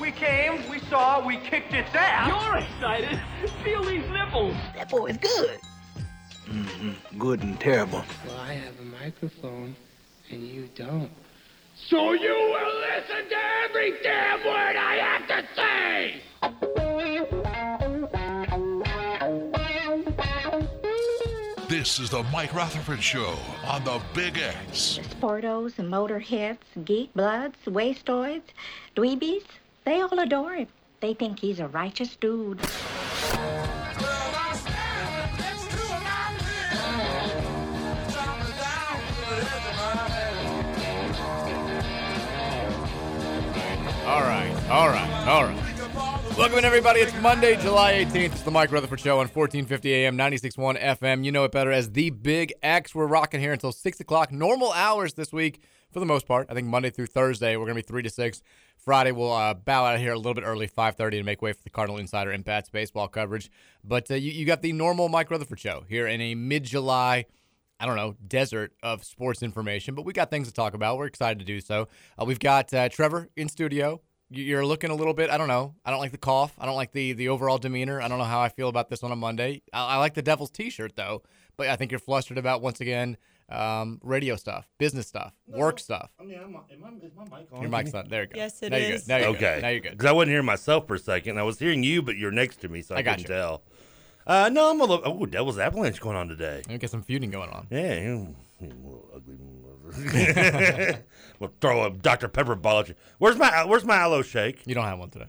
We came, we saw, we kicked its ass. You're excited. Feel these nipples. That boy's good. Mm-hmm. Good and terrible. Well, I have a microphone, and you don't. So you will listen to every damn word I have to say. This is the Mike Rutherford Show on the Big X. Sportos and motorheads, geek bloods, wastoids, dweebies, they all adore him. They think he's a righteous dude. All right, all right, all right. Welcome in, everybody. It's Monday, July 18th. It's the Mike Rutherford Show on 1450 AM, 96.1 FM. You know it better as The Big X. We're rocking here until 6 o'clock, normal hours this week for the most part. I think Monday through Thursday, we're going to be 3 to 6. Friday, we'll uh, bow out of here a little bit early, 5.30, to make way for the Cardinal Insider and Pats baseball coverage. But uh, you, you got the normal Mike Rutherford Show here in a mid-July I don't know, desert of sports information, but we got things to talk about. We're excited to do so. Uh, we've got uh, Trevor in studio. You're looking a little bit. I don't know. I don't like the cough. I don't like the the overall demeanor. I don't know how I feel about this on a Monday. I, I like the Devil's T-shirt though, but I think you're flustered about once again um, radio stuff, business stuff, no, work stuff. I mean, I'm, am I, is my mic on? Your mic's not. There you go. Yes, it now You're is. good. Now you're okay. Good. Now you're good. Because I wasn't hearing myself for a second. I was hearing you, but you're next to me, so I, I got couldn't you. tell. Uh, no, I'm a little. Oh, Devil's Avalanche going on today. We got some feuding going on. Yeah, you you little ugly. we'll throw a Dr Pepper ball at you. Where's my uh, Where's my aloe shake? You don't have one today.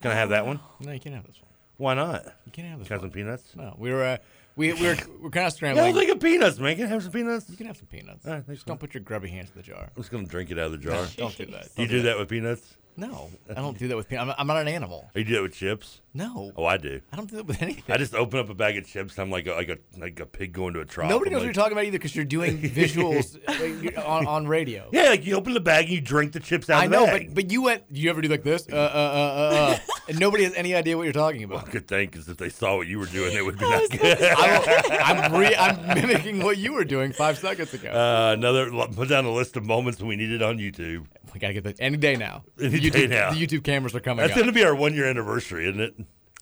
Can I have that one? No, you can't have this one. Why not? You can't have this. Can I one. have some peanuts? No, we were uh, we we were, we're kind of Yeah, I scrambling. was thinking peanuts, man. Can I have some peanuts? you can have some peanuts. All right, thanks, Just don't man. put your grubby hands in the jar. I'm just gonna drink it out of the jar. Don't do that. Do you Don't do that with peanuts? No, I don't do that with peanuts. I'm, I'm not an animal. Or you do that with chips? No, Oh, I do. I don't do that with anything. I just open up a bag of chips. And I'm like a, like a like a pig going to a trough. Nobody I'm knows what like, you're talking about either because you're doing visuals like, you're on, on radio. Yeah, like you open the bag and you drink the chips out I of the know, bag. but but you went. You ever do like this? Uh, uh, uh, uh, uh, and nobody has any idea what you're talking well, about. good thing because if they saw what you were doing, they would be I not was gonna good. I, am re- I'm mimicking what you were doing five seconds ago. Uh, another put down a list of moments we needed on YouTube. we gotta get that any day now. Any the YouTube, day now. The YouTube cameras are coming. That's up. going to be our one year anniversary, isn't it?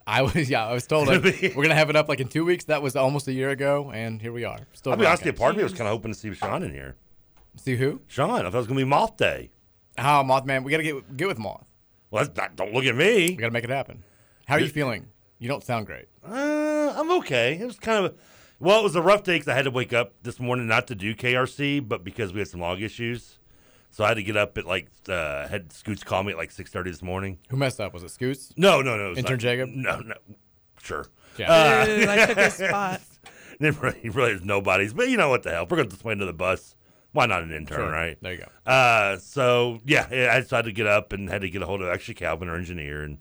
I was yeah. I was told like, Really? we're gonna have it up like in two weeks. That was almost a year ago, and here we are. Still. I'll be honest rocking. with you, part of me was kind of hoping to see Sean in here. See who? Sean, I thought it was going to be Moth Day. How Mothman? We gotta get get with Moth. Well, that's not, don't look at We me. gotta make it happen. How are you feeling? You don't sound great. Uh, I'm okay. It was kind of, a, well, it was a rough day because I had to wake up this morning not to do KRC, but because we had some log issues. So I had to get up at like, uh, had Scoots call me at like 6.30 this morning. Who messed up? Was it Scoots? No, no, no. it was Intern not- Jacob? No, no. Sure. Yeah. Uh. Ooh, I took his spot. Then really, really there's nobody's, but you know what the hell? We're going to explain to the bus. Why not an intern, Sure. right? There you go. Uh, so yeah, I decided to get up and had to get a hold of actually Calvin, our engineer, and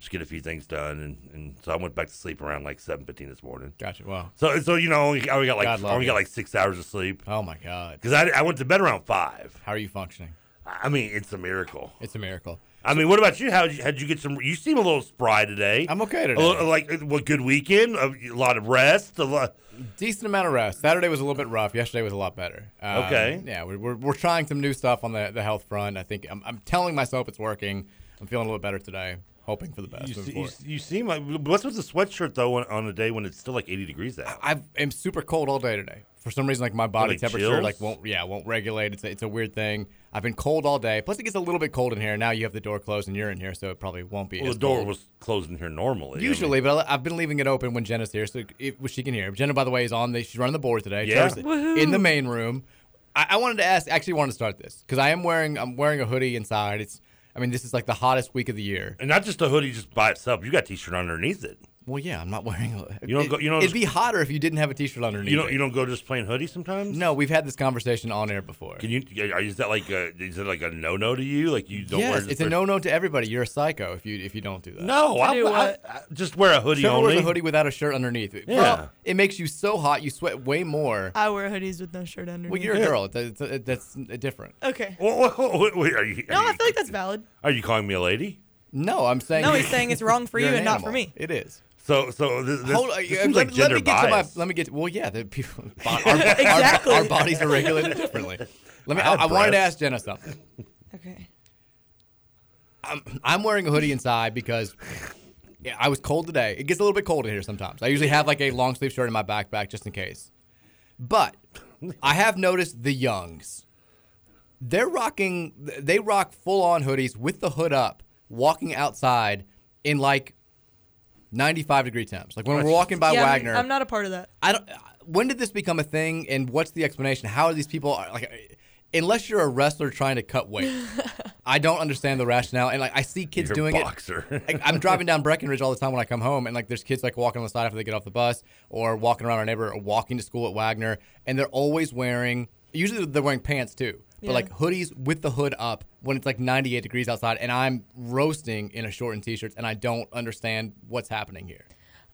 just get a few things done. And, and so I went back to sleep around like seven fifteen this morning. Gotcha. Wow. So so you know I only I only got like God love I only you. got like six hours of sleep Oh my God. because I, I went to bed around five. How are you functioning? I mean, it's a miracle. It's a miracle. I mean, what about you? How how'd you get some? You seem a little spry today. I'm okay A today. little, like what good weekend? A lot of rest. A lot. Decent amount of rest. Saturday was a little bit rough. Yesterday was a lot better. Um, Okay. Yeah, we're, we're, we're trying some new stuff on the, the health front. I think I'm, I'm telling myself it's working. I'm feeling a little better today. Hoping for the best. You, moving se- you, forward. se- you seem like what's with the sweatshirt though on, on a day when it's still like 80 degrees out. I am super cold all day today. For some reason, like my body Like temperature, chills? like won't yeah won't regulate. It's a, it's a weird thing. I've been cold all day. Plus, it gets a little bit cold in here. Now you have the door closed and you're in here, so it probably won't be. well, as the door cold. was closed in here normally. I mean- Usually, but I- I've been leaving it open when Jenna's here, so it, well, she can hear. Jenna, by the way, is on the she's running the board today. Yeah. Thursday, in the main room. I, I wanted to ask, actually, wanted to start this because I am wearing I'm wearing a hoodie inside. It's I mean, this is like the hottest week of the year. and not just a hoodie just by itself. You got a t-shirt underneath it. Well, yeah, I'm not wearing. A, You don't go- you don't it'd just- be hotter if you didn't have a T-shirt underneath. You don't- it. you don't go just plain hoodie sometimes. No, we've had this conversation on air before. Can you? Are, is that like a? Is it like a no no to you? Like you don't wear? yes, just it's a wear- no-no to everybody. You're a psycho if you if you don't do that. No, I, do I, what? I- just wear a hoodie Trevor only. wears a hoodie without a shirt underneath. it. Yeah. Bro, it makes you so hot, you sweat way more. I wear hoodies with no shirt underneath. Well, you're a girl. It's, it's, that's different. Okay. Whoa, whoa, whoa, wait, are you? No, I feel like that's valid. Are you calling me a lady? No, I'm saying. No, he's saying it's wrong for you You're an and not for animal. me. It is. So, so this, this, Hold- this uh, seems like let, let gender me get bias. to my. Let me get. Well, yeah, the people. bo- Our, exactly. Our, bodies are regulated differently. Let me. I I, have I wanted to breasts. ask Jenna something. Okay. I'm, I'm wearing a hoodie inside because yeah, I was cold today. It gets a little bit cold in here sometimes. I usually have like a long sleeve shirt in my backpack just in case. But I have noticed the Youngs. They're rocking, they rock full on hoodies with the hood up, walking outside in like 95 degree temps. Like when we're walking by yeah, I'm- Wagner. I'm, not a part of that. I don't. When did this become a thing, and what's the explanation? How are these people like? Unless you're a wrestler trying to cut weight, I don't understand the rationale. And like, I see kids You're a doing boxer. it. Like, I'm driving down Breckenridge all the time when I come home, and like, there's kids like walking on the side after they get off the bus, or walking around our neighbor, or walking to school at Wagner, and they're always wearing. Usually, they're wearing pants too, but Yeah. like hoodies with the hood up when it's like 98 degrees outside, and I'm roasting in a short and t-shirts, and I don't understand what's happening here.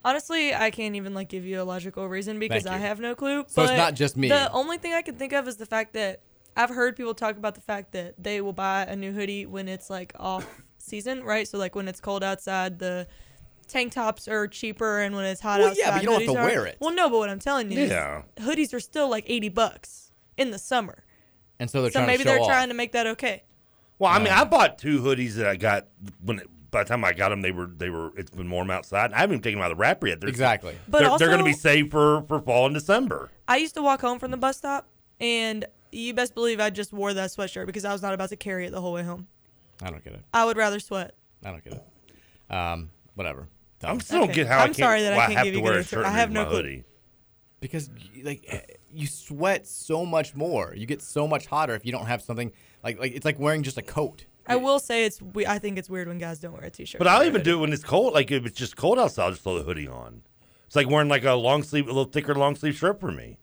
Honestly, I can't even like give you a logical reason because Thank I you. have no clue. So it's but not just me. Oh, The only thing I can think of is the fact that I've heard people talk about the fact that they will buy a new hoodie when it's like off season, right? So like when it's cold outside, the tank tops are cheaper, and when it's hot Well, outside, yeah, but you don't have hoodies to are. wear it. Well, no, but what I'm telling you Yeah. is hoodies are still like 80 bucks in the summer. And so they're so trying to maybe show they're off. trying to make that okay. Well, I mean, I bought two hoodies that I got when by the time I got them, they were they were it's been warm outside. and I haven't even taken them out of the wrapper yet. They're, Exactly. But they're, they're going to also- be saved for for fall and December. I used to walk home from the bus stop, and you best believe I just wore that sweatshirt because I was not about to carry it the whole way home. I don't get it. I would rather sweat. I don't get it. Um, whatever. I'm still don't Okay. get how I I'm can't- sorry that I why I can't have give to you wear good a answer. shirt I have underneath no my clue. hoodie. because y- like eh, you sweat so much more. You get so much hotter if you don't have something like like it's like wearing just a coat. I will say it's. We, I think it's weird when guys don't wear a t-shirt. But I'll even do it when it's cold. Like if it's just cold outside, I'll just throw the hoodie on. It's like wearing like a long sleeve, a little thicker long sleeve shirt for me.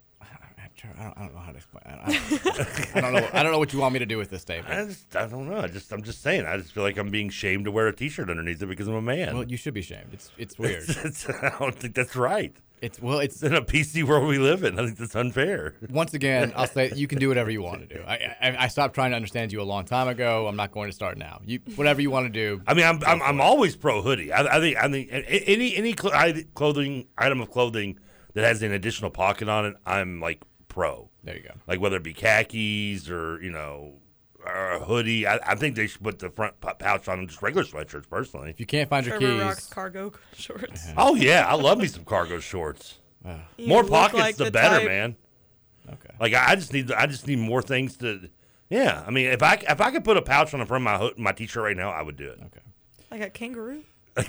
I don't, I don't know how to explain. I don't, I don't know. I don't know what you want me to do with this statement. I just, I don't know. I just, I'm just saying. I just feel like I'm being shamed to wear a t-shirt underneath it because I'm a man. Well, you should be shamed. It's it's weird. It's- I don't think that's right. It's well, it's in a PC world we live in. I think that's unfair. Once again, I'll say you can do whatever you want to do. I, I I stopped trying to understand you a long time ago. I'm not going to start now. You whatever you want to do. I mean, I'm I'm, I'm always pro hoodie. I, I think I think a- any any cl- I- clothing item of clothing that has an additional pocket on it, I'm like pro. There you go. Like whether it be khakis or you know or a hoodie, I, I think they should put the front pou- pouch on just regular sweatshirts. Personally, if you can't find your Trevor keys, rocks cargo shorts. oh yeah, I love me some cargo shorts. You more look pockets, like the, the better, type- man. Okay. Like I I just need I just need more things to. Yeah, I mean, if I c- if I could put a pouch on the front of my hood, my t-shirt right now, I would do it. I got kangaroo.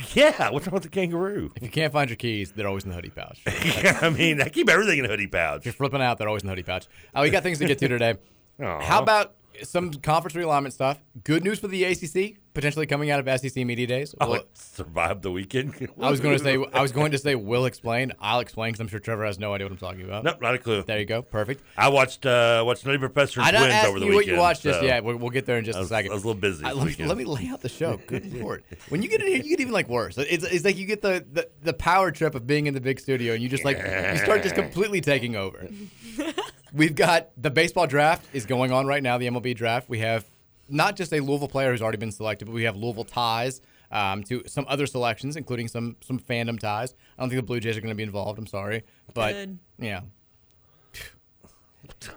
yeah, what's wrong with the kangaroo? If you can't find your keys, they're always in the hoodie pouch. I mean, I keep everything in a hoodie pouch. If you're flipping out, they're always in the hoodie pouch. Uh, we got things to get to today. How about some conference realignment stuff? Good news for the ACC, potentially coming out of SEC media days. Oh, We'll- it survived the weekend. I was going to say I was going to say we'll explain. I'll explain because I'm sure Trevor has no idea what I'm talking about. Nope, not a clue. There you go. Perfect. I watched uh, watched Nutty Professor I don't Twins ask over the you what weekend. you watched just so- yet. We'll, we'll get there in just I a was- second. I was a little busy. I- this let, me, weekend. let me lay out the show. Good lord! When you get in here, you get even like worse. It's, it's like you get the, the the power trip of being in the big studio, and you just like you start just completely taking over. We've got the baseball draft is going on right now. The MLB draft. We have not just a Louisville player who's already been selected, but we have Louisville ties um, to some other selections, including some some fandom ties. I don't think the Blue Jays are going to be involved. I'm sorry, but Good. yeah.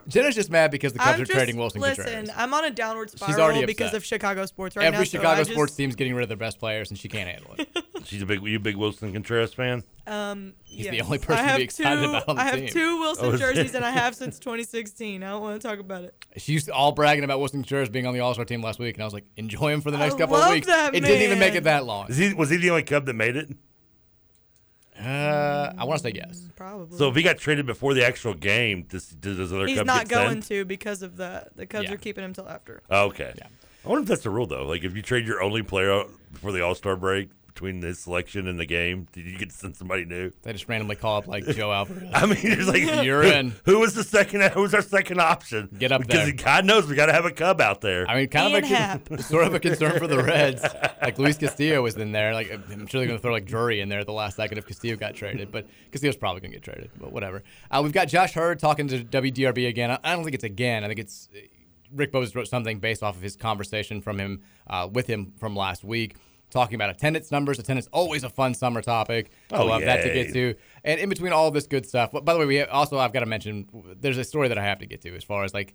Jenna's just mad because the Cubs I'm are just, trading Wilson listen, Contreras. I'm on a downward She's spiral already because upset. of Chicago sports right Every now. so Chicago I just- sports team's getting rid of their best players, and she can't handle it. She's a big you a big Wilson Contreras fan. Um, He's yes. the only I person to have be excited two, about on the I have team. two Wilson Oh, is it? jerseys and I have since 2016. I don't want to talk about it. She used to all bragging about Wilson Contreras being on the All Star team last week, and I was like, enjoy him for the I next couple of love weeks. that it didn't even make it man. that long. Is he, was he the only Cub that made it? Uh, I want to say yes. Probably. So if he got traded before the actual game, this does this other He's Cub not get going sent? to because of that. The Cubs Yeah. are keeping him till after. Oh, okay. I wonder if that's the rule though. Like if you trade your only player out before the All Star break, between his selection and the game? Did you get to send somebody new? They just randomly call up like Joe Alvarez. I mean, it's like You're who- in. Who was the second? Who was our second option? Get up because there. God knows we got to have a cub out there. I mean, kind And of a, Hap. sort of a concern for the Reds. Like Luis Castillo was in there. Like I'm sure they're going to throw like Drury in there at the last second if Castillo got traded. But Castillo's probably going to get traded. But whatever. Uh, we've got Josh Hurd talking to WDRB again. I, I don't think it's again. I think it's uh, Rick Bose wrote something based off of his conversation from him uh, with him from last week. Talking about attendance numbers. Attendance always a fun summer topic. I Oh, love that to yay. get to to. And in between all this good stuff, but by the way, we have, also I've got to mention there's a story that I have to get to as far as like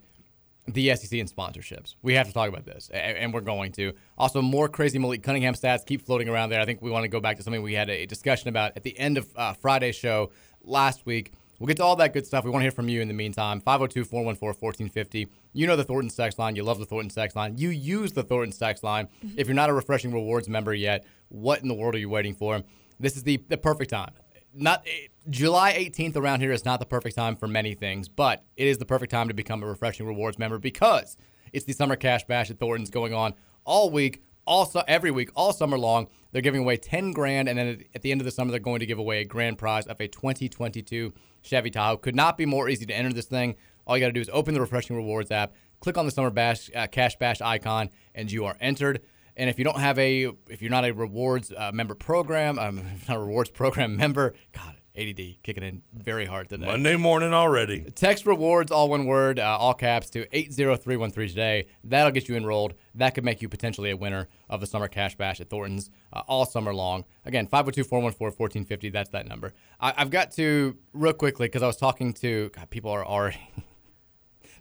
the SEC and sponsorships. We have to talk about this, a- and, we're going to. Also, more crazy Malik Cunningham stats keep floating around there. I think we want to go back to something we had a discussion about at the end of uh, Friday's show last week. We'll get to all that good stuff. We want to hear from you in the meantime. 502 414 1450. You know the Thornton Sex Line. You love the Thornton Sex Line. You use the Thornton Sex Line. Mhm. If you're not a Refreshing Rewards member yet, what in the world are you waiting for? This is the, the perfect time not eh, July 18th around here is not the perfect time for many things, but it is the perfect time to become a Refreshing Rewards member because it's the summer cash bash at Thornton's going on all week, all su- every week, all summer long. They're giving away 10 grand, and then at- at the end of the summer, they're going to give away a grand prize of a 2022 Chevy Tahoe. Could not be more easy to enter this thing. All you got to do is open the Refreshing Rewards app, click on the Summer Bash uh, Cash Bash icon, and you are entered. And if you don't have a, if you're not a rewards uh, member program, um, not a rewards program member, God, ADD kicking in very hard today. Monday morning already. Text rewards, all one word, uh, all caps to 80313 today. That'll get you enrolled. That could make you potentially a winner of the Summer Cash Bash at Thornton's uh, all summer long. Again, 502 414 1450. oh, That's that number. I- I've got to, real quickly, because I was talking to, God, people are already.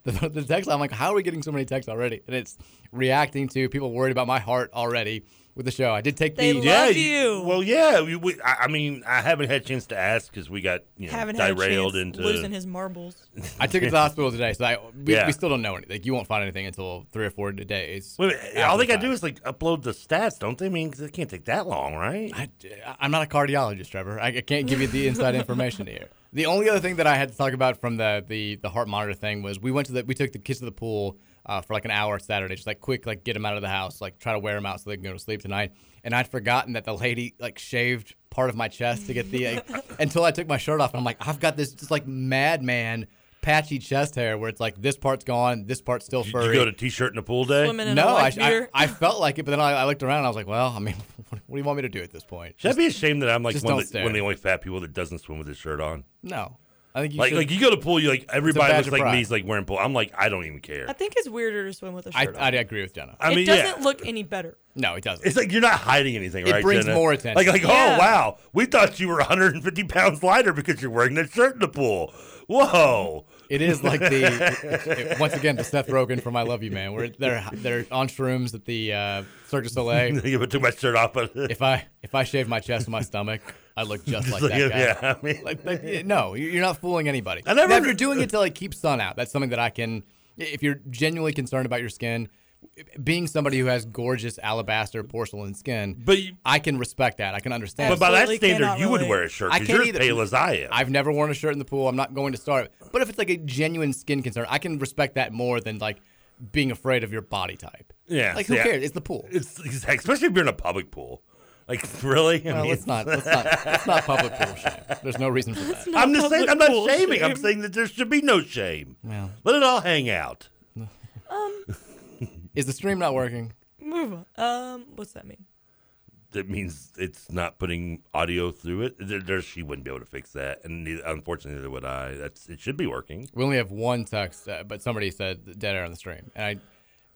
The, the text, I'm like, how are we getting so many texts already? And it's reacting to people worried about my heart already with the show. I did take the you. Well, yeah. We, we, I, I mean, I haven't had a chance to ask because we got you know, Haven't had a derailed chance into losing his marbles. I took it to the hospital today, so I, we, Yeah. we still don't know anything. Like, you won't find anything until three or four days. Wait, wait, all they gotta do is like upload the stats, don't they? I mean, 'cause it can't take that long, right? I, I'm not a cardiologist, Trevor. I, I can't give you the inside information here. The only other thing that I had to talk about from the the, the heart monitor thing was we went to the we took the kids to the pool uh, for like an hour Saturday, just like quick, like get them out of the house, like try to wear them out so they can go to sleep tonight. And I'd forgotten that the lady like shaved part of my chest to get the like, until I took my shirt off, and I'm like, I've got this just like madman patchy chest hair where it's like this part's gone, this part's still Did furry. you go to t-shirt in the pool day? no, I, I, I felt like it, but then I, I looked around and I was like, well, I mean, what do you want me to do at this point? Should that be a shame that I'm like just one don't of, the, one of stare. the only fat people that doesn't swim with his shirt on? No. I think you like should- like you go to pool, you like everybody badge looks of like pride. me's like wearing pool. I'm like I don't even care. I think it's weirder to swim with a I- shirt on. I'd agree with Jenna. I it mean, yeah. doesn't look any better. No, it doesn't. It's like you're not hiding anything, It right? brings Jenna? more attention. Like, like Yeah. oh wow, we thought you were 150 pounds lighter because you're wearing that shirt in the pool. Whoa! It is like the it's- it- once again the Seth Rogen from I Love You Man, where they're they're on shrooms at the uh, Cirque du Soleil. You took my shirt off, but if I if I shave my chest and my stomach, I look just, Just like, like that him, guy. yeah, I mean- like, like, yeah, no, you- you're not fooling anybody. I never Now, if kn- you're doing it to like keep sun out, that's something that I can. If you're genuinely concerned about your skin, being somebody who has gorgeous alabaster porcelain skin, but I can respect that. I can understand. But by that Absolutely standard, cannot you would relate. wear a shirt, I 'cause can't you're as either. pale as I am. I've never worn a shirt in the pool. I'm not going to start. But if it's like a genuine skin concern, I can respect that more than like being afraid of your body type. Yeah, Like who yeah. cares? It's the pool. It's exactly, especially if you're in a public pool. Like really? Well, let's not- let's not- let's not public pool shame. There's no reason for Let's that. not I'm just saying. I'm public not pool shaming. I'm shame. saying that there should be no shame. Well. Let it all hang out. Is the stream not working? Move on. Um, what's that mean? That means it's not putting audio through it. There, there- she wouldn't be able to fix that, and neither, unfortunately, neither would I. That's it. Should be working. We only have one text, uh, but somebody said dead air on the stream, and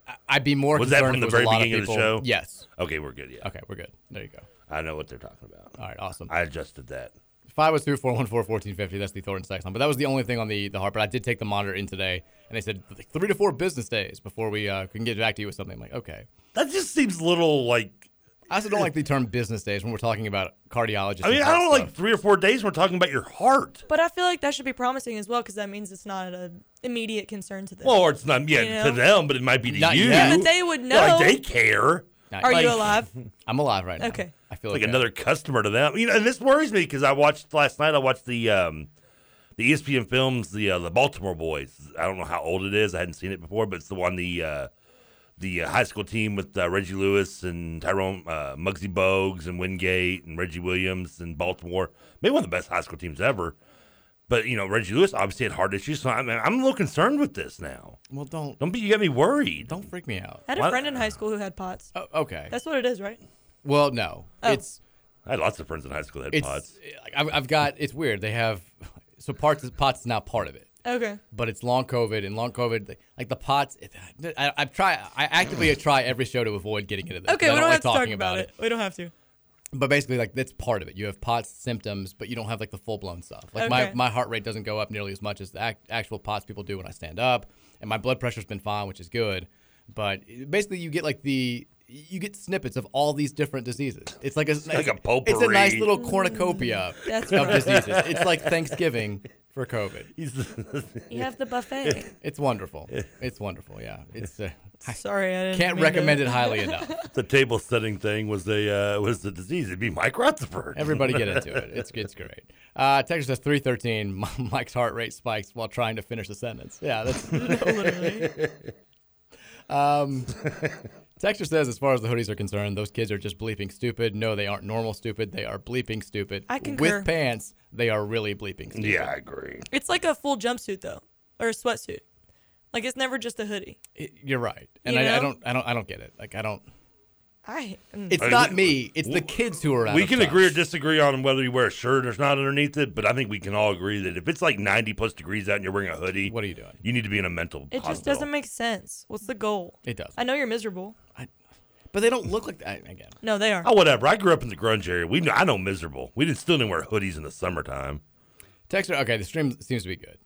I, I- I'd be more was that concerned from the if there very was a lot beginning of, the people- show? Yes. Okay, we're good. Yeah. Okay, we're good. There you go. I know what they're talking about. All right, awesome. I adjusted that. 502 414 1450. That's the Thornton sex line. But that was the only thing on the, the heart. But I did take the monitor in today, and they said like, three to four business days before we uh, can get back to you with something. I'm like, okay. That just seems a little like. I also don't like the term business days when we're talking about cardiologists. I mean, and I heart don't stuff. like three or four days. We're talking about your heart. But I feel like that should be promising as well because that means it's not an immediate concern to them. Well, or it's not yet You to know? them, but it might be to Not you. yet. But they would know. Like they care. Are you alive? I'm alive right now. Okay. I feel like, okay. another customer to them. You know, and this worries me because I watched last night. I watched the um, the ESPN films, the uh, the Baltimore Boys. I don't know how old it is. I hadn't seen it before, but it's the one the uh, the uh, high school team with uh, Reggie Lewis and Tyrone uh, Muggsy Bogues and Wingate and Reggie Williams and Baltimore. Maybe one of the best high school teams ever. But you know Reggie Lewis obviously had heart issues, so I'm, I'm a little concerned with this now. Well, don't don't be you got me worried. Don't freak me out. I had a friend in high school who had pots. Oh, okay. That's what it is, right? Well, no, Oh. it's. I had lots of friends in high school that had it's, pots. I've, I've got. It's weird. They have. So parts pots is not part of it. Okay. But it's long COVID and long COVID, like the pots. it- I, I try. I actively try every show to avoid getting into this. Mm. Okay, 'cause we I don't, like have to talk talking about it. We don't have to. But basically, like that's part of it. You have POTS symptoms, but you don't have like the full blown stuff. Like my, Okay. my heart rate doesn't go up nearly as much as the act, actual POTS people do when I stand up, and my blood pressure's been fine, which is good. But basically, you get like the you get snippets of all these different diseases. It's like a it's like a It's a nice potpourri. little cornucopia Mm, that's of right. diseases. It's like Thanksgiving for COVID. You have the buffet. It's wonderful. It's wonderful. Yeah. It's uh, Sorry, I didn't can't mean to- recommend it highly enough. the table setting thing was the uh, was the disease. It'd be Mike Rutherford. Everybody get into it. It's it's great. Uh, Texas says 313. Mike's heart rate spikes while trying to finish a sentence. Yeah, that's literally. Um, Texture says, as far as the hoodies are concerned, those kids are just bleeping stupid. No, they aren't normal stupid. They are bleeping stupid. I concur. With pants, they are really bleeping stupid. Yeah, I agree. It's like a full jumpsuit though, or a sweatsuit. Like it's never just a hoodie. You're right, and You I, I know? don't, I don't, I don't get it. Like I don't. I. mm, It's I mean, not we- me. It's the we- kids who are out. We of can touch. agree or disagree on whether you wear a shirt or not underneath it, but I think we can all agree that if it's like 90 plus degrees out and you're wearing a hoodie, what are you doing? You need to be in a mental. It just hospital. doesn't make sense. What's the goal? It does. I know you're miserable. But they don't look like that again. No, they are. Oh, whatever. I grew up in the grunge area. We, I know miserable. We did still didn't wear hoodies in the summertime. Texter, okay, the stream seems to be good.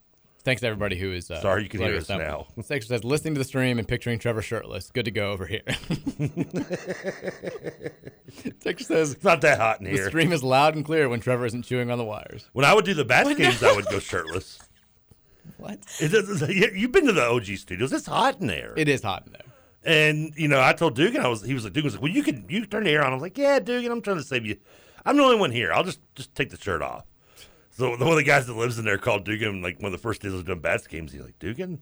Thanks to everybody who is. Uh, Sorry, you can letting hear us now. Texter says, listening to the stream and picturing Trevor shirtless. Good to go over here. Texter says, it's not that hot in The here." stream is loud and clear when Trevor isn't chewing on the wires. When I would do the Bats games, I would go shirtless. What? It doesn't- you- You've been to the OG studios. It's hot in there. It is hot in there. And you know, I told Dugan, I was he was like, Dugan was like, well, you can you can turn the air on. I was like, yeah, Dugan, I'm trying to save you. I'm the only one here. I'll just just take the shirt off. So one of the guys that lives in there called Dugan like one of the first days I was doing bats games. He's like, Dugan,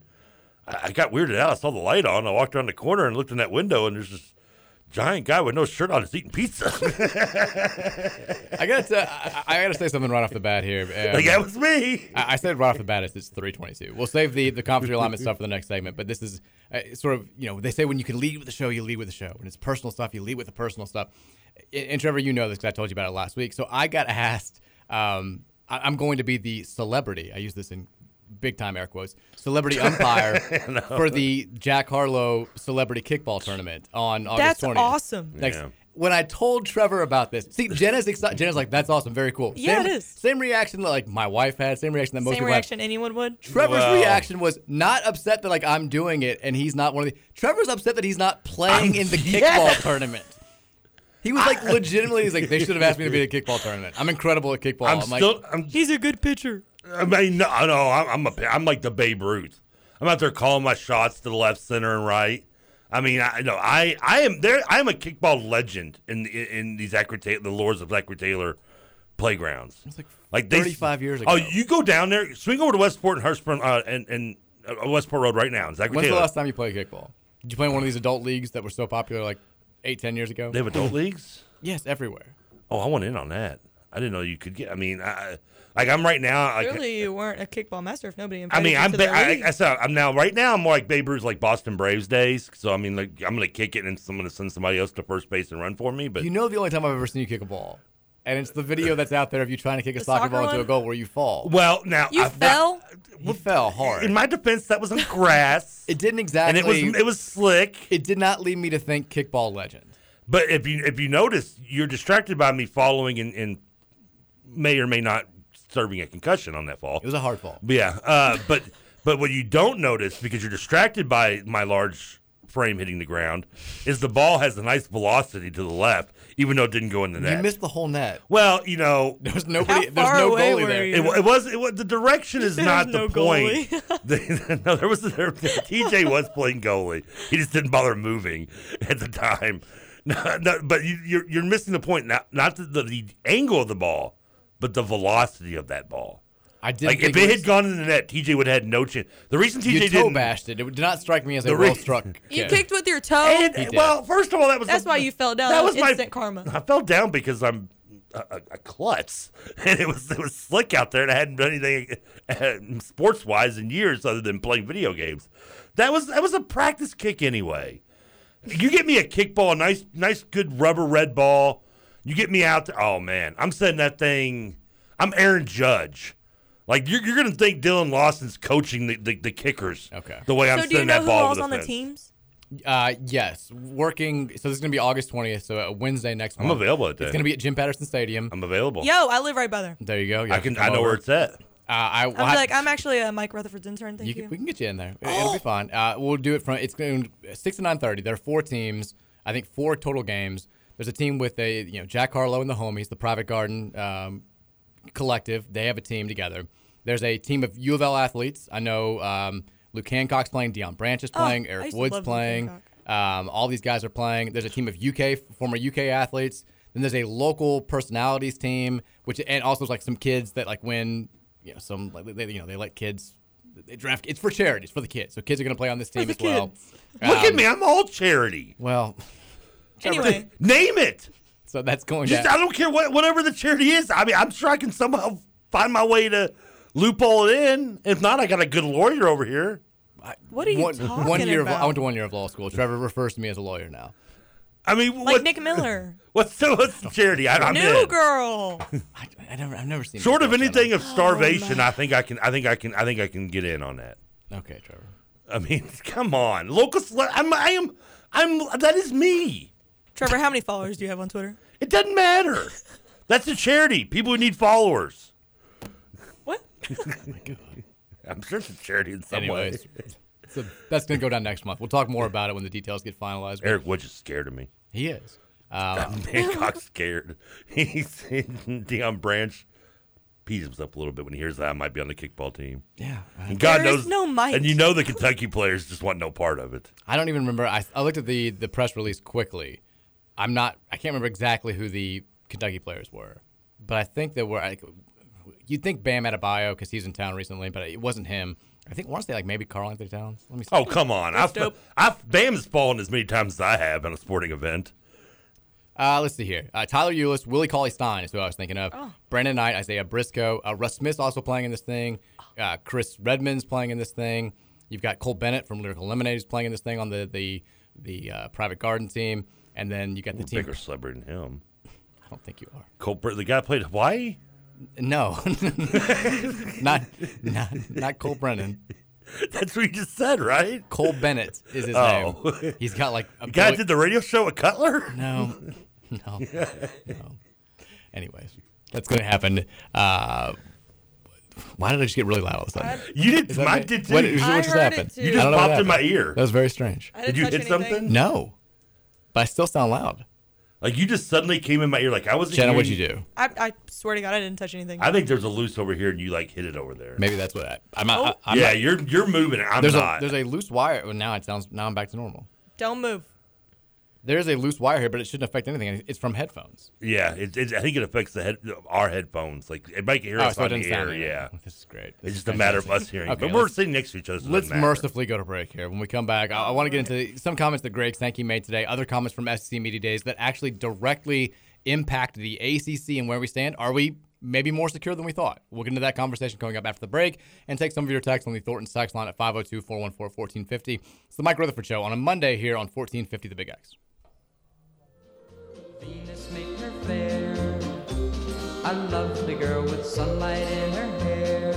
I, I got weirded out. I saw the light on. I walked around the corner and looked in that window, and there's this giant guy with no shirt on, just eating pizza. I gotta, tell, I, I gotta say something right off the bat here. Um, Like, that was me. I, I said right off the bat, it's, it's three twenty-two. We'll save the the commentary alignment stuff for the next segment. But this is uh, sort of, you know, they say when you can lead with the show, you lead with the show. When it's personal stuff, you lead with the personal stuff. And, and Trevor, you know this because I told you about it last week. So I got asked, um, I, I'm going to be the celebrity. I use this in big time air quotes celebrity umpire No. for the Jack Harlow celebrity kickball tournament on August That's 20th. awesome. Next, Yeah. When I told Trevor about this, see, Jenna's excited. Jenna's like, "That's awesome, very cool." Yeah, same, it is. Same reaction that like my wife had. Same reaction that most Same people have. reaction anyone would. Trevor's reaction was not upset that like I'm doing it and he's not one of the. Trevor's upset that he's not playing in the kickball Yes. tournament. He was like legitimately. He's like they should have asked me to be at a kickball tournament. I'm incredible at kickball. I'm, like, still. I'm, He's a good pitcher. I mean, no, no, I'm I'm, a, I'm like the Babe Ruth. I'm out there calling my shots to the left, center, and right. I mean, I know I I am there. I am a kickball legend in in, in these Zachary Taylor, the lords of Zachary Taylor playgrounds. It's like like 35 years Oh, ago. you go down there, swing over to Westport and Hurstburn uh, and and uh, Westport Road right now. and Zachary when's the Taylor. last time you played kickball? Did you play in one of these adult leagues that were so popular like eight, ten years ago? They have adult leagues. Yes, everywhere. Oh, I want in on that. I didn't know you could get. I mean, I like I'm right now. Like, Clearly, you weren't a kickball master if nobody I invited mean, you I'm to ba- their I, league. I, so I'm now right now. I'm more like Babe Ruth's like Boston Braves days. So I mean, like I'm gonna kick it and I'm gonna send somebody else to first base and run for me. But You know the only time I've ever seen you kick a ball, and it's the video that's out there of you trying to kick a The soccer, soccer ball into one? a goal where you fall. well, now You I, fell? You fell hard. In my defense, that was on grass. It didn't And exactly. it was it was slick. It did not lead me to think kickball legend. But if you if you notice, you're distracted by me following and, and may or may not serving a concussion on that fall. It was a hard fall. Yeah, uh, but but what you don't notice because you're distracted by my large frame hitting the ground is the ball has a nice velocity to the left, even though it didn't go in the net. You missed the whole net. Well, you know, there's nobody- How there's far no away goalie were there. you? It, wa- it was. It was. The direction is There's not no the point. The- no, there was. There, TJ was playing goalie. He just didn't bother moving at the time. No, no, but you, you're you're missing the point. Not not the, the the angle of the ball, but the velocity of that ball. I did. Like if think it was- had gone in the net, TJ would have had no chance. The reason TJ you toe didn't bashed it. It did not strike me as The a re- well struck. You kick. kicked with your toe. And- He did. well, first of all, that was Oh. that's why you fell down. that That was, was my- instant karma. I fell down because I'm a, a, a klutz, and it was it was slick out there, and I hadn't done anything sports wise in years other than playing video games. That was that was a practice kick anyway. You get me a kickball, a nice nice good rubber red ball. You get me out. There, oh man, I'm setting that thing. I'm Aaron Judge. Like you're, you're gonna think Dylan Lawson's coaching the, the, the kickers. Okay. The way I'm so do setting you know that who ball over all's the on the fence. teams? Uh, yes, working. So this is gonna be August twentieth. So uh, Wednesday next. I'm month. available at that. It's gonna be at Jim Patterson Stadium. I'm available. Yo, I live right by there. There you go. I can- I know where it's at. Uh, I, I'm like, I'm actually a Mike Rutherford's intern. Thank you you. can- we can get you in there. It- It'll be fine. Uh, we'll do it from it's going to six to nine thirty. There are four teams. I think four total games. There's a team with a you know Jack Harlow and the homies, the Private Garden um, collective. They have a team together. There's a team of U of L athletes. I know um, Luke Hancock's playing, Deion Branch is Oh, playing, I Eric used to Woods love Luke playing. Hancock. Um, all these guys are playing. There's a team of UK former UK athletes. Then there's a local personalities team, which and also it's like some kids that like win, you know, some like they you know they let kids they draft. It's for charities for the kids, so kids are gonna play on this team the as well. kids. Look at me, I'm all charity. Well, Anyway. name it. So that's going. Just to, I don't care what whatever the charity is. I mean, I'm sure I can somehow find my way to loophole it in. If not, I got a good lawyer over here. What are you one, talking one year Of, about? I went to one year of law school. Trevor refers to me as a lawyer now. I mean, like Nick Miller, what's the, what's the charity? I, I'm new in. girl. I never, I've never seen. Short that of much anything of Oh, starvation, man. I think I can. I think I can. I think I can get in on that. Okay, Trevor. I mean, come on, local. Cele- I'm. I am. I'm. That is me. Trevor, how many followers do you have on Twitter? It doesn't matter. That's a charity. People who need followers. What? I'm sure it's a charity in some Anyways, way. so that's gonna go down next month. We'll talk more about it when the details get finalized. but Eric Woods is scared of me. He is. Um, Hancock's scared. He's Deion Branch. Pees himself a little bit when he hears that I might be on the kickball team. Yeah. and God There is knows no Mike. And you know the Kentucky players just want no part of it. I don't even remember. I, I looked at the the press release quickly. I'm not. I can't remember exactly who the Kentucky players were, but I think there were. Like, you'd think Bam Adebayo because he's in town recently, but it wasn't him. I think once they like maybe Carl Anthony Towns. Let me. See. Oh come on! I've, I've Bam's fallen as many times as I have on a sporting event. Uh, let's see here. Uh, Tyler Eulis, Willie Cauley Stein is who I was thinking of. Brandon Knight, Isaiah Briscoe, uh, Russ Smith's also playing in this thing. Uh, Chris Redmond's playing in this thing. You've got Cole Bennett from Lyrical Lemonade is playing in this thing on the the the uh, Private Garden team, and then you got the team. Bigger celebrity than him. I don't think you are. Cole Br- the guy played Hawaii. No, not not not Cole Brennan. That's what you just said, right? Cole Bennett is his Oh. name. He's got like a The guy billi- did the radio show with Cutler. No, no, no. Anyways, that's going to happen. Uh, why did I just get really loud all of a sudden? You did. Is that mine me? did too. What, what just happened? You I just don't know what popped in my happened. ear. That was very strange. Did you hit something? No, but I still sound loud. Like you just suddenly came in my ear. Like I wasn't. Jenna, hearing- what'd you do? I, I swear to God, I didn't touch anything. I think there's a loose over here, and you like hit it over there. Maybe that's what I, I'm not. I, am yeah, you're you're moving. it. I'm there's Oh. not. A, there's a loose wire. Well, now it sounds. Now I'm back to normal. Don't move. There is a loose wire here, but it shouldn't affect anything. It's from headphones. yeah, it, it, I think it affects the head, our headphones. Like it might hear Oh, us so it on the doesn't sound air. anything. Yeah, this is great. It's just a matter of us hearing. Okay, but we're let's- sitting next to each other. So it Let's doesn't matter. mercifully go to break here. When we come back, I, I want to get into some comments that Greg Sankey made today, other comments from SEC Media Days that actually directly impact the ACC and where we stand. Are we maybe more secure than we thought? We'll get into that conversation coming up after the break and take some of your texts on the Thornton Sex line at 502 414 1450. It's the Mike Rutherford Show on a Monday here on 1450 The Big X. Venus made her fair. I love the girl with sunlight in her hair.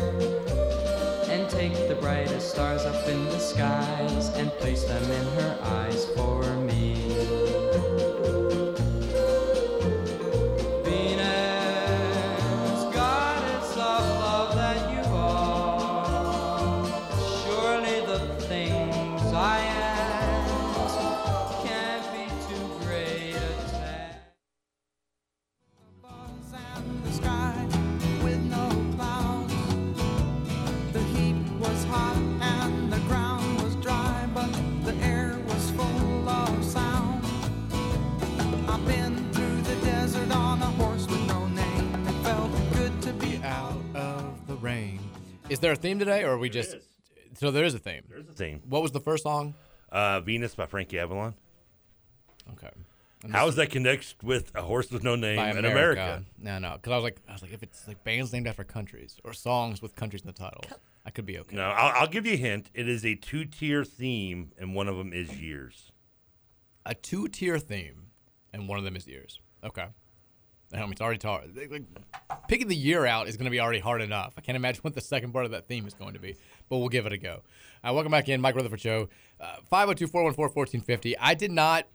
And take the brightest stars up in the skies and place them in her eyes for me. Venus, goddess of love that you are, surely the things I ask can't be too great a task. the sky with no clouds. The heat was hot and the ground was dry, but the air was full of sound. Is there a theme today, or are we just? So there is a theme. There's a theme. What was the first song? Uh, Venus by Frankie Avalon. Okay. How does that connect with a horse with no name By in America? No, no, because I was like, I was like, if it's like bands named after countries or songs with countries in the title, I could be okay. No, I'll, I'll give you a hint. It is a two-tier theme, and one of them is years. A two-tier theme, and one of them is years. Okay. I mean, it's already hard. Like, like, picking the year out is going to be already hard enough. I can't imagine what the second part of that theme is going to be, but we'll give it a go. Uh, welcome back in, Mike Rutherford Show, Uh, 502 414 1450. I did not,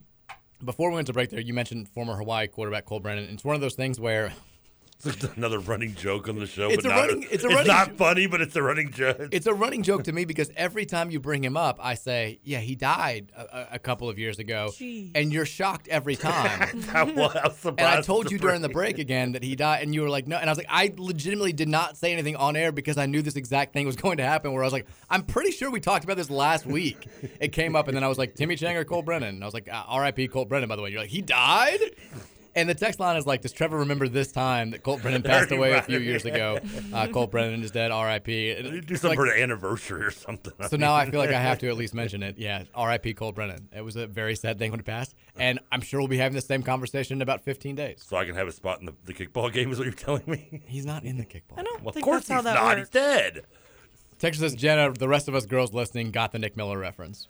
before we went to break there, you mentioned former Hawaii quarterback Cole Brennan. It's one of those things where It's another running joke on the show. It's but a not, running- it's a running not jo- funny, but it's a running joke. it's a running joke to me because every time you bring him up, I say, yeah, he died a, a- a couple of years ago. Jeez. And you're shocked every time. I was- I was and I surprised told to you during the bring- break again that he died, and you were like, no. And I was like, I legitimately did not say anything on air because I knew this exact thing was going to happen where I was like, I'm pretty sure we talked about this last week. it came up, and then I was like, Timmy Chang or Cole Brennan? And I was like, uh, RIP Colt Brennan, by the way. You're like, he died? And the text line is like, "Does Trevor remember this time that Colt Brennan passed away a few years ago? Uh, Colt Brennan is dead. R.I.P." And Do it's something like- for an anniversary or something. so now I feel like I have to at least mention it. Yeah, R.I.P. Cole Brennan. It was a very sad thing when it passed, and I'm sure we'll be having the same conversation in about 15 days. So I can have a spot in the, the kickball game, is what you're telling me? He's not in the kickball. I don't Well, of think course that's how he's that not. He's works. dead. Texas says, Jenna, the rest of us girls listening got the Nick Miller reference.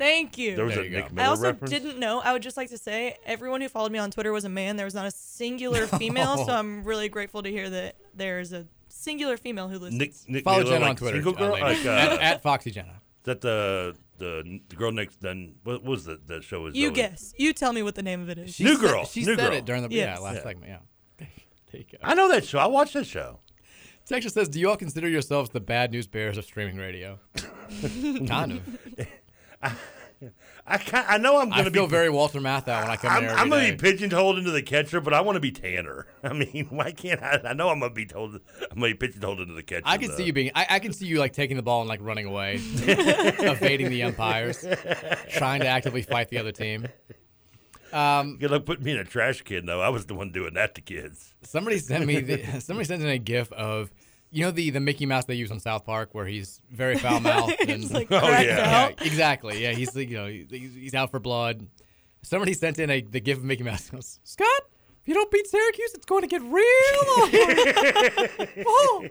Thank you. There was There a you go. Nick I Miller also reference? didn't know. I would just like to say everyone who followed me on Twitter was a man. There was not a singular female, so I'm really grateful to hear that there is a singular female who listens. Nick, Nick Follow Miller, Jenna like on Twitter, Single uh, girl? ladies. Like, uh, At- at Foxy Jenna. Is that the the, the girl next? Then what was the the show? Is you always- guess. You tell me what the name of it is. New girl. she Oh, new said girl. it during the yeah, Yes. last Yeah. segment. Yeah. there you go. I know that show. I watched that show. Texas says, "Do you all consider yourselves the bad news bears of streaming radio?" kind of. I can I know I'm I going to be feel very Walter Matthau when I come I'm, there. I'm gonna be pigeonholed into the catcher, but I want to be Tanner. I mean, why can't I? I know I'm gonna be told. I'm gonna be pigeonholed into the catcher. I can though. see you being. I, I can see you like taking the ball and like running away, evading the umpires, trying to actively fight the other team. Um, Good luck putting me in a trash can, though. I was the one doing that to kids. Somebody sent me the, somebody sent in a gif of you know the the Mickey Mouse they use on South Park where he's very foul mouthed and He's, like, Oh, cracked yeah. out. exactly yeah he's like, you know he's, he's out for blood. Somebody sent in a the gif of Mickey Mouse goes Scott if you don't beat Syracuse it's going to get real awkward." oh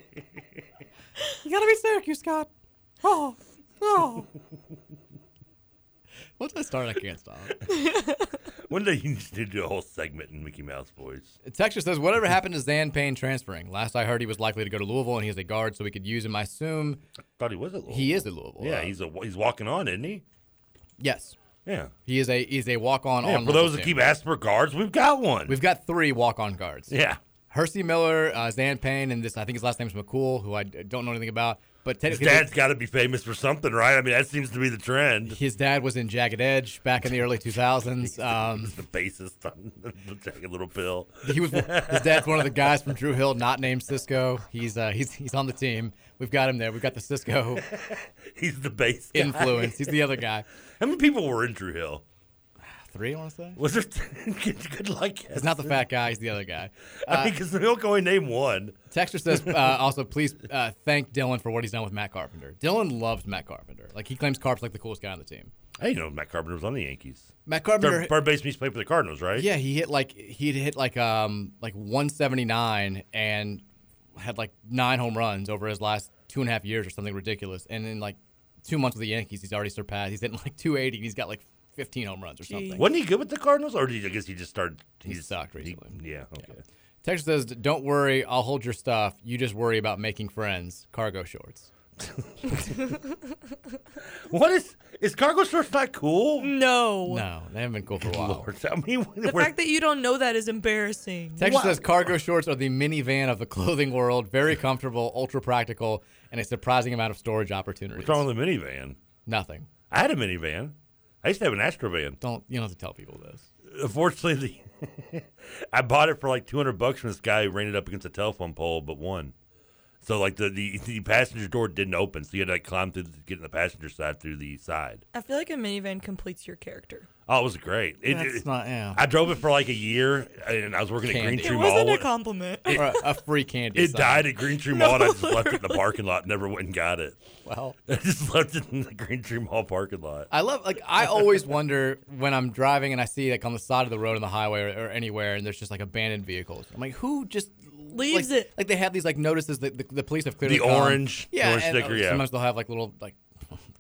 you gotta beat Syracuse Scott oh oh once I start I can't stop. One day you need to do a whole segment in Mickey Mouse voice. Texas says, whatever happened to Zan Payne transferring? Last I heard, he was likely to go to Louisville, and he is a guard, so we could use him. I assume. thought he was at Louisville. He is at Louisville. Yeah, uh, he's a he's walking on, isn't he? yes. Yeah. He is a he's a walk on. Yeah, on for Louisville those that team. keep asking for guards, we've got one. We've got three walk on guards. Yeah. Hersey Miller, uh, Zan Payne, and this I think his last name is McCool, who I d- don't know anything about. But His technically, dad's got to be famous for something, right? I mean, that seems to be the trend. his dad was in Jagged Edge back in the early 2000s. Um, the bassist on the Jagged Little Pill. he was his dad's one of the guys from Drew Hill, not named Cisco. He's uh, he's he's on the team. We've got him there. We've got the Cisco He's the bass guy. influence. He's the other guy. How many people were in Drew Hill? Three, I want to say. Was there good, good luck? He's not the fat guy. He's the other guy. I mean, Uh, because they'll go and name one. Texter says uh, also, please uh, thank Dylan for what he's done with Matt Carpenter. Dylan loves Matt Carpenter. Like he claims Carp's like the coolest guy on the team. I didn't know Matt Carpenter was on the Yankees. Matt Carpenter- third, third baseman, he's played for the Cardinals, right? Yeah, he hit like he hit like um like 179 and had like nine home runs over his last two and a half years or something ridiculous. And in like two months with the Yankees, he's already surpassed. He's hitting like 280 and he's got like 15 home runs or something. Wasn't he good with the Cardinals, or did he, I guess he just started? He, sucked recently. yeah. Okay. Texter says, "Don't worry, I'll hold your stuff. You just worry about making friends. Cargo shorts." What is is cargo shorts not cool? Mm. No. No, they haven't been cool for a while. I mean, The fact that you don't know that is embarrassing. Texas says cargo shorts are the minivan of the clothing world. Very comfortable, ultra practical, and a surprising amount of storage opportunities. What's wrong with a minivan? Nothing. I had a minivan. I used to have an Astrovan. Don't you don't have to tell people this. Unfortunately, the- I bought it for like 200 bucks from this guy who ran it up against a telephone pole, but won. So like the, the the passenger door didn't open, so you had to like climb through, get in the passenger side through the side. I feel like a minivan completes your character. Oh, it was great. It, That's it- not- yeah. I drove it for like a year, and I was working at Green Candy. Tree It Mall. wasn't a compliment. Or a free candy. It sign. died at Green Tree Mall, and I just left it in the parking lot. Never went and got it. Wow. I just left it in the Green Tree Mall parking lot. I love like I always wonder when I'm driving and I see like on the side of the road on the highway or, or anywhere and there's just like abandoned vehicles. I'm like, who just Leaves like, it? Like they have these like notices that the, the police have clearly The come. orange- the yeah, orange and, sticker, uh, yeah. Sometimes they'll have like little like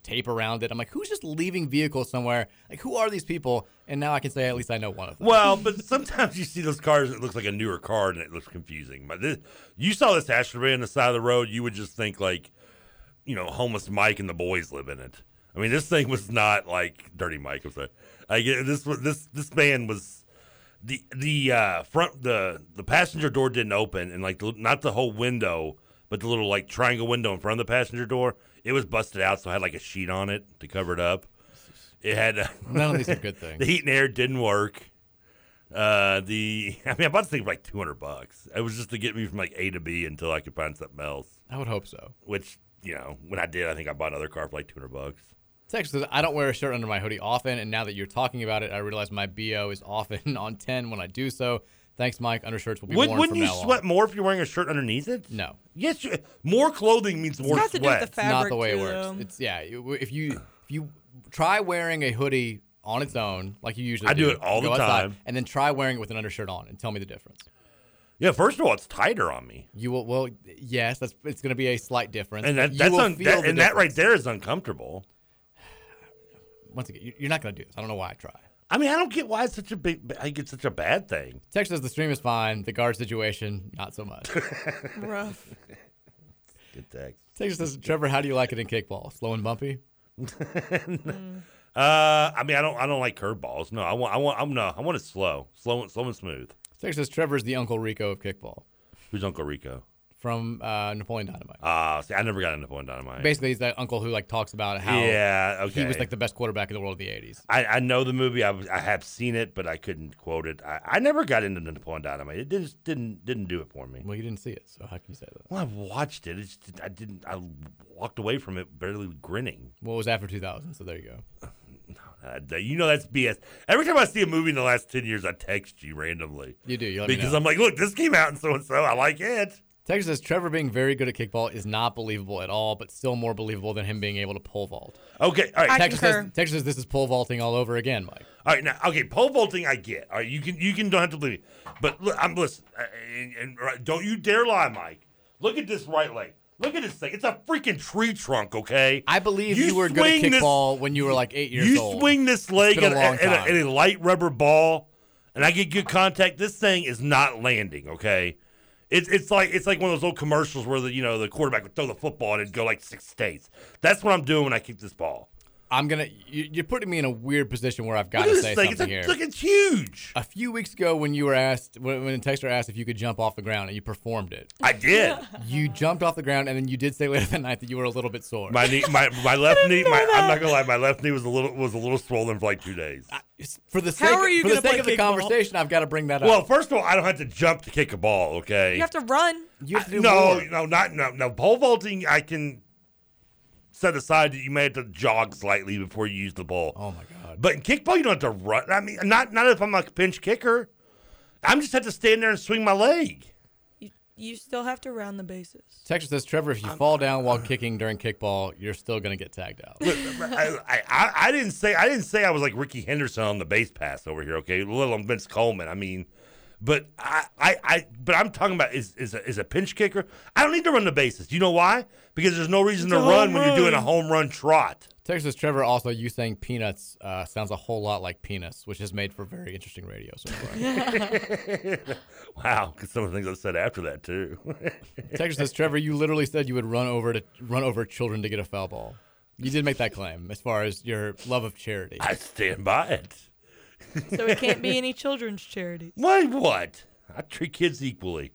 tape around it. I'm like, who's just leaving vehicles somewhere? Like who are these people? And now I can say at least I know one of them. Well, but sometimes you see those cars. It looks like a newer car, and it looks confusing. But this, you saw this Astrovan on the side of the road, you would just think like, you know, homeless Mike and the boys live in it. I mean, this thing was not like Dirty Mike. I'm sorry. I get this was this this man was the the uh, front the the passenger door didn't open, and like the, not the whole window, but the little like triangle window in front of the passenger door. It was busted out, so it had like a sheet on it to cover it up. It had a, None of these are good things. the heat and air didn't work. Uh, the I mean, I bought this thing for like two hundred bucks. It was just to get me from like A to B until I could find something else. I would hope so. Which you know, when I did, I think I bought another car for like two hundred bucks. Text says, I don't wear a shirt under my hoodie often, and now that you're talking about it, I realize my BO is often on 10 when I do so. Thanks, Mike. Undershirts will be Would, worn wouldn't from you now on. sweat more if you're wearing a shirt underneath it? No. Yes, you, more clothing means more got to sweat. do with the It's not the way it works. It's yeah. you- If you if you try wearing a hoodie on its own, like you usually, I do it all go the outside, time. and then try wearing it with an undershirt on, and tell me the difference. Yeah, first of all, it's tighter on me. You will. Well, yes, that's it's going to be a slight difference, And but that, you that's will un, feel that, the and that right difference. there is uncomfortable. Once again, you- you're not going to do this. I don't know why I try. I mean, I don't get why it's such a big. I think it's such a bad thing. Text says the stream is fine. The guard situation, not so much. Rough. Good text. Text says, Trevor, how do you like it in kickball? Slow and bumpy. Uh, I mean, I don't. I don't like curveballs. No, I want. I want. I'm no. I want it slow, slow, and- slow and smooth. Text says Trevor's the Uncle Rico of kickball Who's Uncle Rico? from uh, Napoleon Dynamite. Ah, see, I never got into Napoleon Dynamite. Basically, he's that uncle who like talks about how Yeah, he was okay. like the best quarterback in the world of the '80s. I, I know the movie. I, was- I have seen it, but I couldn't quote it. I, I never got into Napoleon Dynamite. It didn't didn't didn't do it for me. Well, you didn't see it, so how can you say that? Well, I've watched it. It's just, I didn't. I walked away from it barely grinning. Well, it was after 2000, so there you go. Uh, that- you know that's BS. Every time I see a movie in the last ten years, I text you randomly. You do. You let me because know. I'm like, look, this came out and so and so. I like it. Texas says Trevor being very good at kickball is not believable at all, but still more believable than him being able to pole vault. Okay, all right. I Texas says, concur. Texas says this is pole vaulting all over again, Mike. All right, now okay, pole vaulting I get. All right, you can you can don't have to believe me, but look, I'm listen, uh, and, and right, don't you dare lie, Mike. Look at this right leg. Look at this thing. It's a freaking tree trunk. Okay, I believe you, were good at swing this- kickball when you were like eight years you old. swing this It's leg at been a a, long at a- time. at a light rubber ball, and I get good contact. This thing is not landing. Okay, it's it's like it's like one of those old commercials where the you know the quarterback would throw the football and it'd go like six states. That's what I'm doing when I kick this ball. I'm gonna. You, you're putting me in a weird position where I've got Look to at this say thing. something It's, a, look, here. it's huge. A few weeks ago, when you were asked, when, when a texter asked if you could jump off the ground, and you performed it. I did. you jumped off the ground, and then you did say later that night that you were a little bit sore. My knee, my my left knee. My, I'm not gonna lie, my left knee was a little was a little swollen for like two days. for the sake, for the sake of the conversation, I've got to bring that up. Well, first of all, I don't have to jump to kick a ball. Okay. You have to run. You have to do no, more. no, not no, no. Pole vaulting, I can set aside that you may have to jog slightly before you use the ball. Oh my god! But in kickball, you don't have to run. I mean, not not if I'm a pinch kicker. I'm just have to stand there and swing my leg. You still have to round the bases. Texas says, Trevor, if you fall down while kicking during kickball, you're still gonna get tagged out. Look, I, I- I, I didn't say I didn't say I was like Ricky Henderson on the base pass over here. Okay, little on Vince Coleman. I mean, but I, I, I but I'm talking about is is a, is a pinch kicker. I don't need to run the bases. You know why? Because there's no reason It's to a run home when you're doing a run. home run trot. Texas says, Trevor, also you saying peanuts uh, sounds a whole lot like penis, which has made for very interesting radio so far. Wow, because some of the things I said after that too. Texas says, Trevor, you literally said you would run over to run over children to get a foul ball. You did make that claim as far as your love of charity. I stand by it. So it can't be any children's charities. Why what? I treat kids equally.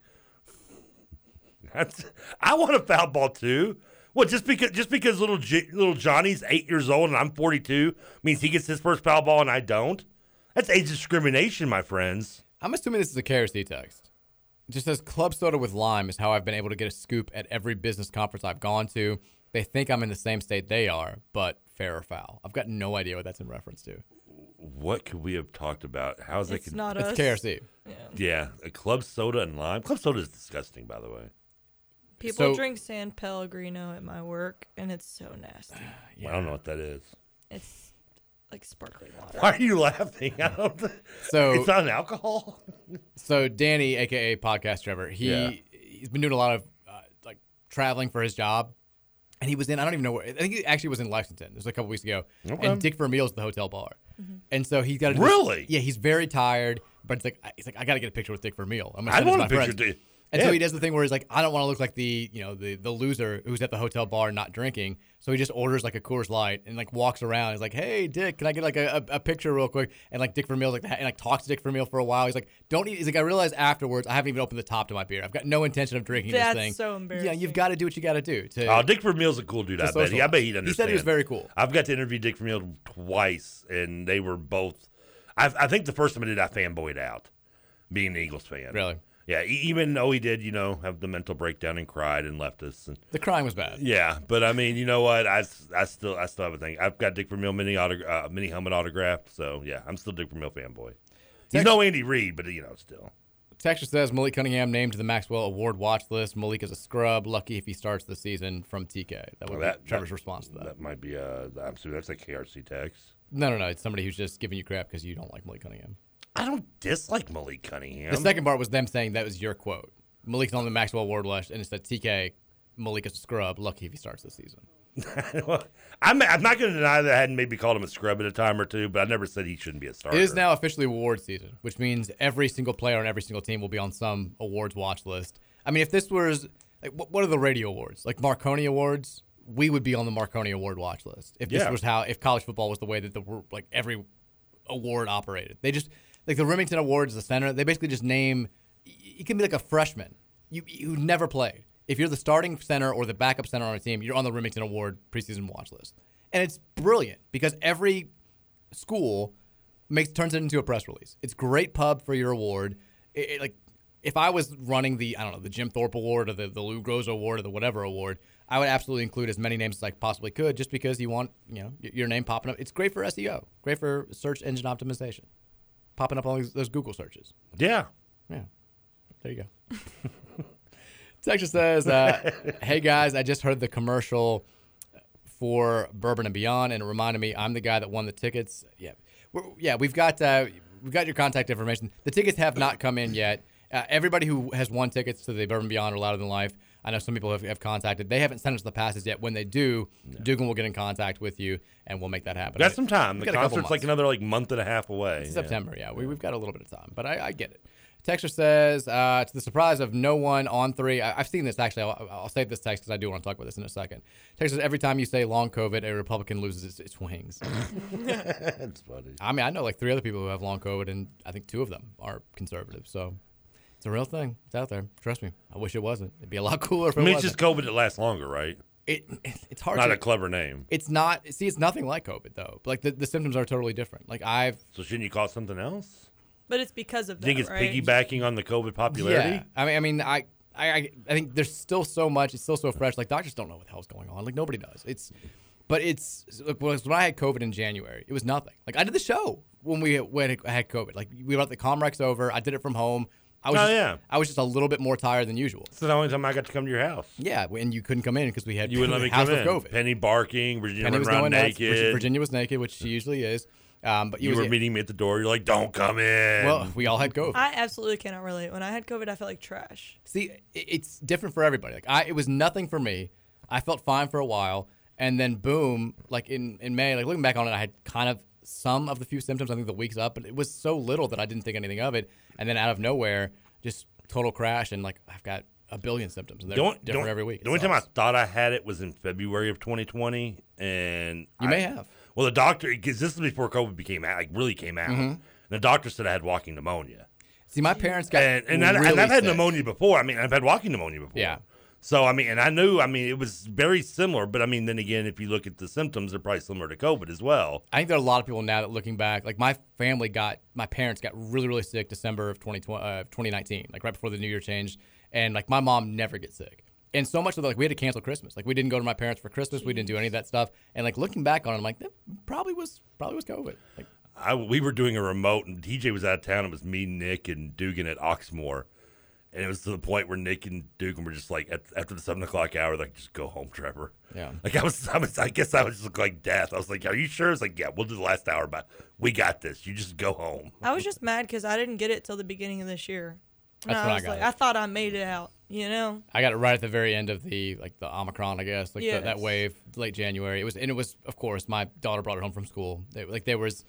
That's, I want a foul ball too. What just because just because little J, little Johnny's eight years old and I'm 42 means he gets his first foul ball and I don't? That's age discrimination, my friends. I'm assuming this is a KRC text. It just says club soda with lime is how I've been able to get a scoop at every business conference I've gone to. They think I'm in the same state they are, but fair or foul. I've got no idea what that's in reference to. what could we have talked about? How's that? It's could- not It's us. KRC. Yeah. Yeah, a club soda and lime. Club soda is disgusting, by the way. People So- drink San Pellegrino at my work, and it's so nasty. I don't know what that is. It's like sparkling water. Why are you laughing? I don't. So it's not an alcohol. So Danny, aka podcast Trevor, he Yeah. he's been doing a lot of uh, like traveling for his job, and he was in I don't even know where. I think he actually was in Lexington. It was a couple weeks ago, Okay. and Dick Vermeil's at the hotel bar, and so he's got to Really? yeah, he's very tired, but it's like I- he's like I got to get a picture with Dick Vermeil. I'm gonna I send it to want a my picture, friends." dude. And Yeah. so he does the thing where he's like, I don't want to look like the you know the the loser who's at the hotel bar not drinking. So he just orders like a Coors Light and like walks around. He's like, Hey Dick, can I get like a, a, a picture real quick? And like Dick Vermeil like and like talks to Dick Vermeil for a while. He's like, Don't eat. He's like, I realize afterwards I haven't even opened the top to my beer. I've got no intention of drinking That's this thing. so Yeah, you've got to do what you got to do. To Oh, Dick Vermeil's a cool dude. to I bet. He, I bet socialize. he'd understand. He said he was very cool. I've got to interview Dick Vermeil twice, and they were both. I, I think the first time I did, I fanboyed out, being an Eagles fan. Really? Yeah. e- Even though he did, you know, have the mental breakdown and cried and left us. And, The crying was bad. yeah, but I mean, you know what? I, s- I still I still have a thing. I've got Dick Vermeil mini autog- uh, mini helmet autographed. So yeah, I'm still Dick Vermeil fanboy. He's no Andy Reid, but you know, still. Texture says Malik Cunningham named to the Maxwell Award watch list. Malik is a scrub. Lucky if he starts the season from TK. That would Well, that- be Trevor's that- response to that. That might be uh, I'm assuming that's a KRC text. No, no, no. It's somebody who's just giving you crap because you don't like Malik Cunningham. I don't dislike Malik Cunningham. The second part was them saying that was your quote. Malik's on the Maxwell Award list, and it said TK, Malik is a scrub. Lucky if he starts this season. I'm, I'm not going to deny that I hadn't maybe called him a scrub at a time or two, but I never said he shouldn't be a starter. It is now officially award season, which means every single player on every single team will be on some awards watch list. I mean, if this was like, wh- what are the radio awards? Like Marconi Awards, we would be on the Marconi Award watch list. If this Yeah. was how, if college football was the way that the wor- like every award operated, they just like the Remington Awards, the center. They basically just name. y- You can be like a freshman. You you never played. If you're the starting center or the backup center on a team, you're on the Remington Award preseason watch list, and it's brilliant because every school makes turns it into a press release. It's great pub for your award. It, it, like if I was running the I don't know the Jim Thorpe Award or the, the Lou Groza Award or the whatever award, I would absolutely include as many names as I possibly could, just because you want you know y- your name popping up. It's great for SEO, great for search engine optimization, popping up all these, those Google searches. Yeah. Yeah. There you go. Texas says, uh, "Hey guys, I just heard the commercial for Bourbon and Beyond, and it reminded me I'm the guy that won the tickets. Yeah, We're, yeah, we've got uh, we've got your contact information. The tickets have not come in yet. Uh, everybody who has won tickets to the Bourbon and Beyond or Louder Than Life, I know some people have, have contacted. They haven't sent us the passes yet. When they do, Dugan will get in contact with you, and we'll make that happen. Got some time. We've The got a couple concert's like months. another like month and a half away. It's September, yeah. We, we've got a little bit of time, but I, I get it. Texture says, uh, to the surprise of no one on three, I, I've seen this actually. I'll, I'll save this text because I do want to talk about this in a second. Texture says, every time you say long COVID, a Republican loses its, its wings. it's funny. I mean, I know like three other people who have long COVID, and I think two of them are conservative. So it's a real thing. It's out there. Trust me. I wish it wasn't. It'd be a lot cooler if I it mean, it's wasn't. just COVID that lasts longer, right? It it's hard Not to- a clever name. It's not. See, it's nothing like COVID though. Like the, the symptoms are totally different. Like I've So shouldn't you call it something else? But it's because of You think that, it's right? piggybacking on the COVID popularity? Yeah. I mean, I mean, I. I, I, I think there's still so much. It's still so fresh. Like doctors don't know what the hell's going on. Like nobody does. It's, but it's look. When when I had COVID in January, it was nothing. Like I did the show when we when I had COVID. Like we brought the Comrex over. I did it from home. I was Oh, just, yeah. I was just a little bit more tired than usual. It's the only time I got to come to your house. Yeah, and you couldn't come in because we had You wouldn't let me house come in. with COVID. Penny barking, Virginia Penny was running around going nuts. naked. Virginia- Virginia was naked, which she usually is. Um, but you was were meeting me at the door. You're like, "Don't come in." Well, we all had COVID. I absolutely cannot relate. When I had COVID, I felt like trash. See, i- it's different for everybody. Like I, it was nothing for me. I felt fine for a while, and then boom, like in in May, like looking back on it, I had kind of some of the few symptoms. I think the weeks up, but it was so little that I didn't think anything of it. And then out of nowhere, just total crash, and like I've got a billion symptoms. And they're Don't- different don't- every week. The only time I thought I had it was in February of 2020, and You I- may have. Well, the doctor because this is before COVID became out, like really came out. Mhm. And the doctor said I had walking pneumonia. See, my parents got and and, I, and really I've had sick. pneumonia before. I mean, I've had walking pneumonia before. Yeah. So I mean, and I knew. I mean, it was very similar. But I mean, then again, if you look at the symptoms, they're probably similar to COVID as well. I think there are a lot of people now that looking back, like my family got, my parents got really, really sick December of 2020, uh, 2019, like right before the new year changed. And like my mom never gets sick. And so much of that, like we had to cancel Christmas. Like we didn't go to my parents for Christmas. We didn't do any of that stuff. And like looking back on it, I'm like, that probably was, probably was COVID. Like, I, we were doing a remote, and DJ was out of town. It was me, Nick, and Dugan at Oxmoor. And it was to the point where Nick and Dugan were just like, at, after the seven o'clock hour, like, just go home, Trevor. Yeah. Like, I was, I was, I guess I was just like death. I was like, are you sure? It's like, yeah, we'll do the last hour, but we got this. You just go home. I was just mad because I didn't get it till the beginning of this year. That's And when I was got like, it. I thought I made it out, you know? I got it right at the very end of the like the Omicron, I guess, like the- that Yes. wave, late January. It was, and it was, of course, my daughter brought it home from school. They, like there was,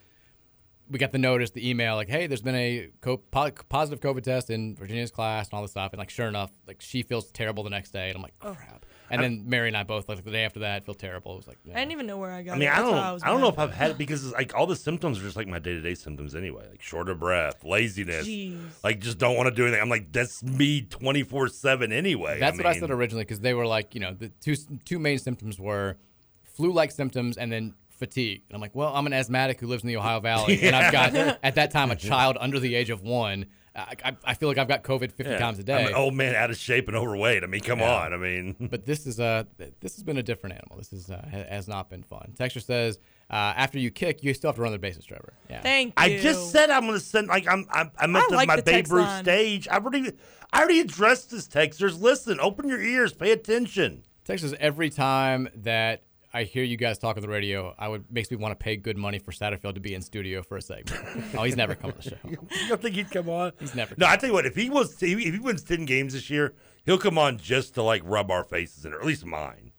we got the notice, the email, like, hey, there's been a co- po- positive COVID test in Virginia's class and all this stuff. And like, sure enough, like she feels terrible the next day, and I'm like, Oh. crap. And then Mary and I both like the day after that feel terrible. It was like, yeah. I didn't even know where I got I mean, it. I That's don't, why I, was don't know mad. if I've had it because it's like all the symptoms are just like my day to day symptoms anyway, like short of breath, laziness, Jeez. like just don't want to do anything. I'm like, that's me 24 seven anyway. That's what I mean, said originally because they were like, you know, the two two main symptoms were flu-like symptoms and then fatigue. And I'm like, well, I'm an asthmatic who lives in the Ohio Valley, and I've Yeah. got at that time a child under the age of one. I, I, I feel like I've got COVID 50 yeah. times a I'm oh. day. an old man out of shape and overweight. I mean, come Yeah. on. I mean, But this is uh, th- this has been a different animal. This is uh, ha- has not been fun. Texture says uh, after you kick, you still have to run the bases, Trevor. Yeah. Thank I just said I'm going to send. Like I'm, I'm I meant I to like my the Babe text Ruth line. stage. I already, I already addressed this texters. Listen, open your ears, pay attention. Texas, every time that I hear you guys talk on the radio, I would makes me want to pay good money for Satterfield to be in studio for a segment. oh, he's never coming on the show. You don't think he'd come on? He's never. No, I tell you what. If he was, if he wins ten games this year, he'll come on just to like rub our faces in, or at least mine,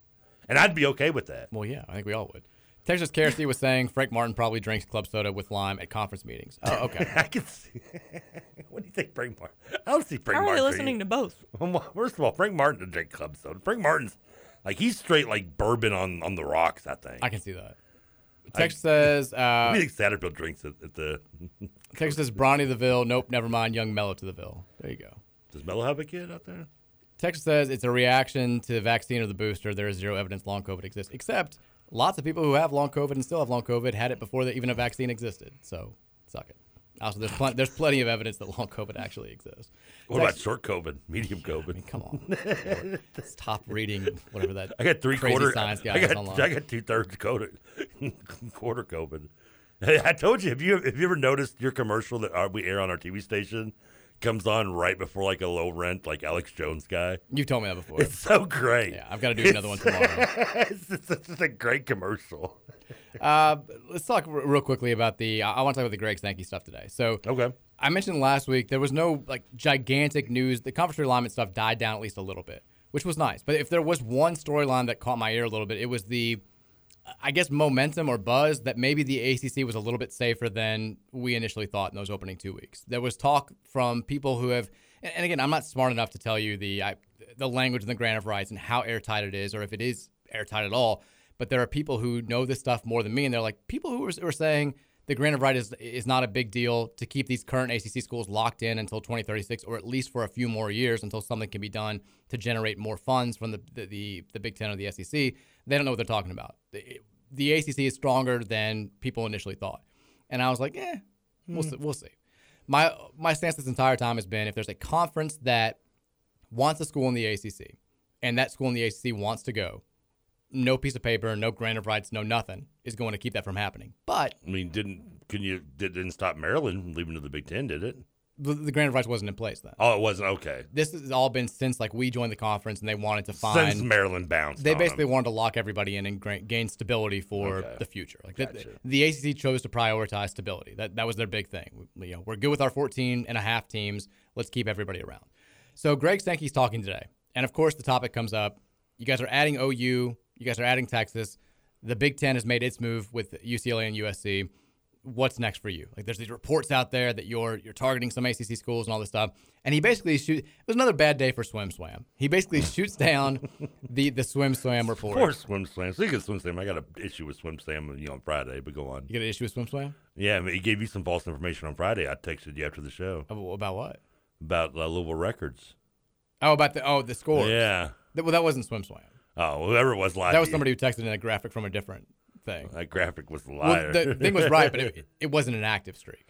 and I'd be okay with that. Well, yeah, I think we all would. Texas KRC was saying Frank Martin probably drinks club soda with lime at conference meetings. Oh, okay. I can see. what do you think, Frank Martin? I don't see Frank How are Martin. they listening to both? Well, First of all, Frank Martin to drink club soda. Frank Martin's like he's straight like bourbon on on the rocks. I think. I can see that. Texas says. Uh, I think Satterfield drinks it at the. Texas says Bronny to the Ville. Nope, never mind. Young Mello to the Ville. There you go. Does Mello have a kid out there? Texas says it's a reaction to the vaccine or the booster. There is zero evidence long COVID exists, except lots of people who have long COVID and still have long COVID had it before that even a vaccine existed. So suck it. Also, there's plenty there's plenty of evidence that long COVID actually exists. What about Texas- short COVID, medium COVID? come on. Stop reading whatever that I got three crazy quarter. science guy I is got online. I got two thirds COVID, quarter COVID. Hey, I told you. Have you have you ever noticed your commercial that uh, we air on our TV station comes on right before like a low rent like Alex Jones guy? You've told me that before. It's so great. Yeah, I've gotta do another one tomorrow. it's, it's, it's a great commercial. Uh, let's talk r- real quickly about the. I, I want to talk about the Greg Sankey stuff today. So okay, I mentioned last week there was no like gigantic news. The conference realignment stuff died down at least a little bit, which was nice. But if there was one storyline that caught my ear a little bit, it was the, I guess, momentum or buzz that maybe the ACC was a little bit safer than we initially thought in those opening two weeks. There was talk from people who have, and and again, I'm not smart enough to tell you the I, the language and the grant of rights and how airtight it is, or if it is airtight at all. But there are people who know this stuff more than me, and they're like people who are, who are saying the grant of right is is not a big deal to keep these current ACC schools locked in until 2036, or at least for a few more years until something can be done to generate more funds from the the the, the Big Ten or the SEC. They don't know what they're talking about. The, the ACC is stronger than people initially thought, and I was like, eh, we'll Hmm. see, we'll see. My my stance this entire time has been if there's a conference that wants a school in the ACC, and that school in the ACC wants to go, no piece of paper, no grant of rights, no nothing is going to keep that from happening. But I mean, didn't can you did, didn't stop Maryland from leaving to the Big Ten, did it? the, the grant of rights wasn't in place then. Oh, it wasn't okay. This has all been since like we joined the conference and they wanted to find Since Maryland bounced, They on 'em. basically wanted to lock everybody in and gra- gain stability for Okay. the future. Like the- Gotcha. the, ACC chose to prioritize stability. That that was their big thing. We- you know, we're good with our 14 and a half teams. Let's keep everybody around. So Greg Sankey's talking today, and of course the topic comes up. You guys are adding OU. You guys are adding Texas. The Big Ten has made its move with UCLA and USC. What's next for you? Like, there's these reports out there that you're you're targeting some ACC schools and all this stuff. And he basically shoot. It was another bad day for Swim Swam. He basically shoots down the the Swim Swam report. Of course, swim slam. Speaking of swim slam, I got an issue with swim slam you know, on Friday, but go on. You got an issue with swim slam? Yeah, I mean, he gave you some false information on Friday. I texted you after the show. About what? About uh, Louisville records. Oh, about the oh the score. Yeah. well, that wasn't Swim Swam. Oh, whoever it was lied. That was somebody who texted in a graphic from a different thing. That graphic was a Well, liar. the thing was right, but it, it wasn't an active streak.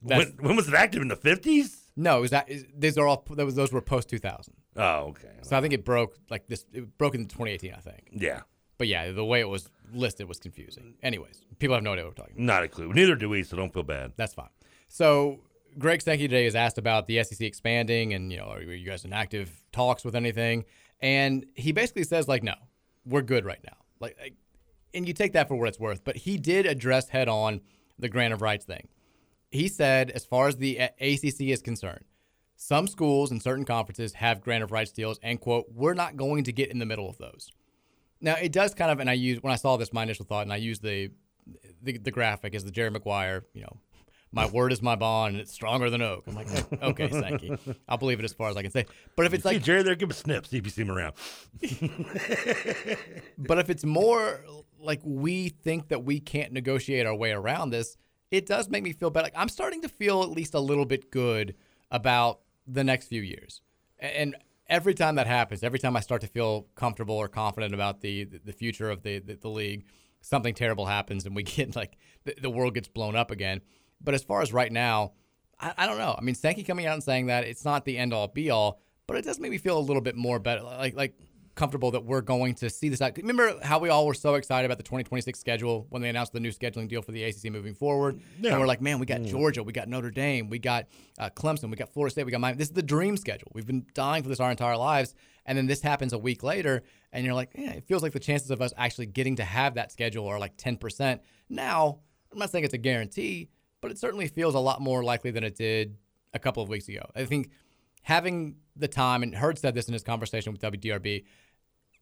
when, when was it active in the fifties? No, it was that. is- These are all those. Those were post two thousand. Oh, okay. So I think it broke like this. It broke in 2018, I think. Yeah. But yeah, the way it was listed was confusing. Anyways, people have no idea what we're talking about. Not a clue. Neither do we, so don't feel bad. That's fine. So Greg Stanky today is asked about the SEC expanding and, you know, are you guys in active talks with anything? And he basically says, like, no, we're good right now. Like, like- and you take that for what it's worth. But he did address head on the grant of rights thing. He said, as far as the A- ACC is concerned, some schools and certain conferences have grant of rights deals, and quote, we're not going to get in the middle of those. Now it does kind of, and I use when I saw this, my initial thought, and I use the the, the graphic as the Jerry Maguire, you know, my word is my bond, and it's stronger than oak. I'm like, oh, okay, Sankey, I'll believe it as far as I can say. But if it's See like Jerry there, give him a snip, see if you see him around. but if it's more like we think that we can't negotiate our way around this, it does make me feel bad. Like I'm starting to feel at least a little bit good about the next few years. A- And every time that happens, every time I start to feel comfortable or confident about the the future of the the, the league, something terrible happens and we get like the, the world gets blown up again. But as far as right now, I, I don't know. I mean, Sankey coming out and saying that it's not the end all be all, but it does make me feel a little bit more better, like like comfortable that we're going to see this out. Remember how we all were so excited about the 2026 schedule when they announced the new scheduling deal for the ACC moving forward, Yeah. and we're like, man, we got Mm. Georgia, we got Notre Dame, we got uh, Clemson, we got Florida State, we got Miami. This is the dream schedule. We've been dying for this our entire lives, and then this happens a week later, and you're like, yeah, it feels like the chances of us actually getting to have that schedule are like 10%. Now, I'm not saying it's a guarantee, but it certainly feels a lot more likely than it did a couple of weeks ago. I think having the time, and Hurd said this in his conversation with WDRB,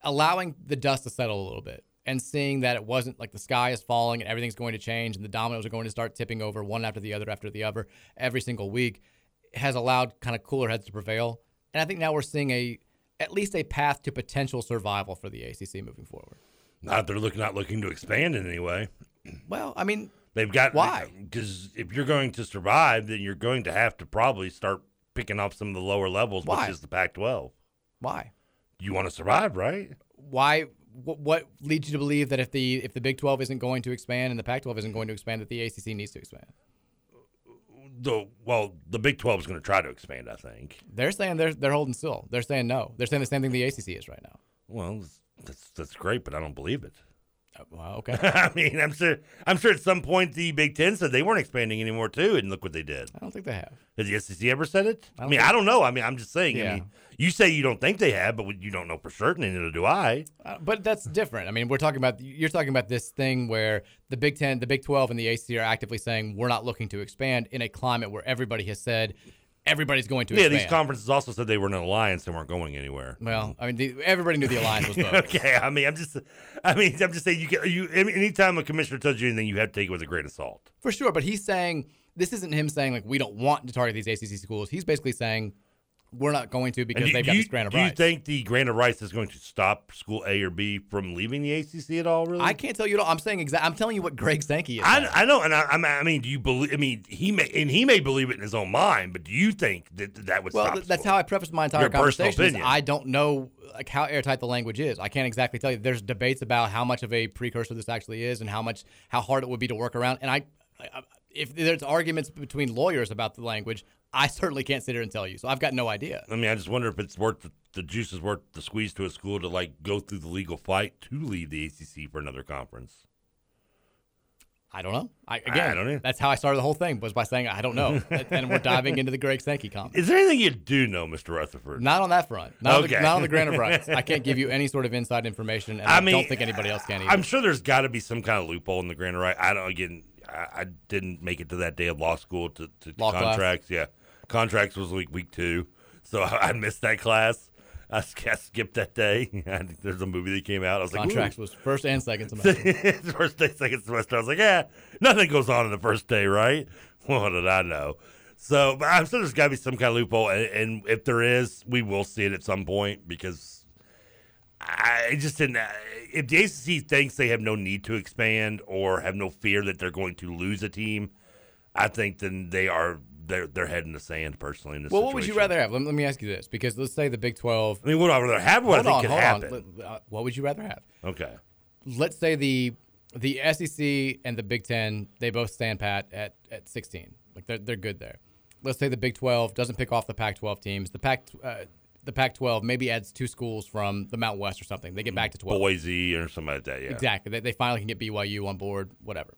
allowing the dust to settle a little bit and seeing that it wasn't like the sky is falling and everything's going to change and the dominoes are going to start tipping over one after the other after the other every single week has allowed kind of cooler heads to prevail. And I think now we're seeing a at least a path to potential survival for the ACC moving forward. Not they're looking not looking to expand in any way. Well, I mean, They've got Why? Because if you're going to survive, then you're going to have to probably start picking off some of the lower levels, Why? which is the Pac-12. Why? You want to survive, right? Why? What, what leads you to believe that if the if the Big 12 isn't going to expand and the Pac-12 isn't going to expand, that the ACC needs to expand? The well, the Big 12 is going to try to expand. I think. They're saying they're they're holding still. They're saying no. They're saying the same thing the ACC is right now. Well, that's that's great, but I don't believe it. Uh, Wow. Okay. I mean, I'm sure. I'm sure at some point the Big Ten said they weren't expanding anymore too, and look what they did. I don't think they have. Has the SEC ever said it? I, I don't mean, think- I don't know. I mean, I'm just saying. Yeah. I mean, you say you don't think they have, but you don't know for certain, and neither do I. Uh, but that's different. I mean, we're talking about you're talking about this thing where the Big Ten, the Big Twelve, and the ACC are actively saying we're not looking to expand in a climate where everybody has said everybody's going to yeah, expand. these conferences also said they were an alliance and weren't going anywhere. well, I mean, the, everybody knew the alliance was bogus. okay, I mean, I'm just, I mean, I'm just saying you can, you any- anytime a commissioner tells you anything, you have to take it with a grain of salt. for sure. But he's saying this isn't him saying like we don't want to target these ACC schools. He's basically saying we're not going to because And do- they've do got you, this grant of do you rights. think the grant of rights is going to stop school A or B from leaving the ACC at all? Really, I can't tell you. At all. I'm saying exact. I'm telling you what Greg Sankey is. saying. I, I know, and I, I'm- I mean, do you believe? I mean, he may, and he may believe it in his own mind, but do you think that that would Well, stop? th- that's how I prefaced my entire Your personal conversation. is opinion. I don't know like how airtight the language is. I can't exactly tell you. There's debates about how much of a precursor this actually is, and how much how hard it would be to work around. And I, I I- if there's arguments between lawyers about the language, I certainly can't sit here and tell you. So I've got no idea. I mean, I just wonder if it's worth the, the juice is worth the squeeze to a school to like go through the legal fight to leave the ACC for another conference. I don't know. I, again, I don't know. That's how I started the whole thing was by saying I don't know, and we're diving into the Greg Sankey comment. Is there anything you do know, Mister Rutherford? Not on that front. Not, on Okay. the, not on the grant of rights. I can't give you any sort of inside information, and I, I mean, don't think anybody else can either. I'm sure there's got to be some kind of loophole in the grant of right. I don't again. I, I didn't make it to that day of law school to, to, to Law class? contracts. Yeah, contracts was week week two, so I, I missed that class. I, sk- I skipped that day. There's a movie that came out. I was like, Contracts "Ooh." was first and second semester. first day, second semester. I was like, yeah, nothing goes on in the first day, right? What did I know? So, but I'm sure there's got to be some kind of loophole, and, and if there is, we will see it at some point because I it just didn't. uh, If the ACC thinks they have no need to expand or have no fear that they're going to lose a team, I think then they are they're they're head in the sand personally. In this Well, situation. what would you rather have? Let me, let me ask you this, because let's say the Big Twelve. I mean, what would I rather have? What hold I on, think hold could on. happen? Let- uh, What would you rather have? Okay. Let's say the the SEC and the Big Ten they both stand pat at at sixteen. Like they're they're good there. Let's say the Big Twelve doesn't pick off the Pac twelve teams. The Pac uh, the Pac-12 maybe adds two schools from the Mountain West or something. They get back to 12. Boise or something like that. Yeah. Exactly. They, they finally can get BYU on board, whatever.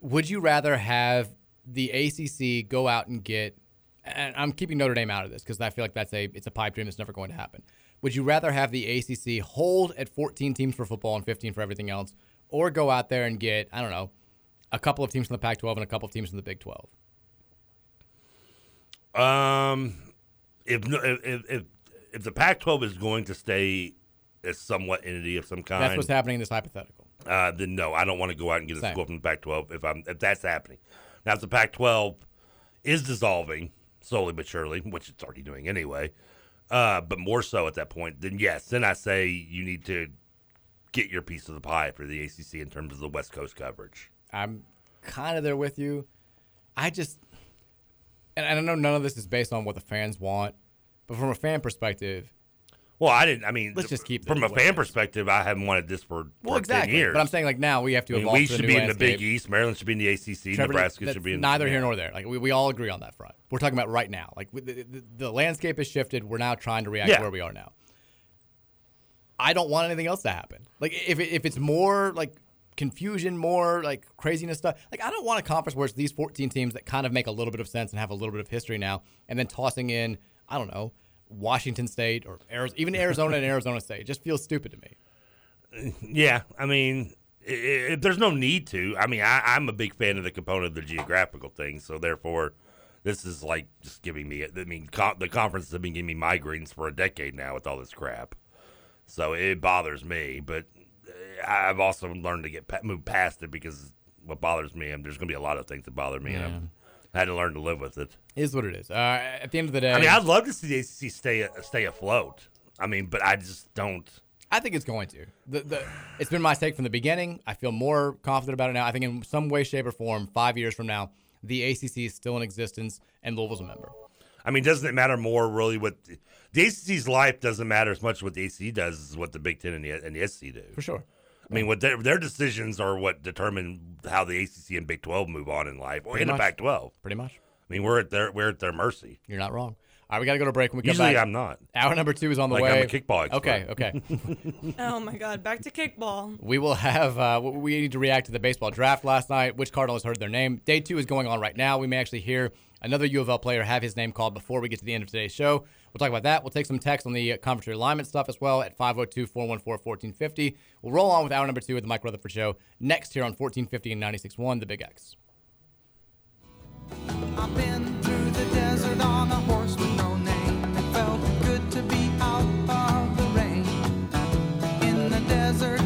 Would you rather have the ACC go out and get, and I'm keeping Notre Dame out of this because I feel like that's a it's a pipe dream that's never going to happen. Would you rather have the ACC hold at 14 teams for football and 15 for everything else, or go out there and get I don't know, a couple of teams from the Pac-12 and a couple of teams from the Big 12? Um, if no- if if- if if the Pac-12 is going to stay as somewhat entity of some kind, That's what's happening in this hypothetical. Uh, then no, I don't want to go out and get a Same. school from the Pac-12 if I'm if that's happening. Now, if the Pac-12 is dissolving slowly but surely, which it's already doing anyway, uh, but more so at that point, then yes, then I say you need to get your piece of the pie for the ACC in terms of the West Coast coverage. I'm kind of there with you. I just, and I know none of this is based on what the fans want, but from a fan perspective, well, I didn't. I mean, let's just keep From the a West. fan perspective, I haven't wanted this for, Well, for exactly. 10 years. But I'm saying like now we have to I mean, evolve. we to should the be new in the Big landscape. East. Maryland should be in the ACC. Trevor, Nebraska that's should be in neither here yeah. nor there. Like we, we all agree on that front. We're talking about right now. Like with the, the, the landscape has shifted. We're now trying to react Yeah. to where we are now. I don't want anything else to happen. Like if it, if it's more like confusion, more like craziness stuff. Like I don't want a conference where it's these 14 teams that kind of make a little bit of sense and have a little bit of history now, and then tossing in I don't know Washington State or Arizona, even Arizona and Arizona State. It just feels stupid to me. Yeah, I mean, i- i- if there's no need to. I mean, I, I'm a big fan of the component of the geographical thing, so therefore, this is like just giving me. I mean, co the conference has been giving me migraines for a decade now with all this crap, so it bothers me. But uh, I- I've also learned to get pa- move past it because what bothers me, and there's going to be a lot of things that bother me, and I've I had to learn to live with it. It Is what it is. Uh, at the end of the day, I mean, I'd love to see the ACC stay stay afloat. I mean, but I just don't. I think it's going to. The, the, it's been my take from the beginning. I feel more confident about it now. I think in some way, shape, or form, five years from now, the ACC is still in existence and Louisville's a member. I mean, doesn't it matter more really what the ACC's life doesn't matter as much what the ACC does as what the Big Ten and the, and the SC do. For sure. I mean, what their their decisions are what determine how the ACC and Big Twelve move on in life, or Pretty in the much. Pac twelve. Pretty much. I mean, we're at their we're at their mercy. You're not wrong. All right, we got to go to break. When we come Usually, back, I'm not. Hour number two is on the Like, way. I'm a kickball expert. Okay, okay. Oh my God! Back to kickball. we will have. Uh, w- we need to react to the baseball draft last night. Which Cardinals heard their name? Day two is going on right now. We may actually hear another U of L player have his name called before we get to the end of today's show. We'll talk about that. We'll take some text on the uh, conference alignment stuff as well at 502-414-1450. We'll roll on with hour number two of the Mike Rutherford Show next here on 1450 and 96.1 The Big X. I've been through the desert on a horse with no name. It felt good to be out of the rain. In the desert,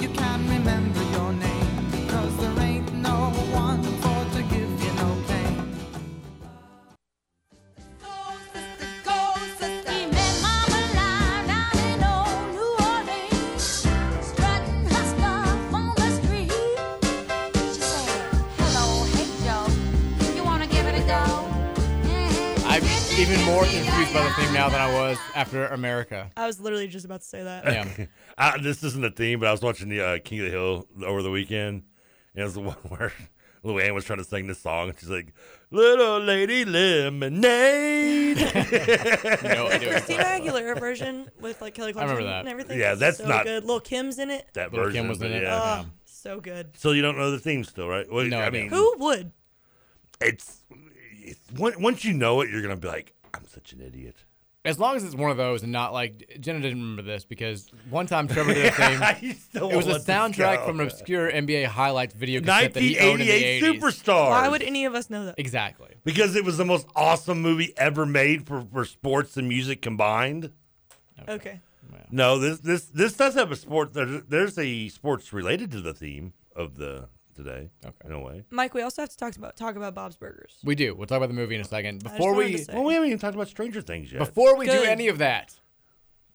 you can remember your name. Because there ain't no one for to give you no pain. Mm-hmm. I'm even more confused by the theme now than I was after America. I was literally just about to say that. I, this isn't a theme, but I was watching the uh, King of the Hill over the weekend, and it was the one where Luann was trying to sing this song, and she's like, "Little lady lemonade." no The Christina Aguilera version with like Kelly I Clarkson remember and that. everything. Yeah, It's that's so not- good. Little Kim's in it. That Little version Kim was in but it, Uh-huh. Yeah. Oh, so good. So you don't know the theme still, right? Well, I mean, Who would? It's, it's on- once you know it, you're gonna be like, I'm such an idiot. As long as it's one of those and not like Jenna didn't remember this because one time Trevor did a thing. You still it was a won't let this soundtrack go. from an obscure NBA highlights video cassette that he owned in the 1988 80s. Superstars. Why would any of us know that? Exactly. Because it was the most awesome movie ever made for, for sports and music combined. Okay. No, this this this does have a sport. There's, there's a sports related to the theme of the today. Okay. in a way. Mike, we also have to talk about talk about Bob's Burgers. We do. We'll talk about the movie in a second. just Before wanted to we say. Well, we haven't even talked about Stranger Things yet. before we Good. do any of that,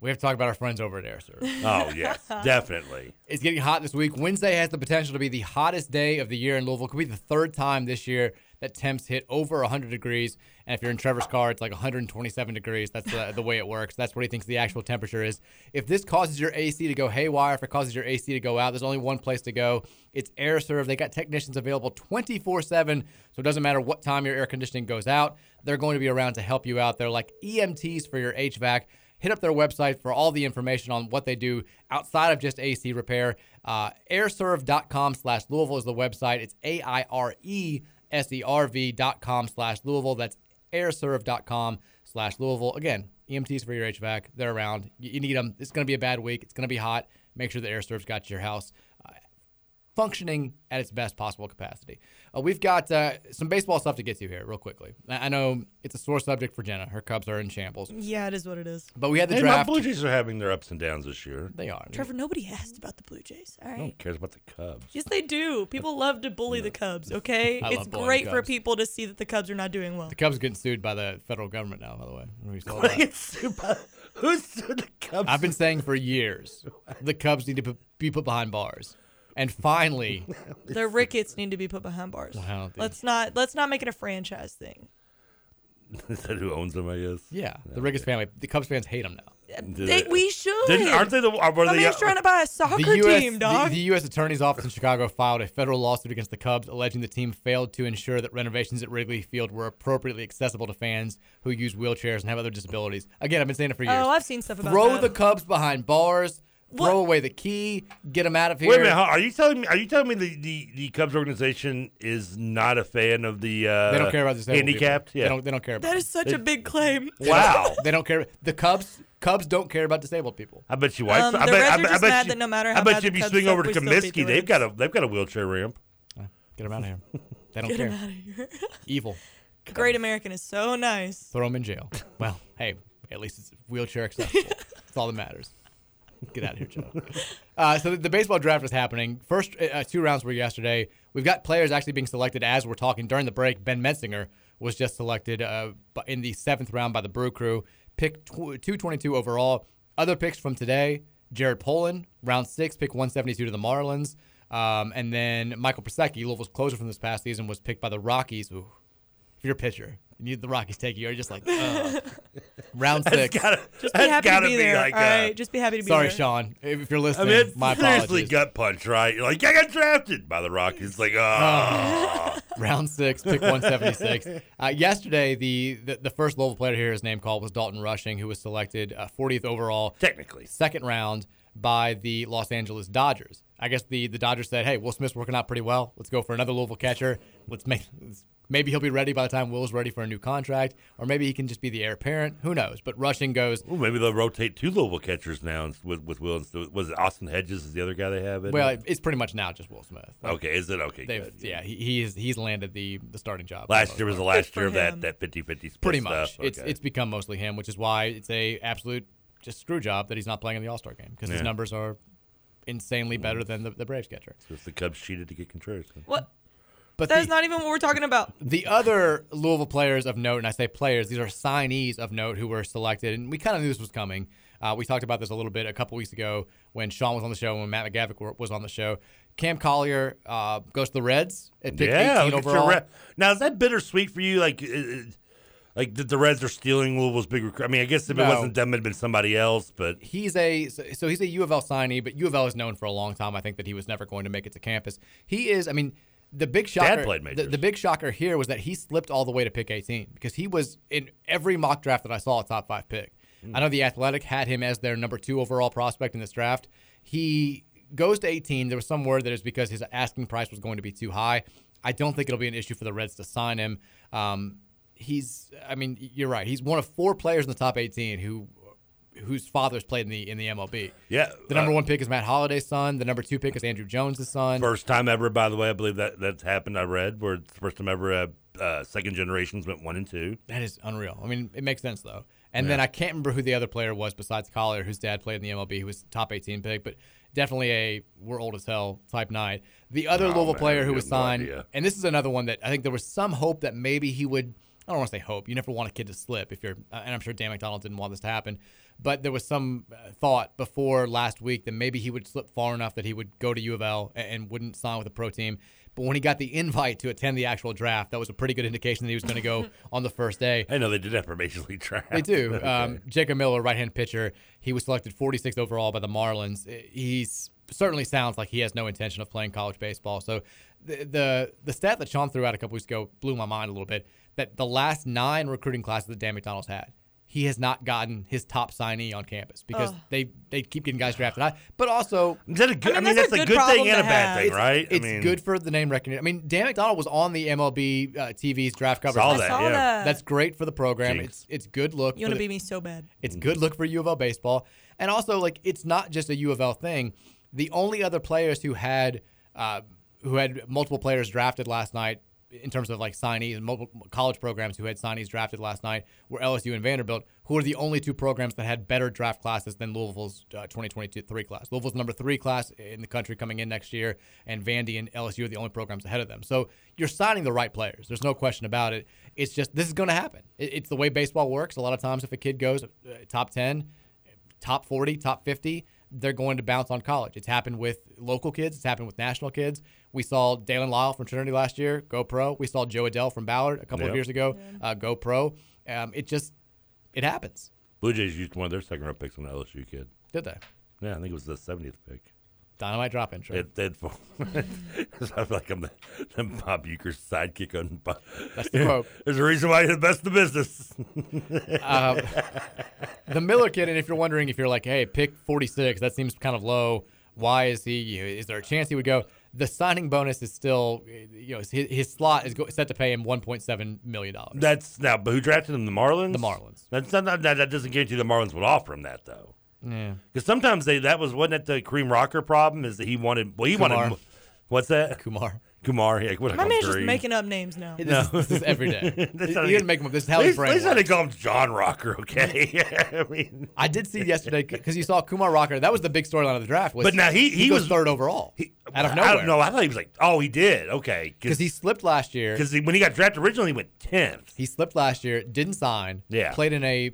we have to talk about our friends over at Air Serv. Oh yes, definitely. It's getting hot this week. Wednesday has the potential to be the hottest day of the year in Louisville. Could be the third time this year that temps hit over 100 degrees. And if you're in Trevor's car, it's like 127 degrees. That's the, the way it works. That's what he thinks the actual temperature is. If this causes your AC to go haywire, if it causes your AC to go out, there's only one place to go. It's AirServe. They got technicians available 24 7. So it doesn't matter what time your air conditioning goes out, they're going to be around to help you out. They're like EMTs for your HVAC hit up their website for all the information on what they do outside of just AC repair. Uh, airserve.com slash Louisville is the website. It's E A-I-R-E-S-E-R-V dot com slash Louisville. That's airserve.com slash Louisville. Again, EMTs for your HVAC. They're around. You, you need them. It's going to be a bad week. It's going to be hot. Make sure the AirServe's got to your house. Uh, Functioning at its best possible capacity. Uh, we've got uh, some baseball stuff to get to here, real quickly. I I know it's a sore subject for Jenna. Her Cubs are in shambles. Yeah, it is what it is. But we had the hey, draft. My Blue Jays are having their ups and downs this year. They are. Trevor, nobody asked about the Blue Jays. All No right. one cares about the Cubs. Yes, they do. People love to bully the Cubs, okay? I It's love bullying great for Cubs. people to see that the Cubs are not doing well. The Cubs getting sued by the federal government now, by the way. I don't know if you saw that. Who's the Cubs? I've been saying for years the Cubs need to p- be put behind bars. And finally, Their rickets need to be put behind bars. Wow, dude. Let's not let's not make it a franchise thing. Is that who owns them? I guess. yeah, the Ricketts family, the Cubs fans hate them now. Do They, we should. Didn't- aren't they the- are- were My they- uh, man's trying to buy a soccer US team, the- dog. The, U.S. Attorney's Office in Chicago filed a federal lawsuit against the Cubs, alleging the team failed to ensure that renovations at Wrigley Field were appropriately accessible to fans who use wheelchairs and have other disabilities. Again, I've been saying it for years. oh, I've seen stuff about Throw that. the Cubs behind bars. Throw away the key. Get them out of here. Wait a minute. huh? Are you telling me? Are you telling me the, the, the Cubs organization is not a fan of the? Uh, They don't care about disabled people. handicapped. They Yeah, don't- they don't care about that is such a big claim. They don't- Wow. they don't care. The Cubs Cubs don't care about disabled people. I bet you wife. Um, I the bet. Reds I are bet, I just bet mad you, that no matter I how bet bad you the if you Cubs swing suck, over to we still beat the Comiskey, they've Reds. got a they've got a wheelchair ramp. Get them out of here. They don't Get care. him out of here. Evil. Great American is so nice. Throw them in jail. Well, hey, at least it's wheelchair accessible. That's all that matters. Get out of here, Joe. Uh, so the, the baseball draft is happening. First uh, two rounds were yesterday. We've got players actually being selected as we're talking during the break. Ben Metzinger was just selected uh, bu- in the seventh round by the Brew Crew, pick tw- 222 overall. Other picks from today: Jared Poland, round six, pick 172 to the Marlins, um, and then Michael Prosecki, Louisville's closer from this past season, was picked by the Rockies. Ooh, if you're a pitcher and you, the Rockies take you, you're just like ugh. round That's 6 gotta- Just be happy to be, there. like, uh, all right, just be happy to be uh, Sorry, there. Sean, if you're I listening, mean, it's my seriously apologies. Oh. gut punch, right? You're like, yeah, I got drafted by the Rockies. Like, ah. round six, pick 176. Uh, yesterday, the, the the first Louisville player here, his name called was Dalton Rushing, who was selected uh, 40th overall, technically second round by the Los Angeles Dodgers. I guess the the Dodgers said, "Hey, Will Smith's working out pretty well. Let's go for another Louisville catcher. Let's make." let's- Maybe he'll be ready by the time Will's ready for a new contract, or maybe he can just be the heir apparent. Who knows? But Rushing goes, Ooh, maybe they'll rotate two Louisville catchers now and- with with Will and Stu- was it Austin Hedges is the other guy they have in? well, it's pretty much now just Will Smith. okay, is it okay? They've, good. yeah, he, he is, he's landed the, the starting job. Last year was the last year of that him. that 50-50 split pretty stuff. much. It's Okay. it's become mostly him, which is why it's a absolute just screw job that he's not playing in the All Star game because his Yeah. Hmm. numbers are insanely better than the, the Braves catcher. Because the Cubs cheated to get Contreras. What? But that the, is not even what we're talking about. the other Louisville players of note, and I say players, these are signees of note who were selected, and we kind of knew this was coming. Uh, we talked about this a little bit a couple weeks ago when Sean was on the show, when Matt McGavick were- was on the show. Cam Collier uh, goes to the Reds at pick Yeah, 18 look at your overall. re- now is that bittersweet for you? Like, it- it- like that the Reds are stealing Louisville's big recruit. I mean, I guess if No. it wasn't them, it'd been somebody else. But he's a so so he's a U of L signee, but U of L is known for a long time. I think that he was never going to make it to campus. He is. I mean, the big shocker. played the, majors. the big shocker here was that he slipped all the way to pick 18 because he was in every mock draft that I saw a top five pick. Hmm. I know the Athletic had him as their number two overall prospect in this draft. He goes to 18. There was some word that it was because his asking price was going to be too high. I don't think it'll be an issue for the Reds to sign him. Um, he's. I mean, you're right. He's one of four players in the top 18 who whose father's played in the in the MLB. Yeah, The number uh, one pick is Matt Holiday's son. The number two pick is Andrew Jones' son. first time ever, by the way, I believe that that's happened. I read where it's the first time ever, uh, uh, second generations went one and two. That is unreal. I mean, it makes sense though. And then I can't remember who the other player was besides Collier, whose dad played in the MLB, who was top 18 pick, but definitely a we're old as hell type nine. The other Oh, Louisville man, player who you was have no signed, idea. and this is another one that I think there was some hope that maybe he would. I don't want to say hope. You never want a kid to slip if you're, and I'm sure Dan McDonald didn't want this to happen. But there was some uh, thought before last week that maybe he would slip far enough that he would go to U of L and, and wouldn't sign with a pro team. But when he got the invite to attend the actual draft, that was a pretty good indication that he was going to go on the first day. I know they did that for Major League Draft. They do. Um, Jacob Miller, right hand pitcher, he was selected 46th overall by the Marlins. He's certainly sounds like he has no intention of playing college baseball. So the the, the stat that Sean threw out a couple weeks ago blew my mind a little bit. That the last nine recruiting classes that Dan McDonald's had, he has not gotten his top signee on campus because Ugh. they they keep getting guys drafted. I, but also, Is that a good- I I mean, mean, that's that's a a good good thing problem and to a bad have. thing, It's- right? I It's mean- good for the name recognition. I mean, Dan McDonald was on the MLB uh, TV's draft coverage. Saw I that, saw yeah. that. That's great for the program. It's it's good look. uh, You for want the- to beat me so bad. it's good look for U of L baseball, and also like it's not just a U of L thing. The only other players who had uh, who had multiple players drafted last night in terms of like signees and multiple college programs who had signees drafted last night were LSU and Vanderbilt, who are the only two programs that had better draft classes than Louisville's uh, 2023 class. Louisville's number three class in the country coming in next year, and Vandy and LSU are the only programs ahead of them. So you're signing the right players. There's no question about it. It's just this is going to happen. It, it's the way baseball works. A lot of times, if a kid goes uh, top 10, top 40, top 50, they're going to bounce on college. It's happened with local kids, it's happened with national kids. We saw Dalen Lyle from Trinity last year, go pro. We saw Joe Adell from Ballard a couple Yep. of years ago, uh, go pro. Um, it just, it happens. Blue Jays used one of their second round picks on an LSU kid. Did they? Yeah, I think it was the 70th pick. Dynamite drop intro. It, it, I feel like I'm the, the Bob Euchre's sidekick on. Bob. That's the quote. There's a reason why you're the best in the business. um, the Miller kid, and if you're wondering if you're like, hey, pick 46, that seems kind of low. Why is he? Is there a chance he would go? The signing bonus is still, you know, his, his slot is go, set to pay him 1.7 million dollars. That's now, but who drafted him? The Marlins. The Marlins. That's not, not- that, that doesn't guarantee the Marlins would offer him that though. Yeah. Because sometimes they that was wasn't that the Kareem Rocker problem is that he wanted well he Kumar. wanted what's that Kumar Kumar yeah what My man's just making up names now. He didn't make 'em up. This is how his he's brain At least I works. didn't call him John Rocker okay I mean I did see yesterday because you saw Kumar Rocker. That was the big storyline of the draft. Was But now he- he goes was- third overall out of I nowhere. don't know I thought he was like oh he did okay because he slipped last year. 'Cause he- when he got drafted originally, he went tenth. He slipped last year, didn't sign. Yeah. played in a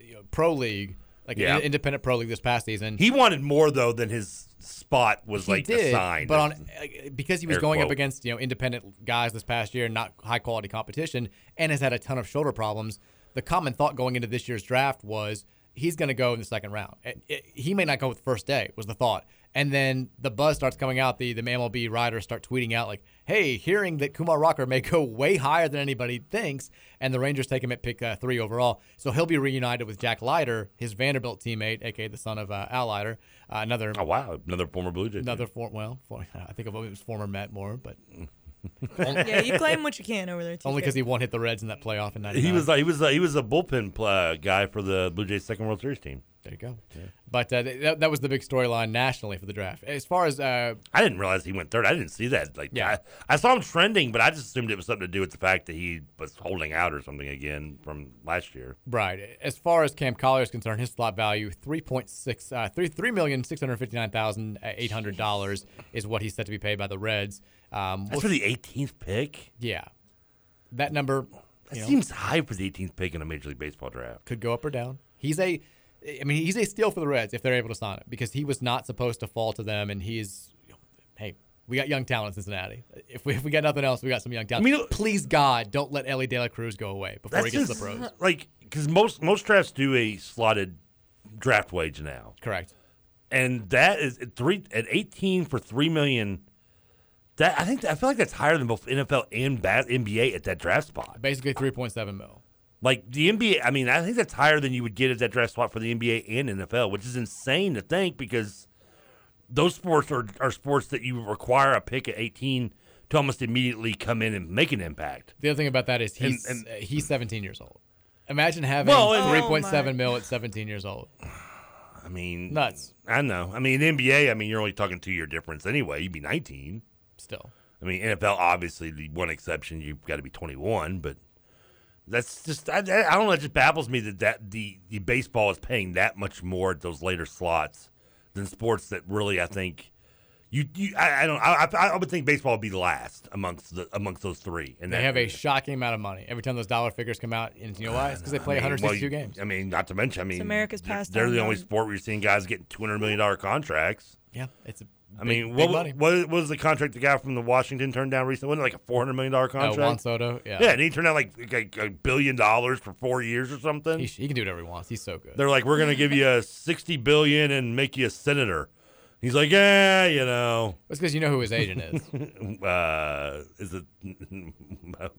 you know, pro league, like Yeah. an independent pro league this past season. he wanted more though than his spot was He like did, assigned but on like, because he was Air going up quote. against you know independent guys this past year, not high quality competition, and has had a ton of shoulder problems. The common thought going into this year's draft was he's going to go in the second round. It- it- he may not go with the first day was the thought, and then the buzz starts coming out. The the MLB riders start tweeting out like, "Hey, hearing that Kumar Rocker may go way higher than anybody thinks," and the Rangers take him at pick uh, three overall, so he'll be reunited with Jack Leiter, his Vanderbilt teammate, aka the son of uh, Al Leiter, uh, another oh wow another former Blue Jay Another form, well, for, I think of it was former Matt Moore, but yeah, you claim what you can over there. TK. only because he won hit the Reds in that playoff in '99. he was like he was uh, he was a bullpen pl- uh, guy for the Blue Jays second World Series team there you go. But uh, th- that, that was the big storyline nationally for the draft. As far as uh, I didn't realize he went third. I didn't see that. Like, Yeah. I, I saw him trending, but I just assumed it was something to do with the fact that he was holding out or something again from last year. Right. As far as Cam Collier is concerned, his slot value three point six uh, three three million six hundred fifty nine thousand uh, eight hundred dollars is what he's set to be paid by the Reds. Um, That's for the 18th pick. Yeah, that number That you know, seems high for the 18th pick in a Major League Baseball draft. could go up or down. He's a, I mean, he's a steal for the Reds if they're able to sign him because he was not supposed to fall to them, and he's, hey, we got young talent in Cincinnati. If we, if we got nothing else, we got some young talent. I mean, please God, don't let Ellie De La Cruz go away before he That's gets to just the pros. like because most most drafts do a slotted draft wage now. Correct. And that is at three at 18 for three million. That I think I feel like that's higher than both NFL and ba- NBA at that draft spot. Basically, three point seven mil. Like the NBA, I mean, I think that's higher than you would get at that draft spot for the NBA and NFL, which is insane to think because those sports are, are sports that you require a pick at 18 to almost immediately come in and make an impact. The other thing about that is And- he's and- uh, he's seventeen years old. Imagine having Well, and- three Oh point my. seven mil at seventeen years old. I mean, Nuts. I know. I mean, NBA, I mean, you're only talking two year difference anyway. You'd be 19. Still. I mean, NFL, obviously, the one exception, you've got to be 21, but. That's just I, I don't know. It just baffles me that, that the the baseball is paying that much more at those later slots than sports that really I think you you I, I don't I, I I would think baseball would be last amongst the amongst those three. And They have a shocking amount of money every time those dollar figures come out. And you know why? It's because they play I mean, one hundred well, sixty two you- games. I mean, not to mention I mean America's they're- pastime, They're the man. only sport where you're seeing guys getting two hundred million dollar contracts. Yeah, it's a I mean, Big- what, big money. what what was the contract the guy from the Washington turned down recently? Wasn't it like a four hundred million dollar Oh, Uh, Juan contract? Soto, yeah. yeah, and he turned down like, like a billion dollars for four years or something. He, sh- he can do whatever he wants. He's so good. They're like, we're gonna give you a sixty billion and make you a senator. He's like, yeah, you know. That's because you know who his agent is. is. uh, is it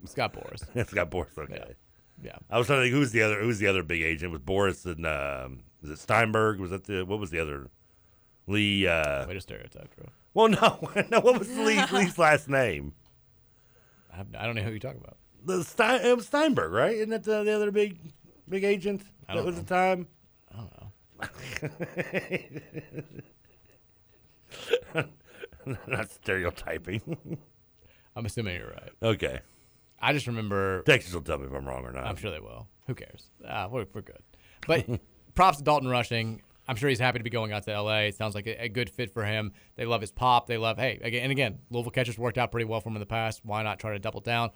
Scott Boris? Scott Boris. Okay. Yeah. I was trying to think who's the other who's the other big agent? It was Boris and um, was it Steinberg? Was that the what was the other Lee? Uh, Way to stereotype, bro. Well, no, no. What was Lee, Lee's last name? I, have, I don't know who you're talking about. The Stein, it was Steinberg, right? Isn't that the, the other big big agent? I that don't was know. the time. I don't know. Not stereotyping. I'm assuming you're right. Okay. I just remember. Texas will tell me if I'm wrong or not. I'm sure they will. Who cares? Uh, we're, we're good. But props to Dalton rushing. I'm sure he's happy to be going out to LA. It sounds like a, a good fit for him. They love his pop. They love, hey, again, and again, Louisville catchers worked out pretty well for him in the past. Why not try to double down?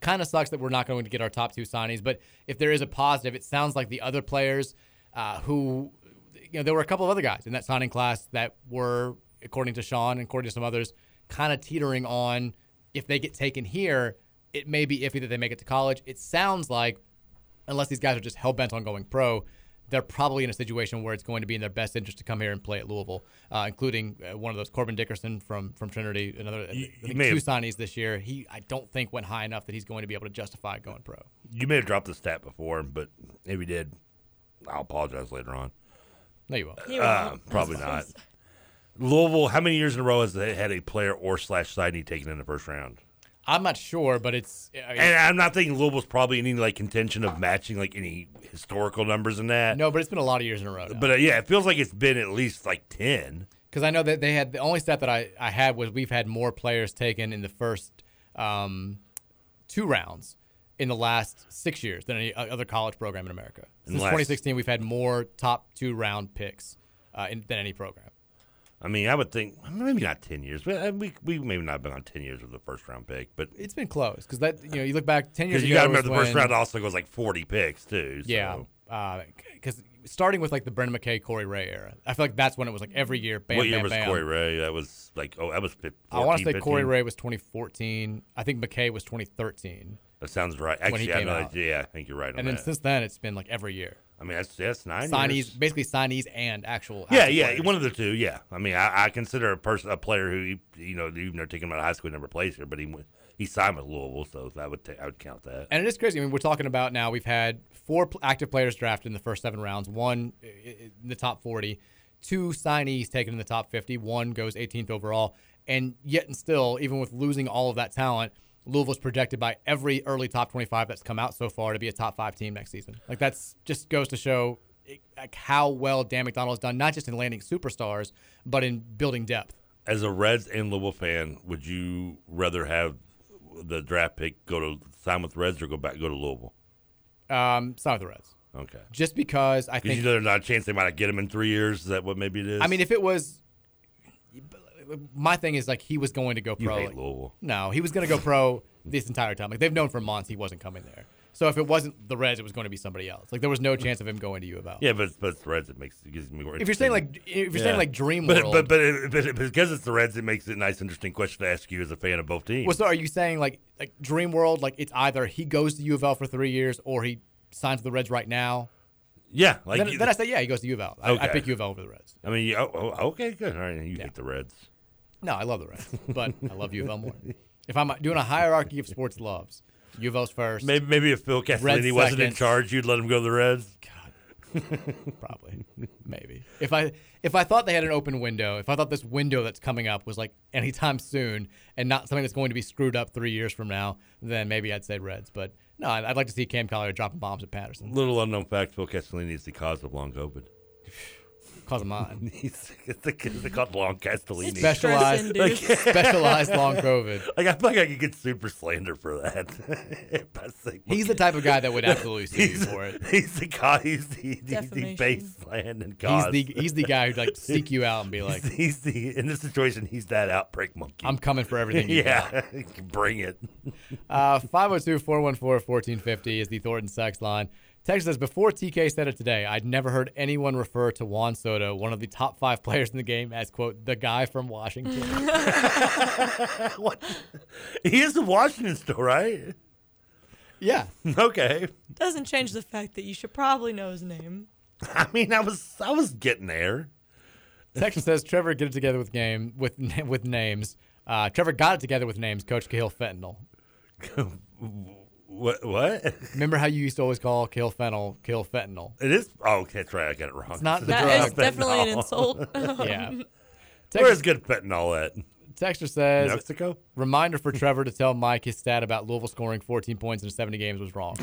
Kind of sucks that we're not going to get our top two signees, but if there is a positive, it sounds like the other players uh, who, you know, there were a couple of other guys in that signing class that were, according to Sean and according to some others, kind of teetering on if they get taken here, it may be iffy that they make it to college. It sounds like unless these guys are just hell bent on going pro, they're probably in a situation where it's going to be in their best interest to come here and play at Louisville, uh, including uh, one of those Corbin Dickerson from from Trinity, another I you think may two have- signees this year. He I don't think went high enough that he's going to be able to justify going pro. You may have dropped the stat before, but if you did, I'll apologize later on. No, you won't. You Uh, won't. probably not. Louisville, how many years in a row has they had a player or slash signee taken in the first round? I'm not sure, but it's I mean, And I'm not thinking Louisville's probably in any like contention of matching like any historical numbers in that. no, but it's been a lot of years in a row. now. But uh, yeah, it feels like it's been at least like ten. because I know that they had the only stat that I, I had was we've had more players taken in the first um, two rounds in the last six years than any o- other college program in America. In Since the last- 2016, we've had more top two round picks uh, in, than any program. I mean, I would think maybe not ten years, but uh, we we maybe not been on ten years with the first round pick, but It's been close because that you know you look back ten years because ago. you got to was remember the first when- round also goes like forty picks too. So. Yeah, because starting with like the Brendan McKay Corey Ray era, I feel like that's when it was like every year. Bam, what year bam, was bam. Corey Ray? That was like oh, that was. 15, I want to say 15. Corey Ray was 2014. I think McKay was 2013. That sounds right. when he Actually, I came know. out. Yeah, I think you're right on and then that. since then, it's been like every year. I mean, that's that's nine signees, years. basically signees and actual. Yeah, active yeah, players. one of the two. Yeah, I mean, I, I consider a person a player who you know even though taking him out of high school he never plays here, but he went- he signed with Louisville, so that would ta- I would count that. And it is crazy. I mean, we're talking about now. We've had four pl- active players drafted in the first seven rounds. One i- i- in the top forty, two signees taken in the top fifty. One goes 18th overall, and yet and still, even with losing all of that talent, Louisville's projected by every early top 25 that's come out so far to be a top five team next season. Like that's just goes to show i- like how well Dan McDonald's done, not just in landing superstars, but in building depth. As a Reds and Louisville fan, would you rather have the draft pick go to sign with Reds or go back go to Louisville? Um, sign with the Reds. Okay, Just because I because think you know there's not a chance they might not get him in three years. Is that what maybe it is? I mean, if it was, my thing is like he was going to go You pro. hate like- Louisville. No, he was going to go pro this entire time. Like they've known for months he wasn't coming there. So if it wasn't the Reds, it was going to be somebody else. Like there was no chance of him going to U of L. yeah, but it's- but it's the Reds it makes it gives me more. If you're saying, interesting- like- if you're saying, like, Dream but, World- but but it, but it- because it's the Reds, it makes it a nice, interesting question to ask you as a fan of both teams. Well, so are you saying like like Dream World? Like it's either he goes to U of L for three years or he signs with the Reds right now. yeah, like then, you- then I say yeah, he goes to U of L. I, I Okay. pick U of L over the Reds. I mean, you- oh, oh, okay, good. All right, you hate the Reds. No, I love the Reds, but I love U of L more. If I'm doing a hierarchy of sports loves, U of L's first. Maybe, maybe if Phil Castellini wasn't in second. charge, you'd let him go to the Reds. probably maybe if i if i thought they had an open window if i thought this window that's coming up was like anytime soon and not something that's going to be screwed up three years from now then maybe i'd say reds but no i'd, I'd like to see cam collier dropping bombs at patterson Little unknown fact: Phil Castellini is the cause of long COVID. cause of mine He's it's the, it's the cause of long Castellini. specialized Like- specialized long covid Like I feel like I could get super slander for that. If I say- he's the type of guy that would absolutely sue you He's- for it He's the guy. He's the, he's the Defamation. baseline and he's cause. the he's the guy who'd like seek you out and be like He's, he's the in this situation. He's that outbreak monkey. i'm coming for everything you got. yeah, bring it. oh Uh, 502 414 1450 is the Thornton Sex line. Texas says before TK said it today, I'd never heard anyone refer to Juan Soto, one of the top five players in the game, as quote the guy from Washington. what? He is in Washington still, right? Yeah. Okay. Doesn't change the fact that you should probably know his name. I mean, I was I was getting there. Texas says Trevor get it together with game with na- with names. Uh, Trevor got it together with names. Coach Cahill Fentanyl. What? What? Remember how you used to always call Cahill Fentanyl Cahill Fentanyl? It is. Oh, okay, that's right. I got it wrong. It's not the That drug. is definitely an Fentanyl. insult. Yeah. Where's good fentanyl at? Texture says Mexico? Reminder for Trevor to tell Mike his stat about Louisville scoring 14 points in 70 games was wrong.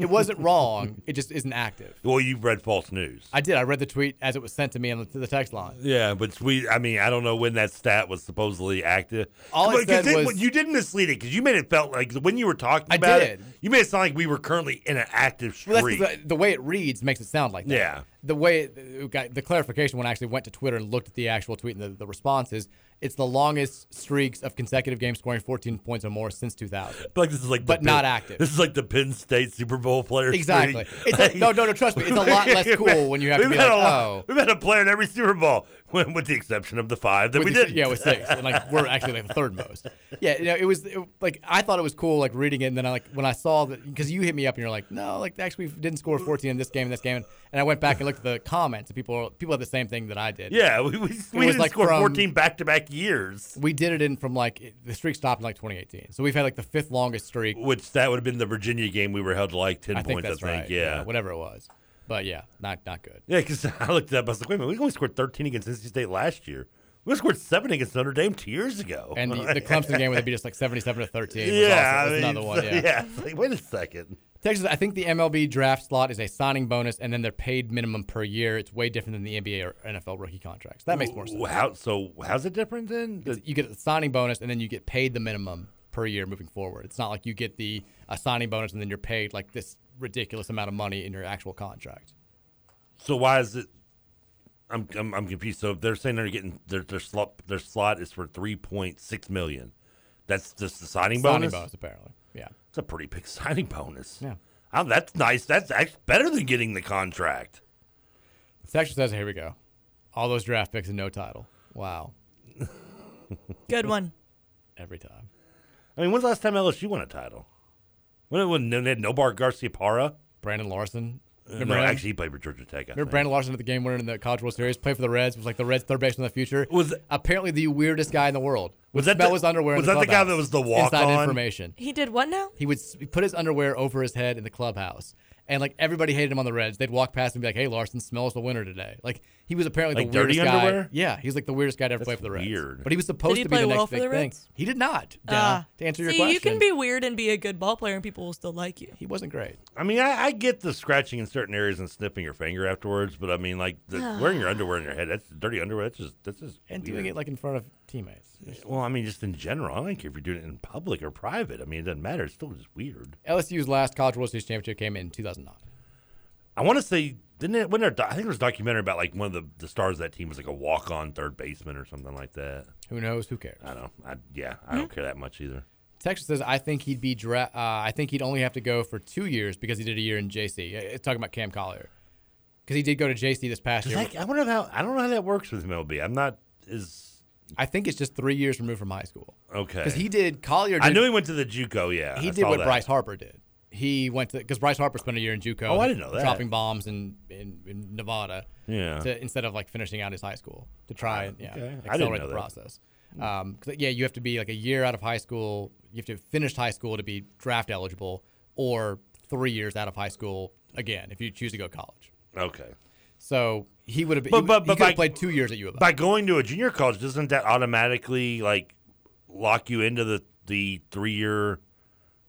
it wasn't wrong. It just isn't active. Well, you read false news. I did. I read the tweet as it was sent to me on the, the text line. Yeah, but we. I mean, I don't know when that stat was supposedly active. All it But 'cause said was- you didn't mislead it because you made it felt like when you were talking I about it, did. you made it sound like we were currently in an active Well, streak. that's 'cause the, the way it reads makes it sound like that. Yeah. The way it- it got, the clarification when I actually went to Twitter and looked at the actual tweet and the, the responses, it's the longest streaks of consecutive games scoring 14 points or more since 2000. But like this is like, the But Penn- not active. This is like the Penn State Super Bowl player. Exactly. streak. It's a- no, no, no, trust me, it's a lot less cool when you have to We've be had like, a lot- oh. we've had a player in every Super Bowl, when, with the exception of the five that With we the- did. Yeah, with six. And like we're actually like the third most. Yeah, you know, it was it, like I thought it was cool like reading it, and then I like when I saw that because you hit me up and you're like, no, like actually we didn't score 14 in this game and this game, and, I went back and looked at the comments and people people had the same thing that I did. Yeah, we, we, we It was didn't like score from- 14 back to back years. We did it in from like it- the streak stopped in like 2018, so we've had like the fifth longest streak. Which that would have been the Virginia game we were held to like 10 I think points, that's I think. right. Yeah. whatever it was, but yeah, not not good. Yeah, because I looked it up. I was like, wait a minute, we only scored 13 against NC State last year. We scored seven against Notre Dame two years ago. And the, the Clemson game where they beat us like 77 to 13. was yeah, also- I was mean, another one. so- it's like, wait a second. Texas, I think the MLB draft slot is a signing bonus, and then they're paid minimum per year. It's way different than the NBA or NFL rookie contracts. That makes more sense. How, so how's it different then? It's- You get a signing bonus, and then you get paid the minimum per year moving forward. It's not like you get the a signing bonus and then you're paid like this ridiculous amount of money in your actual contract. So why is it? I'm I'm, I'm confused. So if they're saying they're getting their their slot their slot is for 3.6 million. That's just the signing, Signing bonus. bonus, apparently. Yeah. it's a pretty big signing bonus. Yeah. Oh, that's nice. That's actually better than getting the contract. Texas says, "Here we go, all those draft picks and no title. Wow, Good one. every time." I mean, when's the last time LSU won a title? When when they had Nobar Garcia Parra, Brandon Larson. Uh, Remember no, him? actually he played for Georgia Tech. I Remember think. Brandon Larson at the game winner in the College World Series, played for the Reds, was like the Reds third baseman of the future. Was apparently the weirdest guy in the world. Was Would that smell the- his underwear? in was the that the guy that clubhouse. was the walk-on? Inside information. He did what now? He would s- put his underwear over his head in the clubhouse, and like everybody hated him on the Reds. They'd walk past him and be like, "Hey, Larson smells the winner today." Like he was apparently Like the dirty weirdest underwear? guy. Yeah, he was like the weirdest guy to ever play for the Reds. weird. But he was supposed he to be play the well next for big the thing. Reds? He did not. Dana, Ah. to answer your See, question, you can be weird and be a good ball player, and people will still like you. He wasn't great. I mean, I, I get the scratching in certain areas and snipping your finger afterwards, but I mean, like the, wearing your underwear in your head—that's dirty underwear. That's just that's just and weird. doing it like in front of teammates. Well, I mean, just in general, I don't care if you're doing it in public or private. I mean, it doesn't matter. It's still just weird. LSU's last College World Series championship came in 2009. I want to say, didn't it? When there, I think there was a documentary about like one of the, the stars of that team was like a walk on third baseman or something like that. Who knows? Who cares? I don't. I yeah, I don't care that much either. Texas says, "I think he'd be dra- uh, I think he'd only have to go for two years because he did a year in JC." Uh, It's talking about Cam Collier because he did go to JC this past 'Cause year. I, I wonder how I don't know how that works with MLB. I'm not as I think it's just three years removed from high school okay because he did Collier. I Did, knew he went to the JUCO. Yeah, he I did saw what that. Bryce Harper did. He went to because Bryce Harper spent a year in JUCO. Oh, I didn't know that. Dropping bombs in in, in Nevada. Yeah. Ah, To, instead of like finishing out his high school to try and yeah Okay. I didn't accelerate know the that. process. Um, 'cause, yeah, you have to be like a year out of high school. You have to have finished high school to be draft eligible, or three years out of high school again if you choose to go college. Okay. So he would have been. But- he, but- but could by- have played two years at U of I. By going to a junior college, doesn't that automatically like lock you into the the three year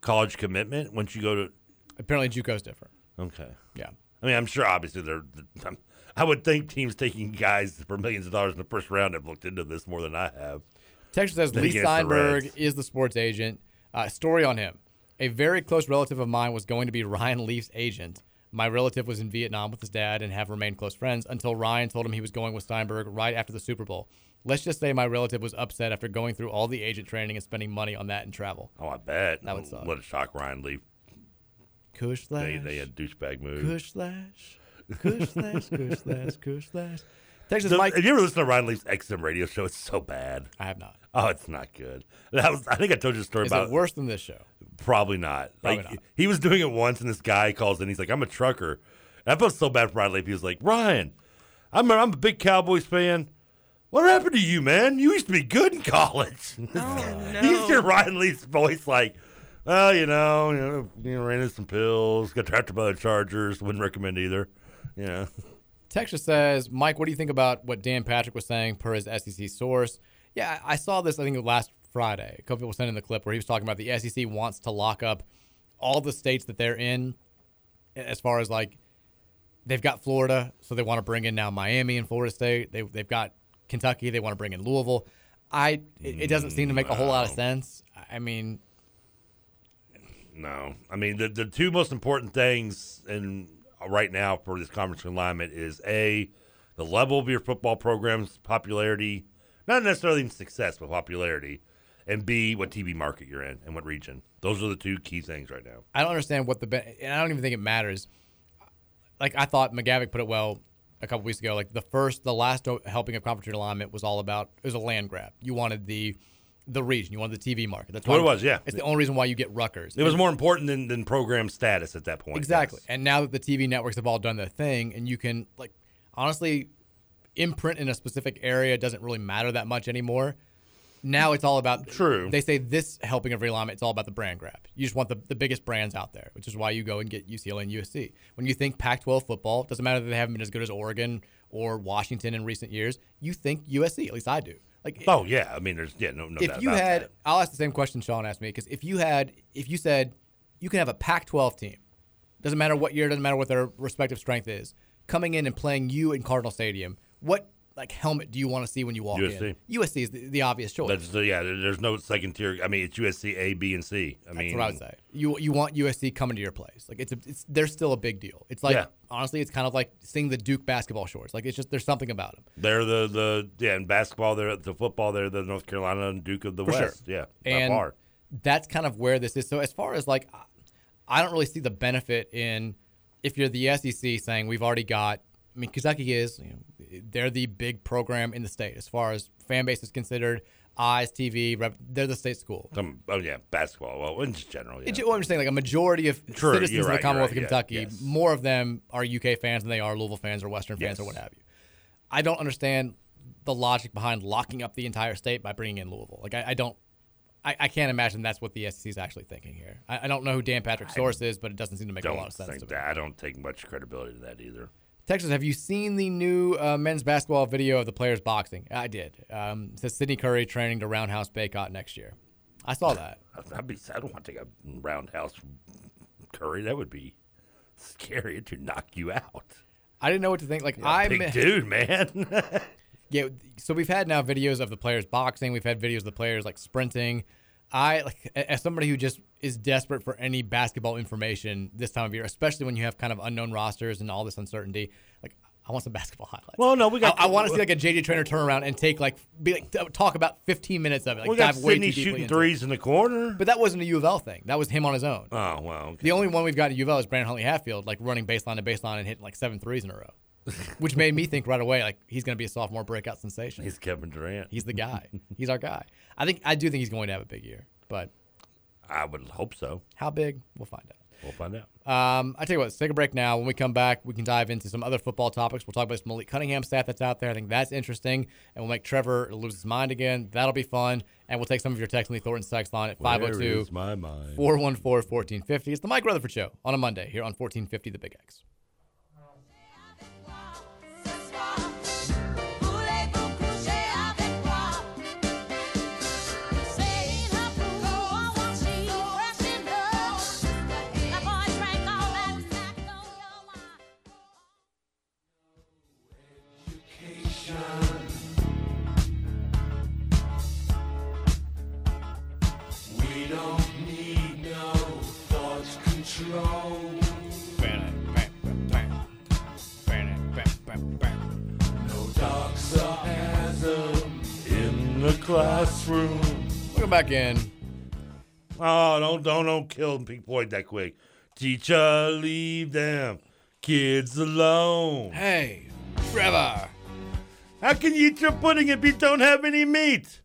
college commitment once you go to? Apparently, JUCO's different. Okay. Yeah. I mean, I'm sure obviously they're. I'm, I would think teams taking guys for millions of dollars in the first round have looked into this more than I have. Texas says Then Lee again, it's the Steinberg Reds. is the sports agent. Uh, story on him. A very close relative of mine was going to be Ryan Leaf's agent. My relative was in Vietnam with his dad and have remained close friends until Ryan told him he was going with Steinberg right after the Super Bowl. Let's just say my relative was upset after going through all the agent training and spending money on that and travel. Oh, I bet That would suck. What a shock Ryan Leaf Kush They, Lash. they had douchebag moves. Kush Lash. Kush Lash. Kush Lash. Kush Lash. Texas The- Mike. Have you ever listened to Ryan Leaf's XM radio show? It's so bad. I have not. Oh, it's not good. That was. I think I told you a story Is about it worse than this show? Probably not. Probably like not. he was doing it once, and this guy calls in. He's like, "I'm a trucker." And I felt so bad for Ryan Leaf. He was like, "Ryan, I'm a, I'm a big Cowboys fan. What happened to you, man? You used to be good in college." Oh, no. You hear Ryan Leaf's voice like, "Well, you know, you know, you know, ran into some pills, got drafted by the Chargers. Wouldn't recommend either." You know, Texas says, Mike, what do you think about what Dan Patrick was saying per his SEC source? Yeah, I I saw this, I think, last Friday. A couple people sent in the clip where he was talking about the SEC wants to lock up all the states that they're in as far as like they've got Florida, so they want to bring in now Miami and Florida State. They, they've got Kentucky, they want to bring in Louisville. I it, it doesn't seem to make a whole lot of sense. I mean, no. I mean, the the two most important things in uh, right now for this conference alignment is a the level of your football program's popularity, not necessarily in success, but popularity, and b what TV market you're in and what region. Those are the two key things right now. I don't understand what the ben- and I don't even think it matters. Like I thought McGavick put it well a couple weeks ago. Like the first, the last o- helping of conference alignment was all about it was a land grab. You wanted the the region, you wanted the TV market. That's What why- it was, yeah. It's the only reason why you get Rutgers. It was more important than, than program status at that point. Exactly. And now that the TV networks have all done their thing, and you can like honestly imprint in a specific area doesn't really matter that much anymore. Now it's all about true. They say this helping of realignment, it's all about the brand grab. You just want the, the biggest brands out there, which is why you go and get UCLA and USC. When you think Pac-12 football, it doesn't matter that they haven't been as good as Oregon or Washington in recent years. You think USC, at least I do. Like Oh yeah, I mean, there's yeah, no, no doubt if you about had, that. I'll ask the same question Sean asked me because if you had, if you said you can have a Pac-12 team, doesn't matter what year, doesn't matter what their respective strength is, coming in and playing you in Cardinal Stadium, what like helmet do you want to see when you walk USC. in? USC is the, the obvious choice. That's the, yeah. there- There's no second tier. I mean, it's USC A, B, and C. I That's mean, what I would say. You you want USC coming to your place? Like it's a, it's they're still a big deal. It's like Yeah. honestly, it's kind of like seeing the Duke basketball shorts. Like it's just there's something about them. They're the the yeah in basketball. They're the football. They're the North Carolina and Duke of the For sure. West. Yeah, by and far. that's kind of where this is. So as far as like, I- I don't really see the benefit in if you're the SEC saying we've already got. I mean, Kentucky is you know, they're the big program in the state as far as fan base is considered. Eyes TV, rep, they're the state school. Some, oh yeah, basketball. Well, in just general, yeah. It- well, I'm just saying, like a majority of True, you're citizens of right, the Commonwealth you're of right, yeah, Kentucky, more of them are UK fans than they are Louisville fans or Western fans or Yes. what have you. I don't understand the logic behind locking up the entire state by bringing in Louisville. Like, I, I don't, I, I can't imagine that's what the SEC is actually thinking here. I, I don't know who Dan Patrick's source is, but it doesn't seem to make a don't lot of sense. think To me. that. I don't take much credibility to that either. Texas, have you seen the new uh, men's basketball video of the players boxing? I did. Um, it says Sidney Curry training to Roundhouse Baycott next year. I saw that. I'd, I'd be. I don't want to take a roundhouse curry. That would be scary. It would knock you out. I didn't know what to think. Like I big mi- dude, man. yeah. So we've had now videos of the players boxing. We've had videos of the players like sprinting. I like a- as somebody who just is desperate for any basketball information this time of year, especially when you have kind of unknown rosters and all this uncertainty. Like I want some basketball highlights. Well, no, we got- I, want to see like a JD Trainer turn around and take like be like t- talk about 15 minutes of it. Like we got dive way Sydney too deeply shooting into it. threes in the corner. But that wasn't a U of L thing. That was him on his own. Oh wow. Okay. The only one we've got at U of L is Brandon Huntley Hatfield, like running baseline to baseline and hitting like seven threes in a row, which made me think right away like he's going to be a sophomore breakout sensation. He's Kevin Durant. He's the guy. he's our guy. I think I do think he's going to have a big year, but I would hope so. how big we'll find out. We'll find out. Um, I tell you what, let's take a break now. When we come back, we can dive into some other football topics. We'll talk about some Malik Cunningham stat that's out there. I think that's interesting, and we'll make Trevor lose his mind again. That'll be fun, and we'll take some of your text on the Thornton text line at Where 502 is my mind? 414 1450. It's the Mike Rutherford Show on a Monday here on 1450 The Big X. We don't need no thought control. No dark sarcasm in the classroom. Welcome back in. Oh, don't don't don't kill Pink Floyd that quick. Teacher, leave them kids alone. Hey, Trevor. How can you eat your pudding if you don't have any meat?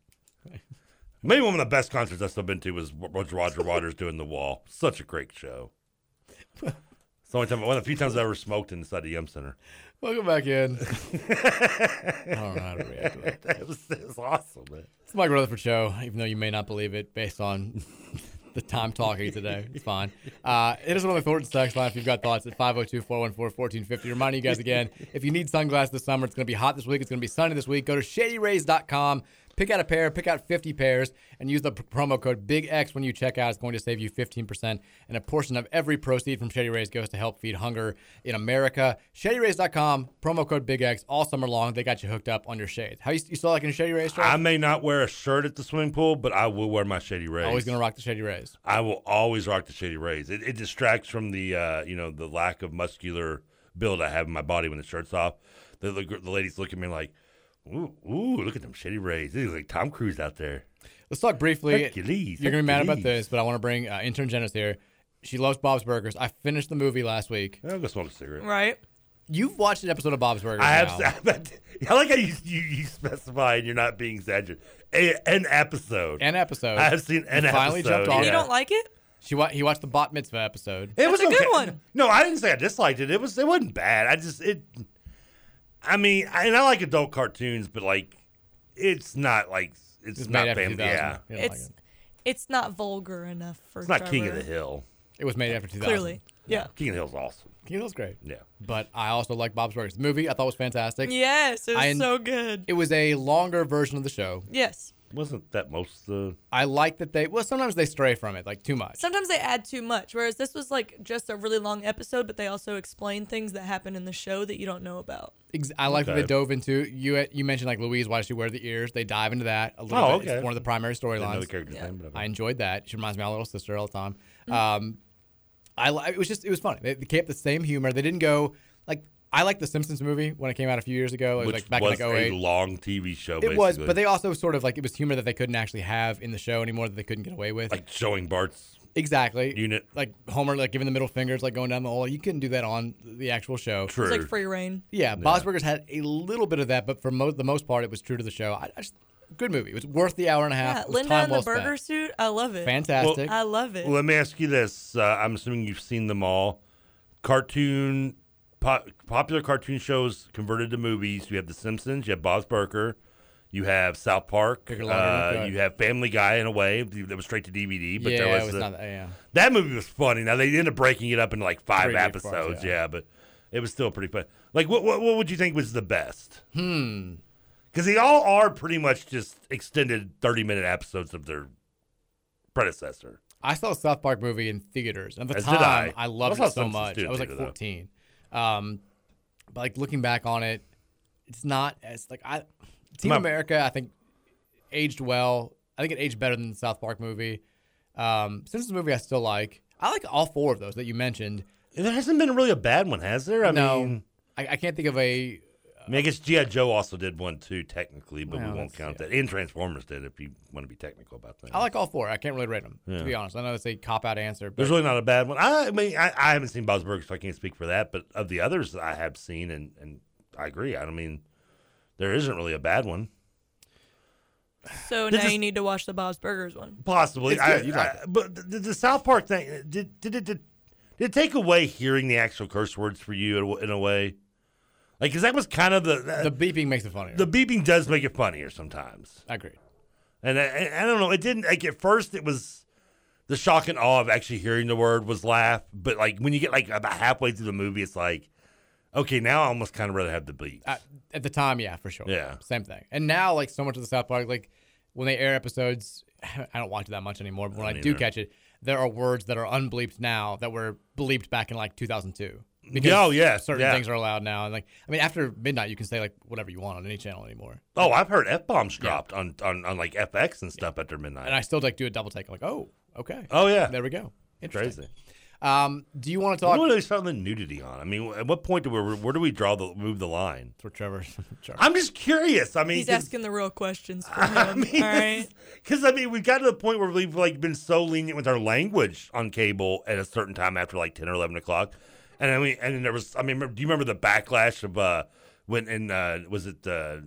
Maybe one of the best concerts I've still been to was was Roger Waters doing The Wall. Such a great show. It's the only time, one of the few times I ever smoked inside the Yum Center. Welcome back in. I don't know how to react to that. That was, that was awesome, man. It's the Mike Rutherford show, even though you may not believe it based on the time talking today. It's fine. Uh, it is one of the Thornton's text line if you've got thoughts at 502 414 1450. Reminding you guys again, if you need sunglasses this summer, it's going to be hot this week. It's going to be sunny this week. Go to shadyrays.com, pick out a pair, pick out 50 pairs, and use the p- promo code BIGX when you check out. It's going to save you 15%. And a portion of every proceed from Shady Rays goes to help feed hunger in America. ShadyRays.com, promo code BIGX all summer long. They got you hooked up on your shades. How you, you still like in Shady Rays? Trey? I may not wear a shirt at the swimming pool, but I will wear my Shady Rays. Always going to rock the Shady Rays. I will always rock the Shady Rays. It, it distracts from the uh, you know the lack of muscular build I have in my body when the shirt's off. The, the, gr- the ladies look at me like, ooh, ooh, look at them Shady Rays. They look like Tom Cruise out there. Let's talk briefly. Hercules, You're gonna be mad about Hercules. this, but I want to bring uh, intern Jenna's here. She loves Bob's Burgers. I finished the movie last week. I'll go smoke a cigarette. Right. You've watched an episode of Bob's Burgers. I have. now. I like how you, you, you specify and you're not being exaggerated. A, an episode. An episode. I have seen an You finally episode. jumped on yeah. it. like it? She wa- he watched the Bot Mitzvah episode. It was a good one. No, I didn't say I disliked it. It was it wasn't bad. I just it. I mean, I, and I like adult cartoons, but like, it's not like it's, It's not made after family. 2000. Yeah, You don't like It's it's not vulgar enough for. it's not King of the Trevor. Hill. It was made after 2000. Clearly, yeah. King of the Hill's awesome. King of the Hill's great. Yeah. But I also like Bob's Burgers. The movie I thought was fantastic. Yes, it was I en- so good. It was a longer version of the show. Yes. Wasn't that most the? I like that they. Well, sometimes they stray from it, like too much. Sometimes they add too much, whereas this was like just a really long episode, but they also explain things that happen in the show that you don't know about. Ex- I like that Okay. they dove into you. You mentioned like Louise, why does she wear the ears? They dive into that a little Oh, bit. okay. It's one of the primary Didn't know storylines. the character's name, but okay. I enjoyed that. She reminds me of my little sister all the time. Um, I li- it was just it was funny. They, they kept the same humor. They didn't go like I like the Simpsons movie when it came out a few years ago. It was Which like back was in like a 08. long TV show. it was, basically. but they also sort of like it was humor that they couldn't actually have in the show anymore that they couldn't get away with. like showing Bart's exactly. unit. Like Homer like giving the middle fingers like going down the hall. You couldn't do that on the actual show. True. It's like free reign. Yeah, Bob's Burgers had a little bit of that, but for mo- the most part, it was true to the show. I, I just, good movie. It was worth the hour and a half. Yeah, It was Linda time in well the burger spent. suit. I love it. Fantastic. I love it. Let me ask you this: uh, I'm assuming you've seen them all. Cartoon, po- popular cartoon shows converted to movies. You have The Simpsons. You have Bob's Burger. You have South Park. Bigger, longer, uh, longer. you have Family Guy in a way that was straight to DVD. But yeah, there was, it was the- not that. Yeah. that movie was funny. Now they ended up breaking it up into like five Three different episodes. parts, yeah. but it was still pretty fun. Like, what what, what would you think was the best? Hmm. Because they all are pretty much just extended thirty minute episodes of their predecessor. I saw a South Park movie in theaters. And at the As did time, I. I loved I saw it so Simpsons much. too in I was like theater, though. 14. Um, but like looking back on it, it's not as like I Team My- America. I think aged well. I think it aged better than the South Park movie. Um, Simpsons movie I still like. I like all four of those that you mentioned. There hasn't been really a bad one, has there? I no, mean, I, I can't think of a I, mean, I guess GI Joe also did one too, technically, but Well, we won't that's- Oh. count that. And Transformers did, if you want to be technical about that. I like all four. I can't really rate them, Yeah. to be honest. I know it's a cop out answer, but There's really not a bad one. I, I mean, I, I haven't seen Bob's Burgers, so I can't speak for that. But of the others that I have seen, and and I agree. I don't mean, there isn't really a bad one. So This now is- you need to watch the Bob's Burgers one. Possibly, It's good. I- You like I- but the, the- the South Park thing uh, did did it did, did it take away hearing the actual curse words for you in a, in a way? Like, because that was kind of the the beeping makes it funnier. the beeping does make it funnier sometimes. I agree. And I, I- I don't know. It didn't like at first. It was the shock and awe of actually hearing the word was laugh. But like when you get like about halfway through the movie, it's like, okay, now I almost kind of rather have the beat. At, at the time, yeah, for sure. Yeah. Same thing. And now, like, so much of the South Park, like, when they air episodes, I don't watch it that much anymore, but when I, don't do either. catch it, there are words that are unbleeped now that were bleeped back in, like, 2002. Oh, yeah, Certain yeah. things are allowed now. And, like, I mean, after midnight, you can say, like, whatever you want on any channel anymore. oh, I've heard f bombs dropped on, on on like FX and stuff after midnight. And I still, like, do a double take. I'm like, oh, okay. oh yeah, There we go. Interesting. crazy. Uh, Um, do you want to When talk? do they start the nudity on? I mean, at what point do we where do we draw the move the line? For Trevor, I'm just curious. I mean, He's 'cause- asking the real questions for him. all right. Because I mean, we got to the point where we've like been so lenient with our language on cable at a certain time after like ten or eleven o'clock, and I mean, and then there was. I mean, do you remember the backlash of uh when and uh was it uh,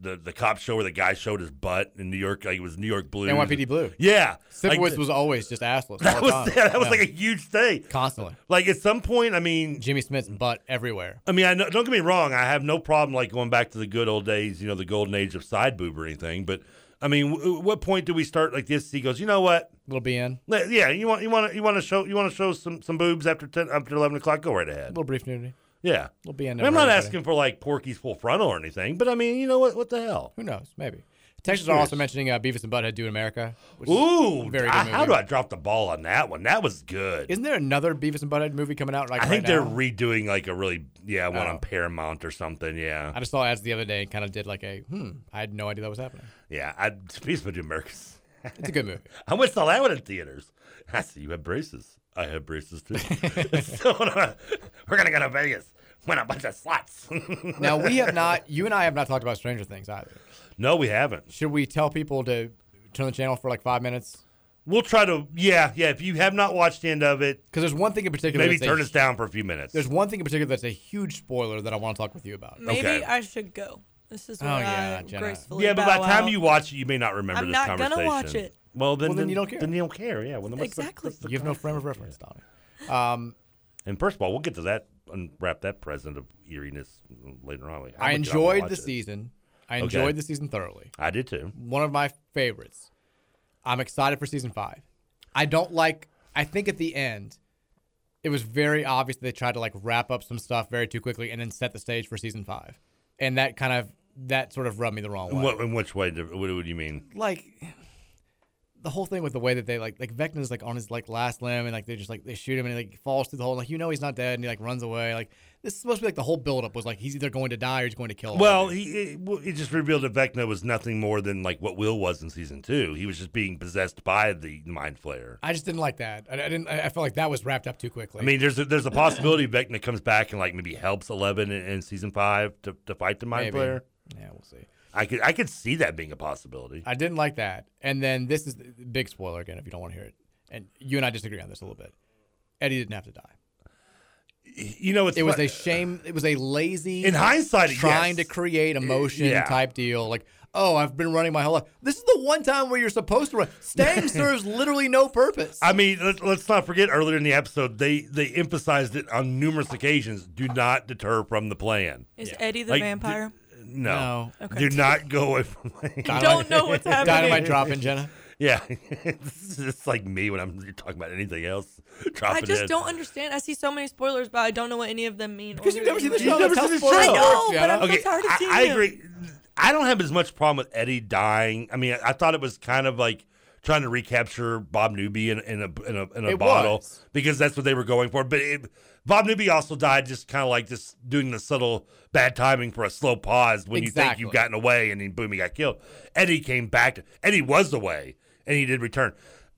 the the cop show where the guy showed his butt in New York? Like it was New York Blue. NYPD Blue. Yeah, Sip Like, Wits was always just assless. That all the was time. yeah, that was Yeah. like a huge thing constantly. Like at some point, I mean, Jimmy Smith's butt everywhere. I mean, I know, don't get me wrong. I have no problem like going back to the good old days, you know, the golden age of side boob or anything. But I mean, w- what point do we start like this? He goes, you know what? Little BN. Le- Yeah, you want you want to you want to show you want to show some some boobs after ten after eleven o'clock. Go right ahead. little brief nudity. Yeah, Little BN. I mean, never I'm not hurt anybody. asking for like Porky's full frontal or anything, but I mean, you know what? What the hell? Who knows? Maybe. Texans are also mentioning uh, Beavis and Butthead Do in America. Which is Ooh, a very I- good movie. how do I drop the ball on that one? That was good. Isn't there another Beavis and Butthead movie coming out? Like I think right they're now? redoing like a really yeah one Oh. on Paramount or something. Yeah, I just saw ads the other day and kind of did like a hmm. I had no idea that was happening. yeah. I Beast of Americans. It's a good movie. I went saw that one in theaters. I see you have braces. I have braces too. so uh, we're gonna go to Vegas. Win a bunch of slots. Now we have not. You and I have not talked about Stranger Things either. No, we haven't. Should we tell people to turn the channel for like five minutes? We'll try to. Yeah, yeah. If you have not watched the end of it, because there's one thing in particular. Maybe that's a- turn us down for a few minutes. There's one thing in particular that's a huge spoiler that I want to talk with you about. Maybe I should go. This is Oh, what yeah, I Jenna. gracefully Yeah, but by bow the time out. you watch it, you may not remember I'm this not gonna conversation. watch it. Well, then, Well, then you don't care. Then you don't care. Yeah. Well, then what's the- Exactly. what's the You have no frame of reference, Donnie. Um, and first of all, we'll get to that. Unwrap that present of eeriness later on. Like, how much I wanna enjoyed watch the it. season. I Okay. enjoyed the season thoroughly. I did too. One of my favorites. I'm excited for season five. I don't like. I think at the end, it was very obvious they tried to like wrap up some stuff very too quickly and then set the stage for season five, and that kind of that sort of rubbed me the wrong way. What, in which way? do- What, what do you mean? like the whole thing with the way that they like like Vecna's like on his like last limb and like they just like they shoot him and he like falls through the hole like you know he's not dead and he like runs away like this is supposed to be like the whole buildup was like he's either going to die or he's going to kill him. Well, he it, well, it just revealed that Vecna was nothing more than like what Will was in season two. He was just being possessed by the mind flayer. I just didn't like that. I, I didn't. I I felt like that was wrapped up too quickly. I mean, there's a, there's a possibility Vecna comes back and like maybe helps Eleven in, in season five to, to fight the mind Maybe. flayer. Yeah, we'll see. I could I could see that being a possibility. I didn't like that. And then this is the big spoiler again if you don't want to hear it. And you and I disagree on this a little bit. Eddie didn't have to die. You know, it's it was fu- a shame. It was a lazy. In hindsight, trying yes. to create emotion Yeah. type deal. Like, oh, I've been running my whole life. This is the one time where you're supposed to run. Staying serves literally no purpose. I mean, let's, let's not forget earlier in the episode they they emphasized it on numerous occasions. Do not deter from the plan. Is Eddie the Like, d- vampire? no, No. do not go away from. I Don't know what's happening. Dynamite dropping, Jenna. Yeah, this is just like me when I'm talking about anything else. Dropping I just it. don't understand. I see so many spoilers, but I don't know what any of them mean. Because or you've really never seen the mean. show. That's how spoilers I know, work, but Jenna. I'm so tired of I, seeing I it. agree. I don't have as much problem with Eddie dying. I mean, I, I thought it was kind of like trying to recapture Bob Newby in, in a in a, in a It bottle was. because that's what they were going for. But it, Bob Newby also died just kind of like just doing the subtle bad timing for a slow pause when you think Exactly. you've gotten away and then boom, he got killed. Eddie came back. To, Eddie was away and he did return.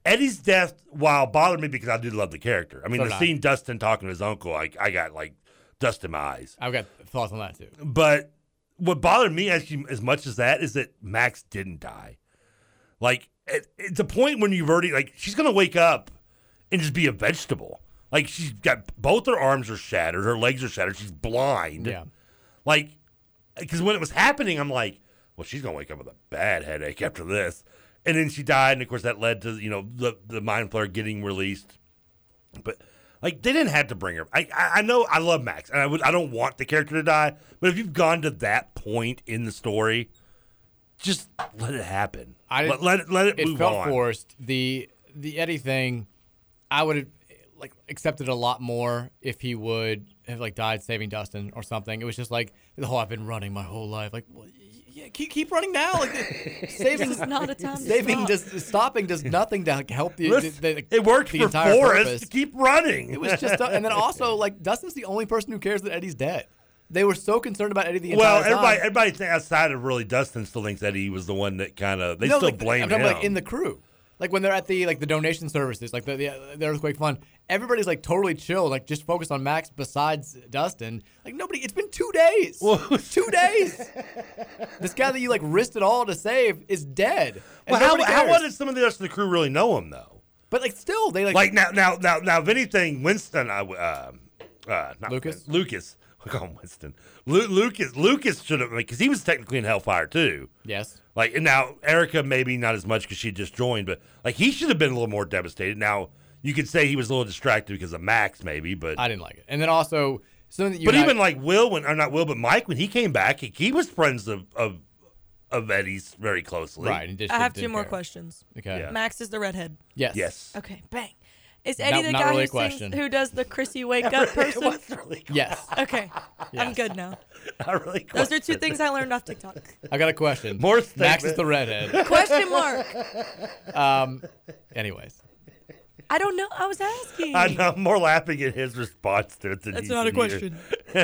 Eddie's death, while bothered me because I did love the character. I mean, So the did I. scene Dustin talking to his uncle, I, I got like dust in my eyes. I've got thoughts on that too. But what bothered me actually as much as that is that Max didn't die. Like at, at the point when you've already like she's gonna wake up and just be a vegetable. Like she's got both her arms are shattered, her legs are shattered, she's blind. Yeah. Like because when it was happening, I'm like, well, she's gonna wake up with a bad headache after this. And then she died, and of course that led to you know the the mind flare getting released. But like they didn't have to bring her. I I, I know I love Max, and I would I don't want the character to die. But if you've gone to that point in the story, just let it happen. I let, let it let it, move felt on. forced. The the Eddie thing, I would have like accepted a lot more if he would have like died saving Dustin or something. It was just like, oh, I've been running my whole life. Like, well, yeah, keep keep running now. Like, saving This is not a time to Saving stop. does stopping does nothing to help the. Listen, the, the- it worked the for entire Forrest purpose. to keep running. It was just, and then also like Dustin's the only person who cares that Eddie's dead. They were so concerned about Eddie the entire well, time. everybody everybody th- outside of really Dustin still thinks that he was the one that kind of they No, still like, blame him. I'm talking about, like in the crew. like when they're at the like the donation services, like the the, the earthquake fund, everybody's like totally chill, like just focused on Max. Besides Dustin, like nobody. It's been two days. two days. this guy that you like risked it all to save is dead. And Well, how, nobody how cares. well did some of the rest of the crew really know him though? But like, still, they like Like now, now, now, now, if anything, Winston, I, w- uh, uh, not Lucas? Win- Lucas, I call him Winston. Lu- Lucas, Lucas should have because he was technically in Hellfire too. Yes. Like and now, Erica maybe not as much because she just joined, but like he should have been a little more devastated. Now you could say he was a little distracted because of Max, maybe, but I didn't like it. And then also, so that you but and I- even like Will, when or not Will, but Mike, when he came back, he, he was friends of of, of Eddie's very closely. Right, and I have two more questions. Okay. Yeah. Max is the redhead. Yes. Yes. Okay. Bang. Is Not- Eddie the not guy really a who question. sings, who does the Chrissy wake up person? yes. Okay. I'm Yes. good now. I really Those are two things I learned off TikTok. I got a question. More Max is the redhead. Question mark. um. Anyways, I don't know. I was asking. I know, I'm more laughing at his response to it than That's he's not a in here.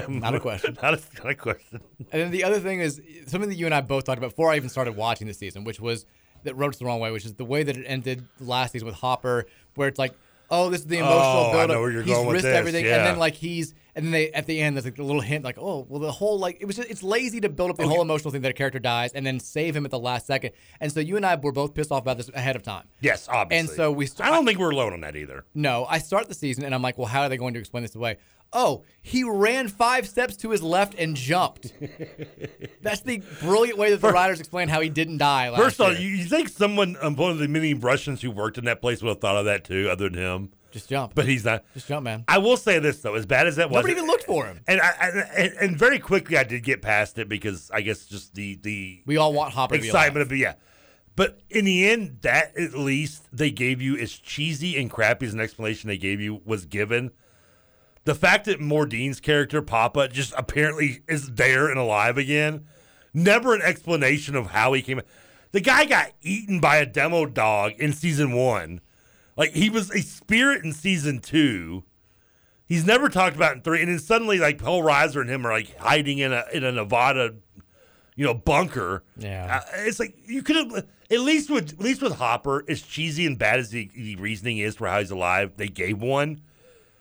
Not a question. not, a, not a question. and then the other thing is something that you and I both talked about before I even started watching this season, which was that road to the wrong way, which is the way that it ended last season with Hopper, where it's like, oh, this is the emotional Oh, I know buildup. where you're he's going with risked this, everything, and yeah. then like he's, and then they at the end there's like a little hint, like, oh, well, the whole like it was just it's lazy to build up Oh, the whole emotional thing that a character dies and then save him at the last second. And so you and I were both pissed off about this ahead of time. Yes, obviously. And so we. St- I don't think we're alone on that either. No, I start the season and I'm like, well, how are they going to explain this away? Oh, he ran five steps to his left and jumped. That's the brilliant way that the writers explain how he didn't die. Last First of all, year. you, you think someone, um, one of the many Russians who worked in that place would have thought of that too, other than him? Just jump. But he's not. Just jump, man. I will say this though, as bad as that was, Nobody even looked for him. And, I, and and and very quickly, I did get past it because I guess just the the we all want Hopper to be excitement of it, yeah. But in the end, that at least they gave you as cheesy and crappy as an explanation they gave you was given. The fact that Mordine's character Papa just apparently is there and alive again, never an explanation of how he came. The guy got eaten by a demo dog in season one. Like he was a spirit in season two. He's never talked about in three, and then suddenly like Paul Reiser and him are like hiding in a in a Nevada, you know, bunker. Yeah. Uh, it's like you could have at least with at least with Hopper, as cheesy and bad as the, the reasoning is for how he's alive, they gave one.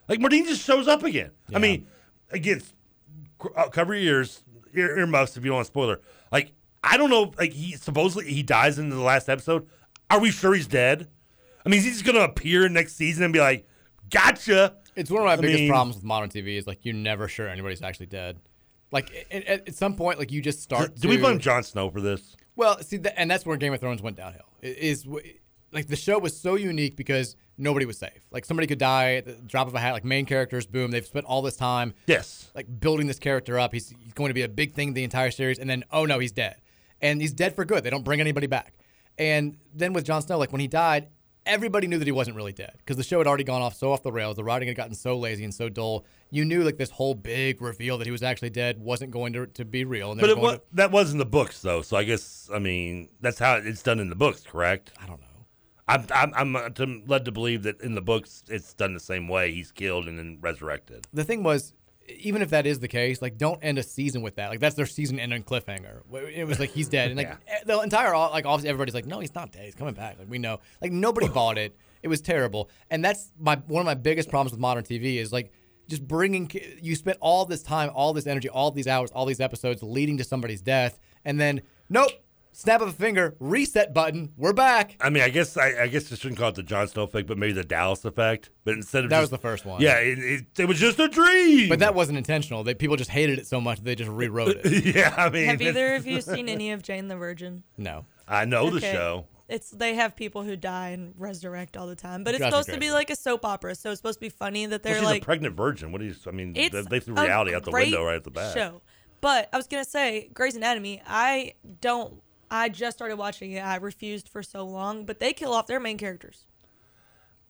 Like Mardine just shows up again. I mean, again, c- uh, cover your ears, ear, earmuffs if you don't want a spoiler. Like I don't know, like he supposedly he dies in the last episode. Are we sure he's dead? I mean, is he just gonna appear next season and be like, "Gotcha"? It's one of my I biggest mean- problems with modern TV is like you're never sure anybody's actually dead. Like at, at, at some point, like you just start. Do we to- blame Jon Snow for this? Well, see, that, and that's where Game of Thrones went downhill. i- Is w- like the show was so unique because nobody was safe. Like somebody could die at the drop of a hat. Like main characters, boom, they've spent all this time, yes, like building this character up. He's, he's going to be a big thing the entire series, and then oh no, he's dead, and he's dead for good. They don't bring anybody back. And then with Jon Snow, like when he died, everybody knew that he wasn't really dead because the show had already gone off so off the rails. The writing had gotten so lazy and so dull. You knew like this whole big reveal that he was actually dead wasn't going to, to be real. And they But were it going was, to- that was in the books, though. So I guess I mean that's how it's done in the books, correct? I don't know. I'm I'm, I'm uh, to- led to believe that in the books it's done the same way. He's killed and then resurrected. the thing was, even if that is the case, like don't end a season with that. Like that's their season ending cliffhanger. Wh- It was like he's dead, and like e- the entire au- like obviously everybody's like, no, he's not dead. He's coming back. Like we know. Like nobody bought it. It was terrible, and that's my one of my biggest problems with modern TV is like just bringing. ki- You spent all this time, all this energy, all these hours, all these episodes leading to somebody's death, and then nope, snap of a finger, reset button, we're back. I mean, I guess I, I guess I shouldn't call it the Jon Snow effect, but maybe the Dallas effect. But instead of That was just- the first one. Yeah, it, it, it was just a dream. But that wasn't intentional. They people just hated it so much that they just rewrote it. yeah, I mean, Have either of you seen any of Jane the Virgin? No. I know the Okay. show. It's they have people who die and resurrect all the time, but it's Drives me supposed to be crazy. like a soap opera, so it's supposed to be funny that Well, they're she's like a pregnant virgin. What do you? I mean, they, it's they threw a reality out the great window right at the back. Show, but I was gonna say Grey's Anatomy. I don't. I just started watching it. I refused for so long, but they kill off their main characters.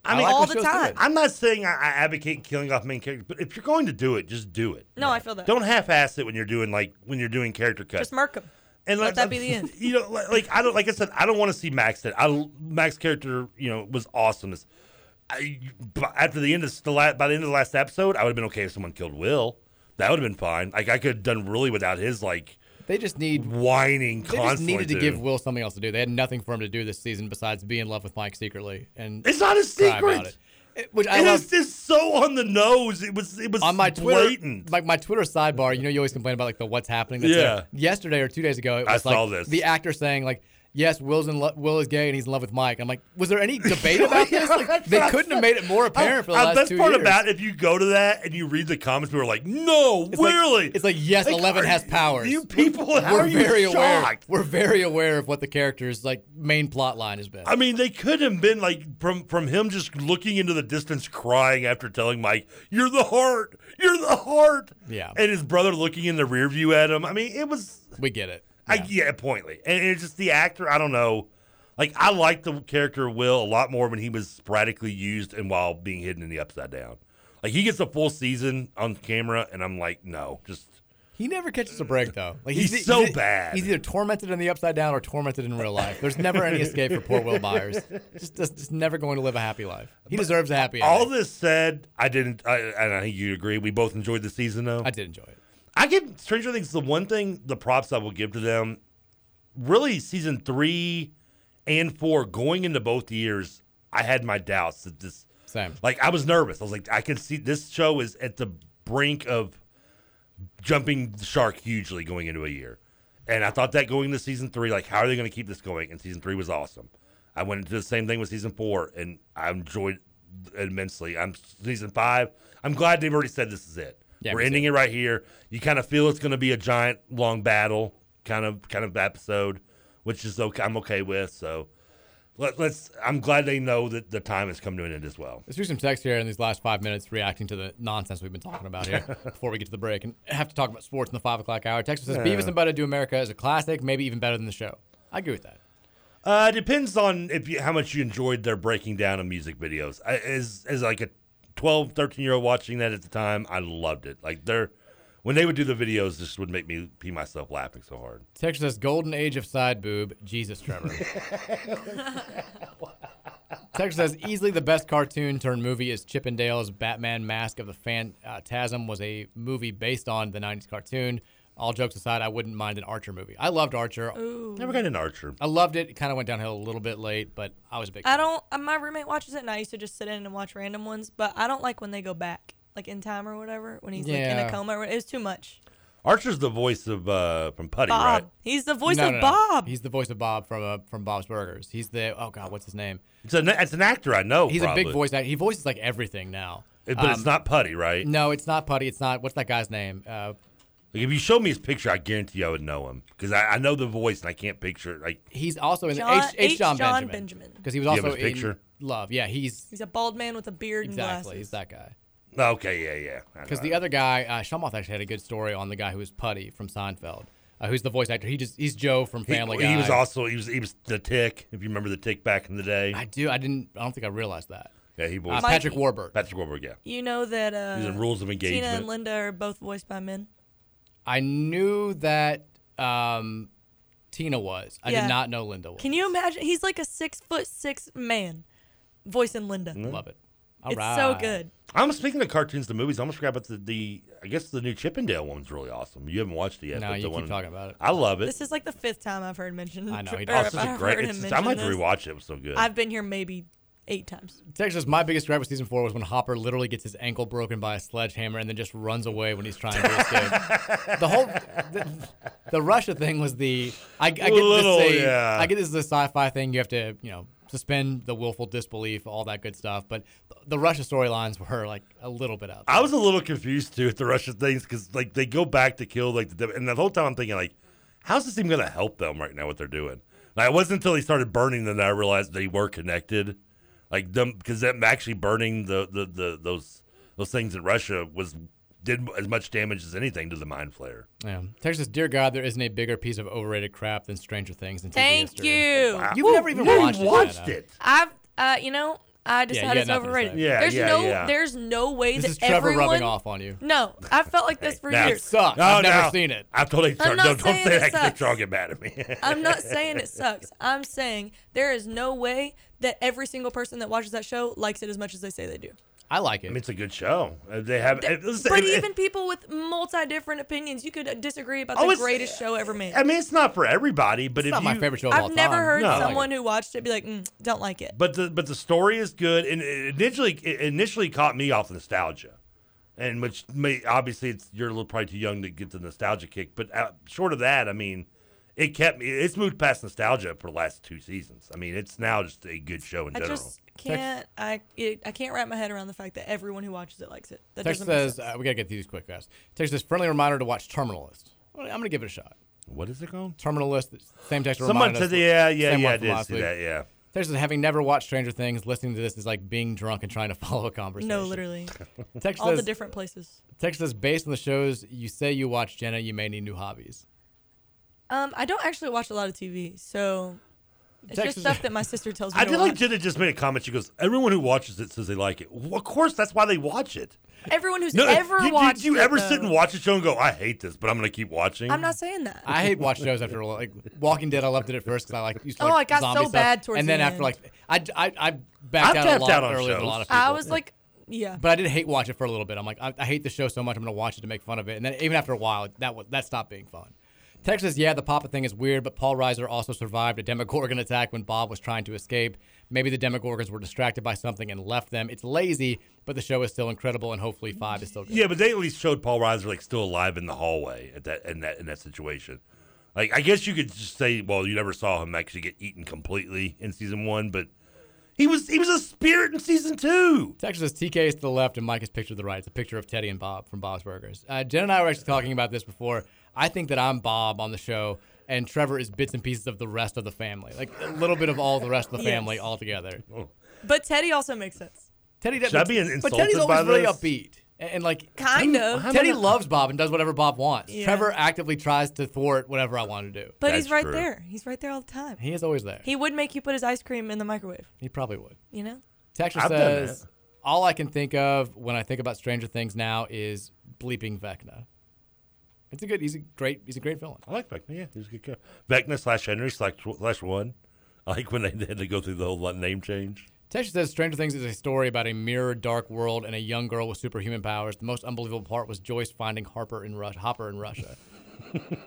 I mean, all the time. I'm not saying I, I advocate killing off main characters, but if you're going to do it, just do it. No, I feel that. Don't half-ass it when you're doing like when you're doing character cuts. just mark them. And let like- that be the end. You know, like, like I don't like I said, I don't want to see Max dead. I Max character, you know, was awesome. It's- I, but after the end of the la- by the end of the last episode, I would have been okay if someone killed Will. That would have been fine. Like I could have done really without his like They just need whining They just constantly, needed to dude. give Will something else to do. They had nothing for him to do this season besides be in love with Mike secretly, and It's not a cry about secret. it. It- Which I It love. is just so on the nose. It was it was on my Twitter, blatant. My, my Twitter sidebar. You know, you always complain about like the what's happening. That's Yeah. there. Yesterday or two days ago, it I was like saw this. the actor saying like, "Yes, Will's in lo- Will is gay and he's in love with Mike." I'm like, was there any debate about this? Like, they couldn't have made it more apparent for the Uh, last best two part years. about it, if you go to that and you read the comments, people are like, "No, It's like- really." it's like yes, Like, Eleven are has you- powers. you people, how we're are you very aware. shocked? We're very aware of what the character's like main plot line has been. I mean, they could have been like from from him just looking into the distance, crying after telling Mike, "You're the heart, you're the heart," Yeah, and his brother looking in the rear view at him. I mean, it was. we get it. I yeah, pointly, and it's just the actor. I don't know. Like I liked the character Will a lot more when he was sporadically used and while being hidden in the Upside Down. Like he gets a full season on camera, and I'm like, no, just He never catches a break though. Like He's e- so e- bad. He's either tormented in the upside down or tormented in real life. There's never any escape for poor Will Myers. Just, just, just never going to live a happy life. He deserves a happy. all ending. this said, I didn't. I, and I think you agree. We both enjoyed the season, though. I did enjoy it. I give Stranger Things the one thing the props I will give to them. Really, season three and four going into both years, I had my doubts that this. Same. Like I was nervous. I was like, I can see this show is at the brink of jumping the shark hugely going into a year. And I thought that going into season three, like, how are they going to keep this going? And season three was awesome. I went into the same thing with season four, and I enjoyed immensely. I'm season five. I'm glad they've already said this is it. Yeah, We're me ending it right here. You kind of feel it's going to be a giant, long battle kind of kind of episode, which is okay. I'm okay with. So let, let's. I'm glad they know that the time has come to an end as well. Let's do some text here in these last five minutes, reacting to the nonsense we've been talking about here before we get to the break and have to talk about sports in the five o'clock hour. Texas says Yeah. Beavis and Butthead Do America is a classic, maybe even better than the show. I agree with that. Uh, depends on if you, how much you enjoyed their breaking down of music videos. I, as as like a 12, 13 year old watching that at the time, I loved it. Like they're when they would do the videos, this would make me pee myself laughing so hard. Texas says Golden Age of Side Boob, Jesus Trevor. Texas says easily the best cartoon turned movie is Chip and Dale's Batman Mask of the Phantasm was a movie based on the 90s cartoon. All jokes aside, I wouldn't mind an Archer movie. I loved Archer. Ooh. Never got an Archer. I loved it. It kind of went downhill a little bit late, but I was a big I don't. uh, My roommate watches it, and I used to just sit in and watch random ones. But I don't like when they go back, like in time or whatever. When he's like in Yeah. a coma, or- it's too much. Archer's the voice of uh from Putty, Bob. right? He's the voice No, of no, no. Bob. He's the voice of Bob from uh, from Bob's Burgers. He's the oh god, what's his name? It's an it's an actor I know. He's a probably. big voice actor. He voices like everything now. It- but it's Um, not Putty, right? No, it's not Putty. It's not what's that guy's name? Uh, Like if you show me his picture, I guarantee I would know him because I, I know the voice and I can't picture it. Like he's also in John- H, H. H. John, John Benjamin Benjamin. because he was Do you have also his picture? in Love. Yeah, he's He's a bald man with a beard and exactly glasses. he's that guy. okay, yeah, yeah. I know Because that. the other guy, uh, Shamoth actually had a good story on the guy who was Putty from Seinfeld, uh, who's the voice actor. He just he's Joe from He- Family he, Guy. was also he was he was the Tick. If you remember the Tick back in the day, I do. I didn't. I don't think I realized that. Yeah, he Uh, voiced Patrick Warburg. Patrick Warburg, yeah. You know that. Uh, He's in Rules of Tina Engagement. and Linda are both voiced by men. I knew that um, Tina was. I Yeah. did not know Linda was. Can you imagine? He's like a six foot six man, voicing Linda. Love it. it's so good. I'm speaking of cartoons to movies. I'm gonna forget about the, the I guess the new Chippendale one's really awesome. You haven't watched it yet. No, but you the keep one, talking about it. I love it. This is like the fifth time I've heard mentioned. I know, he or does. Oh, if it's such a I've great- heard it's him just- I might mention this. rewatch it. It was so good. I've been here maybe eight times. Texas, my biggest gripe with season four was when Hopper literally gets his ankle broken by a sledgehammer and then just runs away when he's trying to escape. the whole the, the Russia thing was the I, I get Little, this is a- yeah. I get this is a sci-fi thing. You have to you know suspend the willful disbelief, all that good stuff. But the Russia storylines were like a little bit up. I was a little confused too at the Russian things because like they go back to kill like the and the whole time I'm thinking like, how's this even gonna help them right now what they're doing? And it wasn't until he started burning them that I realized they were connected, like them because them actually burning the, the the those those things in Russia was did as much damage as anything to the mind flare. Yeah. Texas, dear God, there isn't a bigger piece of overrated crap than Stranger Things. In TV Thank history. you. You've never even watched, it. Adam. I've, uh, you know, I you decided got it's nothing to overrated. say. Yeah, there's yeah, no, yeah. there's no way This that is Trevor everyone, rubbing off on you. No, I felt like this for Now- years. sucks. I've never seen it. Oh, I've totally I'm turned. not Don't, don't saying say it that 'cause sucks. they're all get mad at me. I'm not saying it sucks. I'm saying there is no way that every single person that watches that show likes it as much as they say they do. I like it. I mean, it's a good show. Uh, They have. uh, listen, But and- even people with multi different opinions, you could disagree about Oh, the it's- greatest show ever made. I mean, it's not for everybody, but if not my you- favorite show I've never heard No. someone who watched it be like, mm, "Don't like it." But the but the story is good, and it initially it initially caught me off nostalgia, and which may obviously it's you're a little probably too young to get the nostalgia kick. But uh, short of that, I mean, it kept me. It's moved past nostalgia for the last two seasons. I mean, it's now just a good show in I general. just can't. I it, I can't wrap my head around the fact that everyone who watches it likes it. That Text doesn't make says uh, we gotta get through these quick, guys. Text says friendly reminder to watch Terminalist. Well, I'm gonna give it a shot. What is it called? Terminalist. Same text. Someone reminded said us- that- yeah, yeah, same one yeah, I from did last see week. that, yeah. Text says having never watched Stranger Things, listening to this is like being drunk and trying to follow a conversation. No, literally. Text All the says- different places. Text says based on the shows you say you watch, Jenna, you may need new hobbies. Um, I don't actually watch a lot of TV, so it's Texas- just stuff that my sister tells me. I to did like watch. Jenna just made a comment. She goes, "Everyone who watches it says they like it. Well, of course, that's why they watch it. everyone who's No, ever you- you- watched. Did you it, ever though. sit and watch a show and go, "I hate this, but I'm going to keep watching"? I'm not saying that. I hate watch shows after a while. like Walking Dead. I loved it at first because I like used to Oh, like it got zombie so stuff. bad towards and then the after end. like I I, I backed I've out a tapped lot out on earlier than a shows. lot of people. I was like, yeah. But I did hate watch it for a little bit. I'm like, I, I hate the show so much. I'm gonna watch it to make fun of it. And then even after a while, that was that stopped being fun. Texas, yeah, the Papa thing is weird, but Paul Reiser also survived a Demogorgon attack when Bob was trying to escape. Maybe the Demogorgons were distracted by something and left them. It's lazy, but the show is still incredible, and hopefully five is still good. Yeah, but they at least showed Paul Reiser like still alive in the hallway at that in that in that situation. Like I guess you could just say, well, you never saw him actually get eaten completely in season one, but he was he was a spirit in season two. Texas says TK is to the left and Mike is picture to the right. It's a picture of Teddy and Bob from Bob's Burgers. Uh, Jen and I were actually talking about this before. I think that I'm Bob on the show, and Trevor is bits and pieces of the rest of the family, like a little bit of all the rest of the Yes. family all together. But Teddy also makes sense. Teddy, Should I be but- insulted But Teddy's always by really this? upbeat and, and, like Kind Teddy- of. Teddy loves Bob and does whatever Bob wants. Yeah. Trevor actively tries to thwart whatever I want to do. But he's right there. He's right there all the time. He is always there. He would make you put his ice cream in the microwave. He probably would. You know. Texture I've done says, all I can think of when I think about Stranger Things now is bleeping Vecna. It's a good. He's a great. He's a great villain. I like Vecna. Yeah, he's a good guy. Vecna slash Henry slash slash one. I like when they had to go through the whole name change. Texture says Stranger Things is a story about a mirror dark world and a young girl with superhuman powers. The most unbelievable part was Joyce finding Harper in Russia, Hopper in Russia.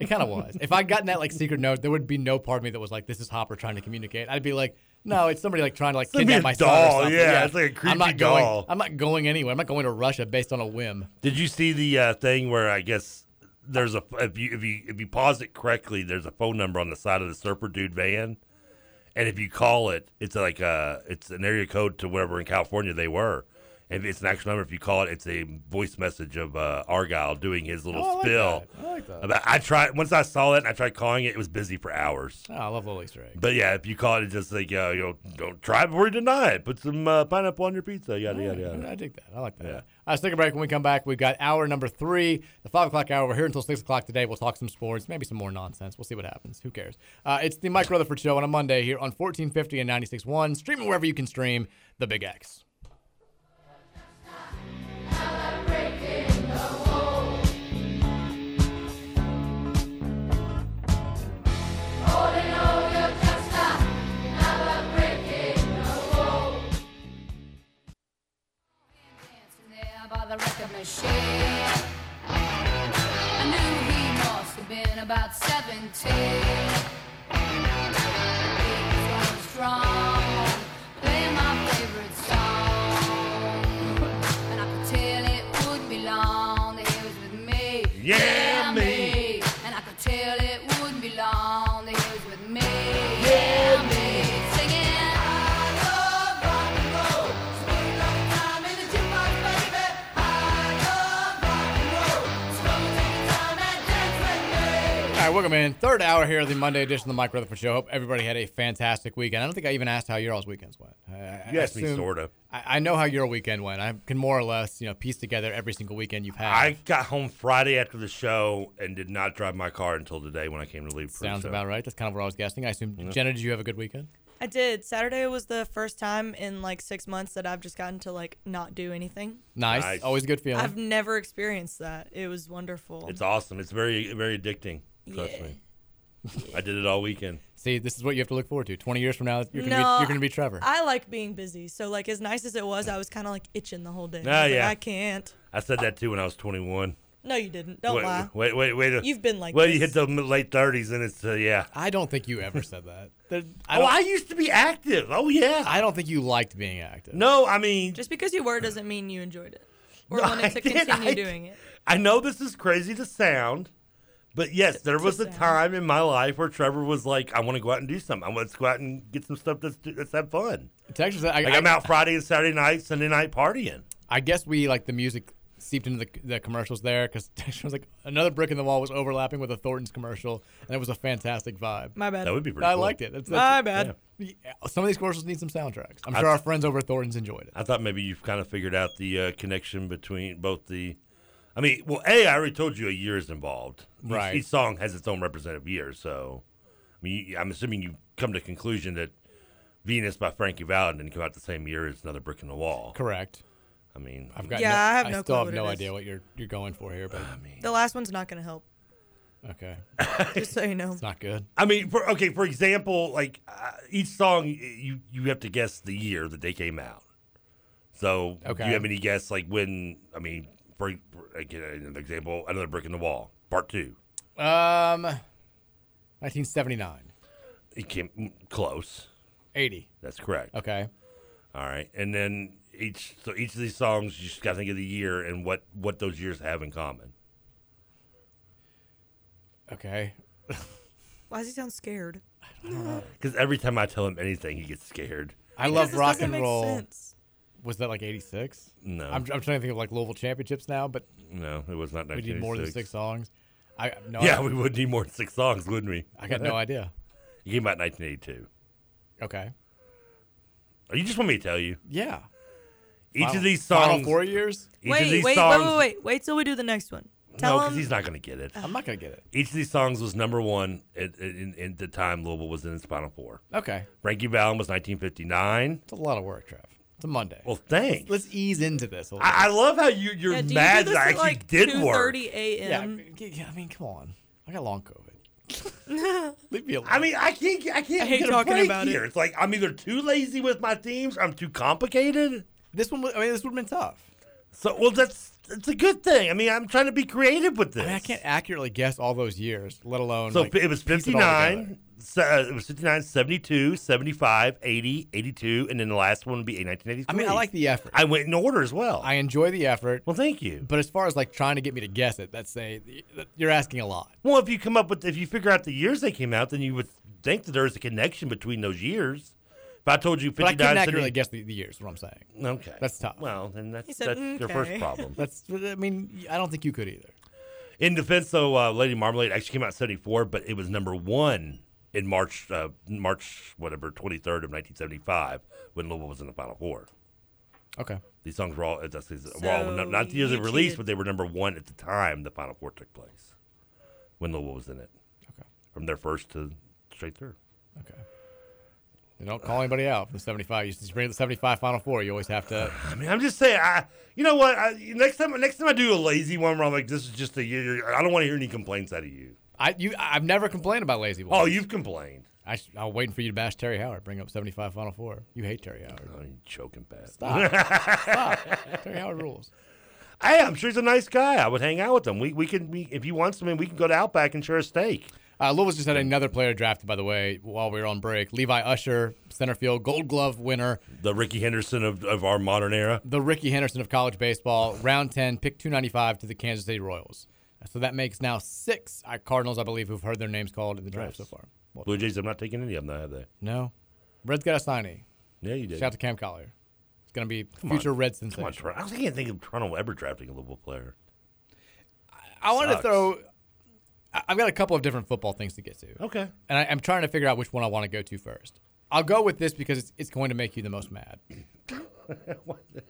it kind of was. If I'd gotten that like secret note, there would be no part of me that was like, "This is Hopper trying to communicate." I'd be like, "No, it's somebody like trying to like It's like being a kidnap my son." or doll, something. yeah, it's like a creepy I'm not doll. Going, I'm not going anywhere. I'm not going to Russia based on a whim. Did you see the uh, thing where I guess there's a if you if you if you pause it correctly, there's a phone number on the side of the surfer dude van, and if you call it, it's like uh it's an area code to wherever in California they were. And it's an actual number. If you call it, it's a voice message of uh, Argyle doing his little Oh, I like spill. that. I like that. About, I tried once I saw it, and I tried calling it. It was busy for hours. Oh, I love little Easter egg. But yeah, if you call it, it's just like uh, you know, don't try before you deny it. Put some uh, pineapple on your pizza. Yada yada yada. I dig that. I like that. Yeah. All right, stick a break. When we come back, we've got hour number three, the five o'clock hour. We're here until six o'clock today. We'll talk some sports, maybe some more nonsense. We'll see what happens. Who cares? Uh, it's the Mike Rutherford Show on a Monday here on 1450 and 96.1. Streaming wherever you can stream The Big X. there by the record machine. I knew he must have been about 17. He was going strong, playing my favorite song. And I could tell it wouldn't be long that he was with me. Yeah, me. And I could tell it wouldn't be long that he was with me. Yeah, me. Singing. I love rock and roll. So put it on the time in the jukebox, baby. I love rock and roll. So come and take your time and dance with me. All right, welcome in. Third hour here of the Monday edition of the Mike Rutherford Show. Hope everybody had a fantastic weekend. I don't think I even asked how your all's weekends went. I, You asked me, sorta. I, I know how your weekend went. I can more or less, you know, piece together every single weekend you've had. I got home Friday after the show and did not drive my car until today when I came to leave. For Sounds the show. about right. That's kind of what I was guessing. I assume. Yeah. Jenna, did you have a good weekend? I did. Saturday was the first time in like six months that I've just gotten to like not do anything. Nice. Nice. Always a good feeling. I've never experienced that. It was wonderful. It's awesome. It's very very addicting. Trust me. I did it all weekend. See, this is what you have to look forward to. Twenty years from now, you're gonna No, be you're gonna be Trevor. I like being busy. So like as nice as it was, I was kind of like itching the whole day. I was Ah, like, yeah. I can't. I said that too when I was 21. No, you didn't. Don't wait, lie. Wait, wait, wait. a- Oh, You've been like Well, you this. hit the mid- late 30s, and it's uh, yeah. I don't think you ever said that. There- oh, don't- I used to be active. Oh yeah. I don't think you liked being active. No, I mean, Just because you were doesn't mean you enjoyed it or No, wanted I to did, continue I doing it. I know this is crazy to sound, but yes, there was a time in my life where Trevor was like, "I want to go out and do something. I want to go out and get some stuff that's that's have fun." Texas, I, like I- I'm out Friday and Saturday night, Sunday night partying. I guess we like the music seeped into the, the commercials there because Texas was like another brick in the wall was overlapping with a Thornton's commercial, and it was a fantastic vibe. My bad. That would be pretty I cool. liked it. My bad. Yeah, Some of these commercials need some soundtracks. I'm I- sure our friends over at Thornton's enjoyed it. I thought maybe you've kind of figured out the uh, connection between both the. I mean, well, A, I already told you a year is involved. Each- Right. Each, song has its own representative year. So, I mean, you- I'm assuming you come to the conclusion that Venus by Frankie Valli didn't come out the same year as Another Brick in the Wall. Correct. I mean, I've got Yeah, no- I have no still clue have what no it is. idea what you're you're going for here, but The last one's not gonna help. okay, Just so you know. it's not good. I mean, for, okay, for example, like uh, each song, y- you you have to guess the year that they came out. So, Okay. do you have any guess, like when? I mean, for, for again, another example, another brick in the wall, part two. Um, 1979, It came mm, close. 80. That's correct. Okay. All right, and then each so each of these songs, you just got to think of the year and what what those years have in common. Okay. Why does he sound scared? Because every time I tell him anything, he gets scared. I Because love this rock doesn't and make roll. sense. Was that like 86? No. I'm, I'm trying to think of like Louisville championships now, but No, it was not. we need more than 1986. six songs. I no. yeah, I- we would need more than six songs, wouldn't we? I got no idea. You came out in 1982. Okay. Oh, you just want me to tell you? Yeah. Each Final- of these songs. final four years? Each wait, of these wait, songs. wait, wait, wait, wait till we do the next one. no, Tell because him Oh. he's not going to get it. I'm not gonna get it. Each of these songs was number one at, at, in, in the time Louisville was in its final four. Okay. Frankie Vallon was 1959. It's a lot of work, Trev. It's a Monday. Well, thanks. Let's ease into this a little. I, I love how you you're Yeah, do you do mad this that I at, actually like, did work. 2:30 a.m.? Yeah, g- yeah, I mean, come on. I got long COVID. Leave me alone. I mean, I can't. I can't I hate get a talking break about it. here. It's like I'm either too lazy with my themes, I'm too complicated. This one, I mean, this would have been tough. So, well, that's that's a good thing. I mean, I'm trying to be creative with this. I mean, I can't accurately guess all those years, let alone. So like, it was piece it all together. 59, so, uh, it was 59, 72, 75, 80, 82, and then the last one would be 1983. I mean, I like the effort. I went in order as well. I enjoy the effort. Well, thank you. But as far as like trying to get me to guess it, that's a you're asking a lot. Well, if you come up with, if you figure out the years they came out, then you would think that there's a connection between those years. If I told you But I 59, couldn't 70 accurately guess the, the years. Is what I'm saying. Okay. that's tough. Well, then that's, said, that's "Mm, your first "Okay." problem. That's. I mean, I don't think you could either. In defense, though, uh, Lady Marmalade actually came out in 74, but it was number one in March, uh, March whatever, 23rd of 1975 when Louisville was in the Final Four. Okay. These songs were all, uh, that's, that's- were all no, not the years you of release, cheated. but they were number one at the time the Final Four took place when Louisville was in it. Okay. From their first to straight through. Okay. They don't call anybody out from the 75. You just bring up the 75 Final Four. You always have to. I mean, I'm just saying, I, you know what? I, next time next time I do a lazy one where I'm like, this is just a year, I don't want to hear any complaints out of you. I you I've never complained about lazy ones. Oh, you've complained. I, sh- I'm waiting for you to bash Terry Howard. Bring up 75 Final Four. You hate Terry Howard. Oh, you choking bastard. Stop. Stop. Terry Howard rules. Hey, I'm sure he's a nice guy. I would hang out with him. We we can we, if he wants to, man, we can go to Outback and share a steak. Uh, Louisville just had another player drafted, by the way, while we were on break. Levi Usher, center field, Gold Glove winner, The Ricky Henderson of, of our modern era. the Ricky Henderson of college baseball, round 10, pick 295 to the Kansas City Royals. So that makes now six uh, Cardinals, I believe, who've heard their names called in the draft so Nice. far. Blue Jays, I'm not taking any of them, have they? No. Reds got a signee. Yeah, you did. Shout out to Cam Collier. It's going to be Come on. future Reds Come on, sensation. Toronto. I was thinking think of Toronto ever drafting a Louisville player. I wanted to Sucks. throw. I- I've got a couple of different football things to get to. Okay. And I, I'm trying to figure out which one I want to go to first. I'll go with this because it's, it's going to make you the most mad. What the hell?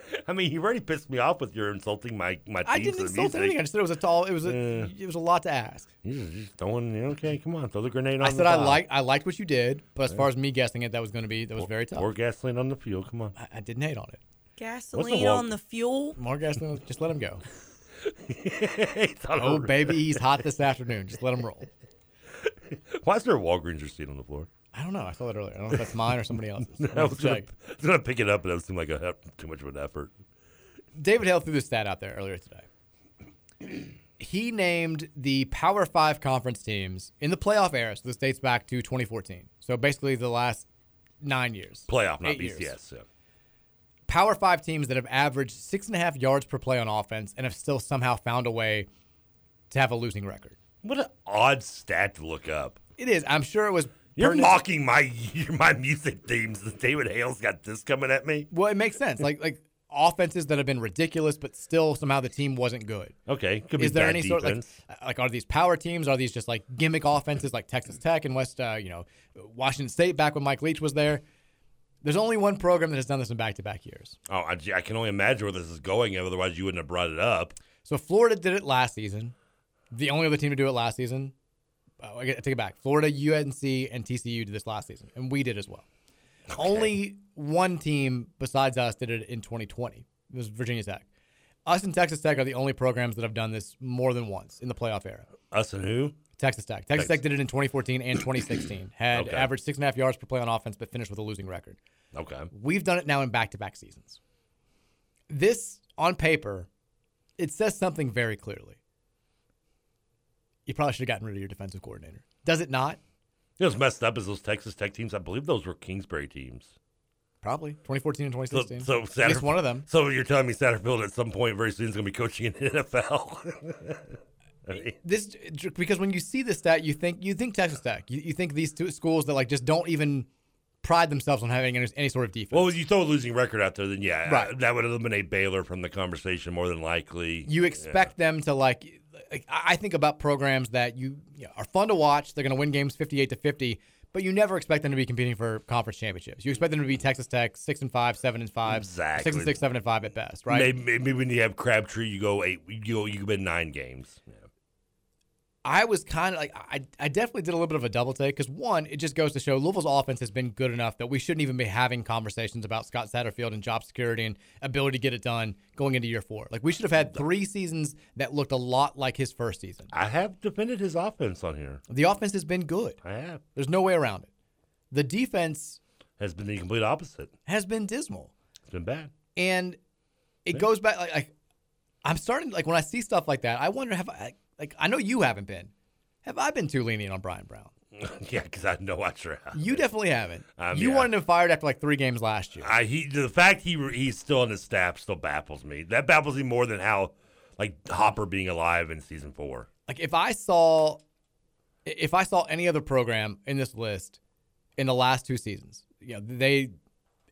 I mean, you already pissed me off with your insulting my my. I teams didn't and insult music. anything. I just said it was a tall. It was a. Yeah. It was a lot to ask. You just- just throwing. Okay, come on, throw the grenade. on I the said I top. like. I liked what you did, but as far as me guessing it, that was going to be that was very tough. Pour gasoline on the fuel. Come on. I, I didn't hate on it. gasoline walk- on the fuel. More gasoline. just let him go. It's on a- oh baby, he's hot this afternoon. Just let him roll. Why is there a Walgreens receipt on the floor? I don't know. I saw that earlier. I don't know if that's mine or somebody else's. No, I'll I have was to gonna, check. I was gonna pick it up, but that seemed like a, too much of an effort. David Hale threw this stat out there earlier today. He named the Power Five conference teams in the playoff era. So this dates back to 2014. So basically the last nine years. Playoff, not Eight years. BCS. yeah. Power Five teams that have averaged six and a half yards per play on offense and have still somehow found a way to have a losing record. What an odd stat to look up. It is. I'm sure it was. You're pertinent- mocking my my music themes. David Hale's got this coming at me. Well, it makes sense. Like like offenses that have been ridiculous, but still somehow the team wasn't good. Okay, could be Is there bad any sort like uh, defense. like are these power teams? Are these just like gimmick offenses like Texas Tech and West? Uh, you know, Washington State back when Mike Leach was there. There's only one program that has done this in back-to-back years. Oh, I, I can only imagine where this is going. Otherwise, you wouldn't have brought it up. So Florida did it last season. The only other team to do it last season. Oh, I get- I take it back. Florida, UNC, and TCU did this last season, and we did as well. Only one team besides us did it in 2020. It was Virginia Tech. Us and Texas Tech are the only programs that have done this more than once in the playoff era. Us and who? Texas Tech. Texas Tech did it in 2014 and 2016. Had Okay. averaged six and a half yards per play on offense, but finished with a losing record. Okay. We've done it now in back to back seasons. This, on paper, it says something very clearly. You probably should have gotten rid of your defensive coordinator. Does it not? You know what's messed up is those Texas Tech teams. I believe those were Kingsbury teams. Probably. 2014 and So, 2016. so At least one of them. So you're telling me Satterfield at some point very soon is going to be coaching in the NFL. I mean, This because when you see this stat, you think you think Texas Tech. You, you think these two schools that like just don't even pride themselves on having any, any sort of defense. well, you throw a losing record out there, then yeah, uh, Right. that would eliminate Baylor from the conversation more than likely. you Yeah. expect them to like, like I I think about programs that you, you know, are fun to watch they're going to win games 58 to 50 but you never expect them to be competing for conference championships you expect them to be texas tech 6 and 5 7 and 5 6 Exactly. and 6 7 and 5 at best right Maybe, maybe when you have Crabtree, you go eight. You go. You win nine games. i was kind of like I, I definitely did a little bit of a double take because one it just goes to show louisville's offense has been good enough that we shouldn't even be having conversations about scott satterfield and job security and ability to get it done going into year four like we should have had three seasons that looked a lot like his first season I have defended his offense on here. The offense has been good. I have. There's no way around it. The defense Has been the complete opposite. has been dismal, It's been bad. and it goes back. Like, like I'm starting like when I see stuff like that, I wonder have I like I know you haven't been. Have I been too lenient on Brian Brown? yeah, because I know I sure have. You definitely haven't. Um, you yeah. wanted him fired after like three games last year. I he the fact he re- he's still on the staff still baffles me. That baffles me more than how like Hopper being alive in season four. Like if I saw, if I saw any other program in this list in the last two seasons, you know, they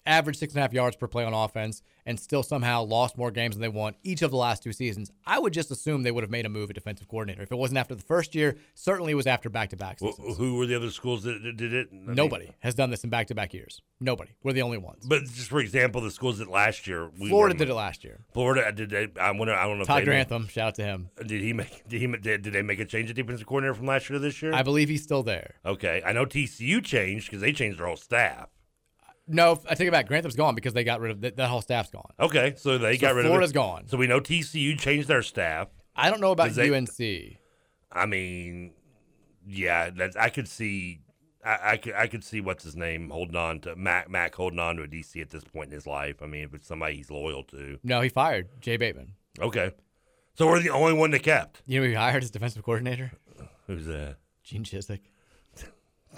averaged six and a half yards per play on offense and still somehow lost more games than they won each of the last two seasons. I would just assume they would have made a move at defensive coordinator. If it wasn't after the first year, certainly it was after back to back Wh- seasons. who were the other schools that that did it? I mean, Nobody has done this in back to back years. Nobody. We're the only ones. but just for example, the schools that last year we Florida were- did it last year. Florida uh, did. They, I wonder. I don't know. if Todd they made- Grantham, shout out to him. Did he make? Did he? ma- Did, did they make a change at defensive coordinator from last year to this year? I believe he's still there. Okay, I know TCU changed because they changed their whole staff. No, I take it back. Grantham's gone because they got rid of that, that whole staff's gone. Okay, so they So got rid Florida's of it. gone. So we know TCU changed their staff. I don't know about Does they- UNC. I mean, yeah, that I could see. I, I could I could see what's his name holding on to Mac Mac holding on to a DC at this point in his life. I mean, if it's somebody he's loyal to, No, he fired Jay Bateman. okay. So we're the only one that kept. You know who he hired as defensive coordinator? Who's that? Gene Chizik.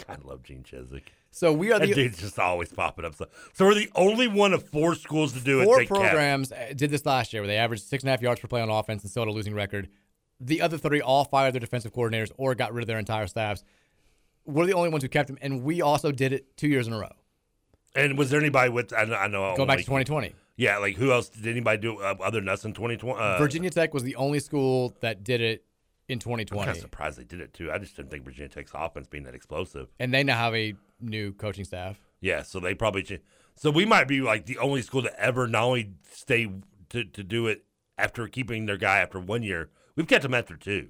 I love Gene Chiswick. So we are That the- dude's just always popping up. So, so we're the only one of four schools to do it. Four that kept. programs uh, did this last year where they averaged six and a half yards per play on offense and still had a losing record. The other three all fired their defensive coordinators or got rid of their entire staffs. We're the only ones who kept them, and we also did it two years in a row. And was there anybody with? I know. I know Go back to Oh, like- 2020. Yeah, like who else did anybody do uh, other than us in 2020? Uh, Virginia Tech was the only school that did it in I'm kind 2020, of surprised they did it too. I just didn't think Virginia Tech's offense being that explosive. and they now have a new coaching staff. Yeah, so they probably ch- so we might be like the only school to ever not only stay to, to do it after keeping their guy after one year. We've kept him after two.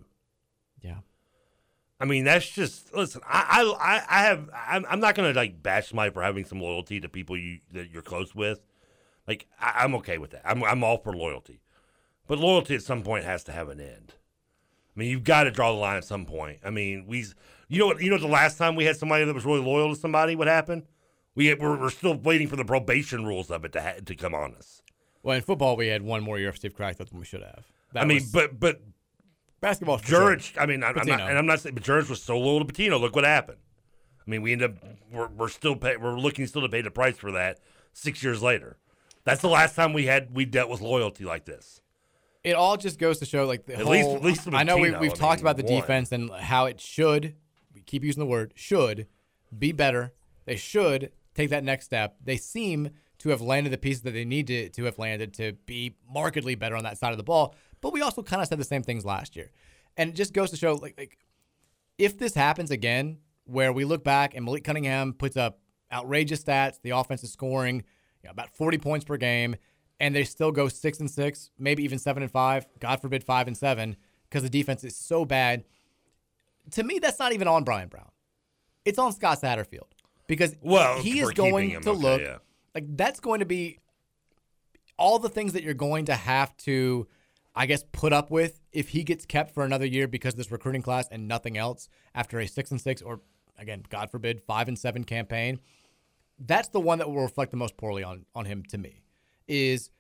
Yeah. I mean that's just listen. I I I- I have I'm, I'm not gonna like bash somebody for having some loyalty to people you that you're close with. Like I, I'm okay with that. I'm I'm all for loyalty, but loyalty at some point has to have an end. I mean, you've got to draw the line at some point. I mean, we, you know what, you know the last time we had somebody that was really loyal to somebody, what happened? We we're, we're still waiting for the probation rules of it to ha- to come on us. Well, in football, we had one more year of Steve Kraft than we should have. I mean, but but basketball. for sure. Jurich, I mean, I, am not, Pitino. and I'm not saying, but Jurich was so loyal to Patino. Look what happened. I mean, we end up we're, we're still pay, we're looking still to pay the price for that six years later. That's the last time we had we dealt with loyalty like this. it all just goes to show like the At whole, least- at least with I know we, Tino, we've I talked mean, about the one. defense and how it should we keep using the word should be better. They should take that next step. They seem to have landed the pieces that they need to, to have landed to be markedly better on that side of the ball. But we also kind of said the same things last year. And it just goes to show like, like if this happens again, where we look back and Malik Cunningham puts up outrageous stats, the offense is scoring you know, about 40 points per game, and they still go six and six, maybe even seven and five, God forbid five and seven, because the defense is so bad. To me, that's not even on Brian Brown. It's on Scott Satterfield because Well, he is for keeping going him, to okay, look yeah. like that's going to be all the things that you're going to have to, I guess, put up with if he gets kept for another year because of this recruiting class and nothing else after a six and six or again, God forbid, five and seven campaign. That's the one that will reflect the most poorly on on him to me. Is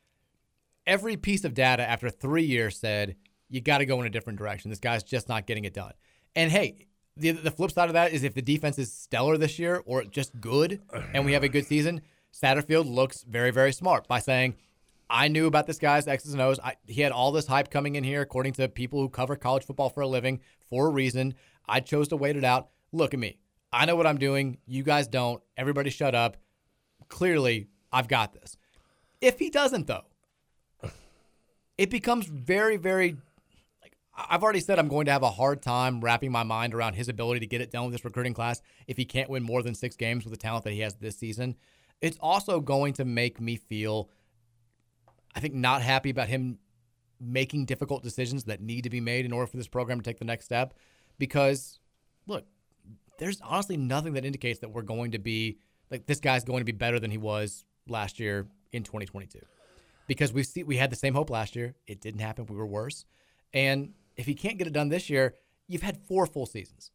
every piece of data after three years said you got to go in a different direction. This guy's just not getting it done. And hey, the the flip side of that is if the defense is stellar this year or just good, and we have a good season, Satterfield looks very very smart by saying, "I knew about this guy's X's and O's. I, he had all this hype coming in here, according to people who cover college football for a living, for a reason. I chose to wait it out. Look at me. I know what I'm doing. You guys don't. Everybody, shut up. Clearly, I've got this. If he doesn't, though, it becomes very, very. Like I- I've already said, I'm going to have a hard time wrapping my mind around his ability to get it done with this recruiting class if he can't win more than six games with the talent that he has this season. It's also going to make me feel, I think, not happy about him making difficult decisions that need to be made in order for this program to take the next step. Because, look, there's honestly nothing that indicates that we're going to be like this guy's going to be better than he was last year in 2022 because we see we had the same hope last year it didn't happen we were worse and if he can't get it done this year you've had four full seasons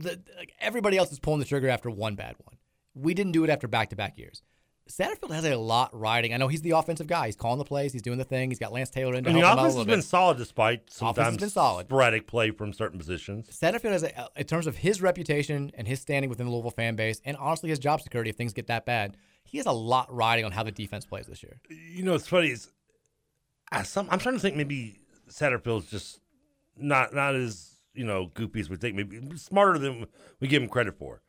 the, like everybody else is pulling the trigger after one bad one we didn't do it after back-to-back years Satterfield has a lot riding. I know he's the offensive guy. He's calling the plays. He's doing the thing. He's got Lance Taylor in to And the help him out a offense little has been bit. solid despite has sometimes been solid. sporadic play from certain positions. Satterfield has, a, in terms of his reputation and his standing within the Louisville fan base, and honestly his job security if things get that bad, he has a lot riding on how the defense plays this year. You know, it's funny. Is I, some, I'm trying to think maybe Satterfield's just not not as you know goopy as we think. Maybe smarter than we give him credit for.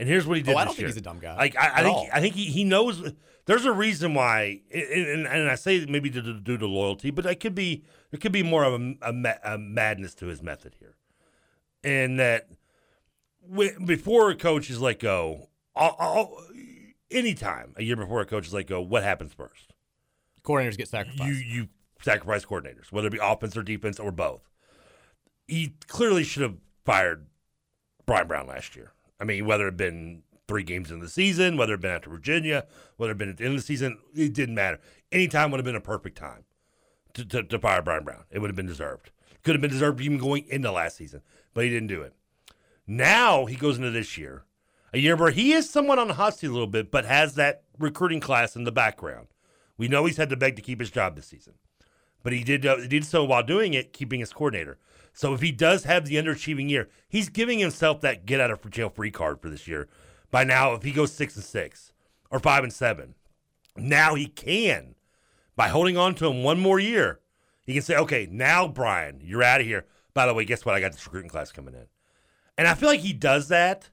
And here's what he did. Oh, I this don't think year. he's a dumb guy Like I, I at think all. I think he, he knows. There's a reason why, and, and, and I say maybe due to, due to loyalty, but it could be there could be more of a, a, ma- a madness to his method here, and that when, before a coach is let go, all, all, anytime a year before a coach is let go, what happens first? Coordinators get sacrificed. You you sacrifice coordinators, whether it be offense or defense or both. He clearly should have fired Brian Brown last year. I mean, whether it been three games in the season, whether it been after Virginia, whether it been at the end of the season, it didn't matter. Any time would have been a perfect time to, to, to fire Brian Brown. It would have been deserved. Could have been deserved even going into last season, but he didn't do it. Now he goes into this year, a year where he is somewhat on the hot seat a little bit, but has that recruiting class in the background. We know he's had to beg to keep his job this season, but he did uh, he did so while doing it, keeping his coordinator. So if he does have the underachieving year, he's giving himself that get out of jail free card for this year. By now, if he goes six and six or five and seven, now he can by holding on to him one more year. He can say, "Okay, now Brian, you're out of here." By the way, guess what? I got this recruiting class coming in. And I feel like he does that.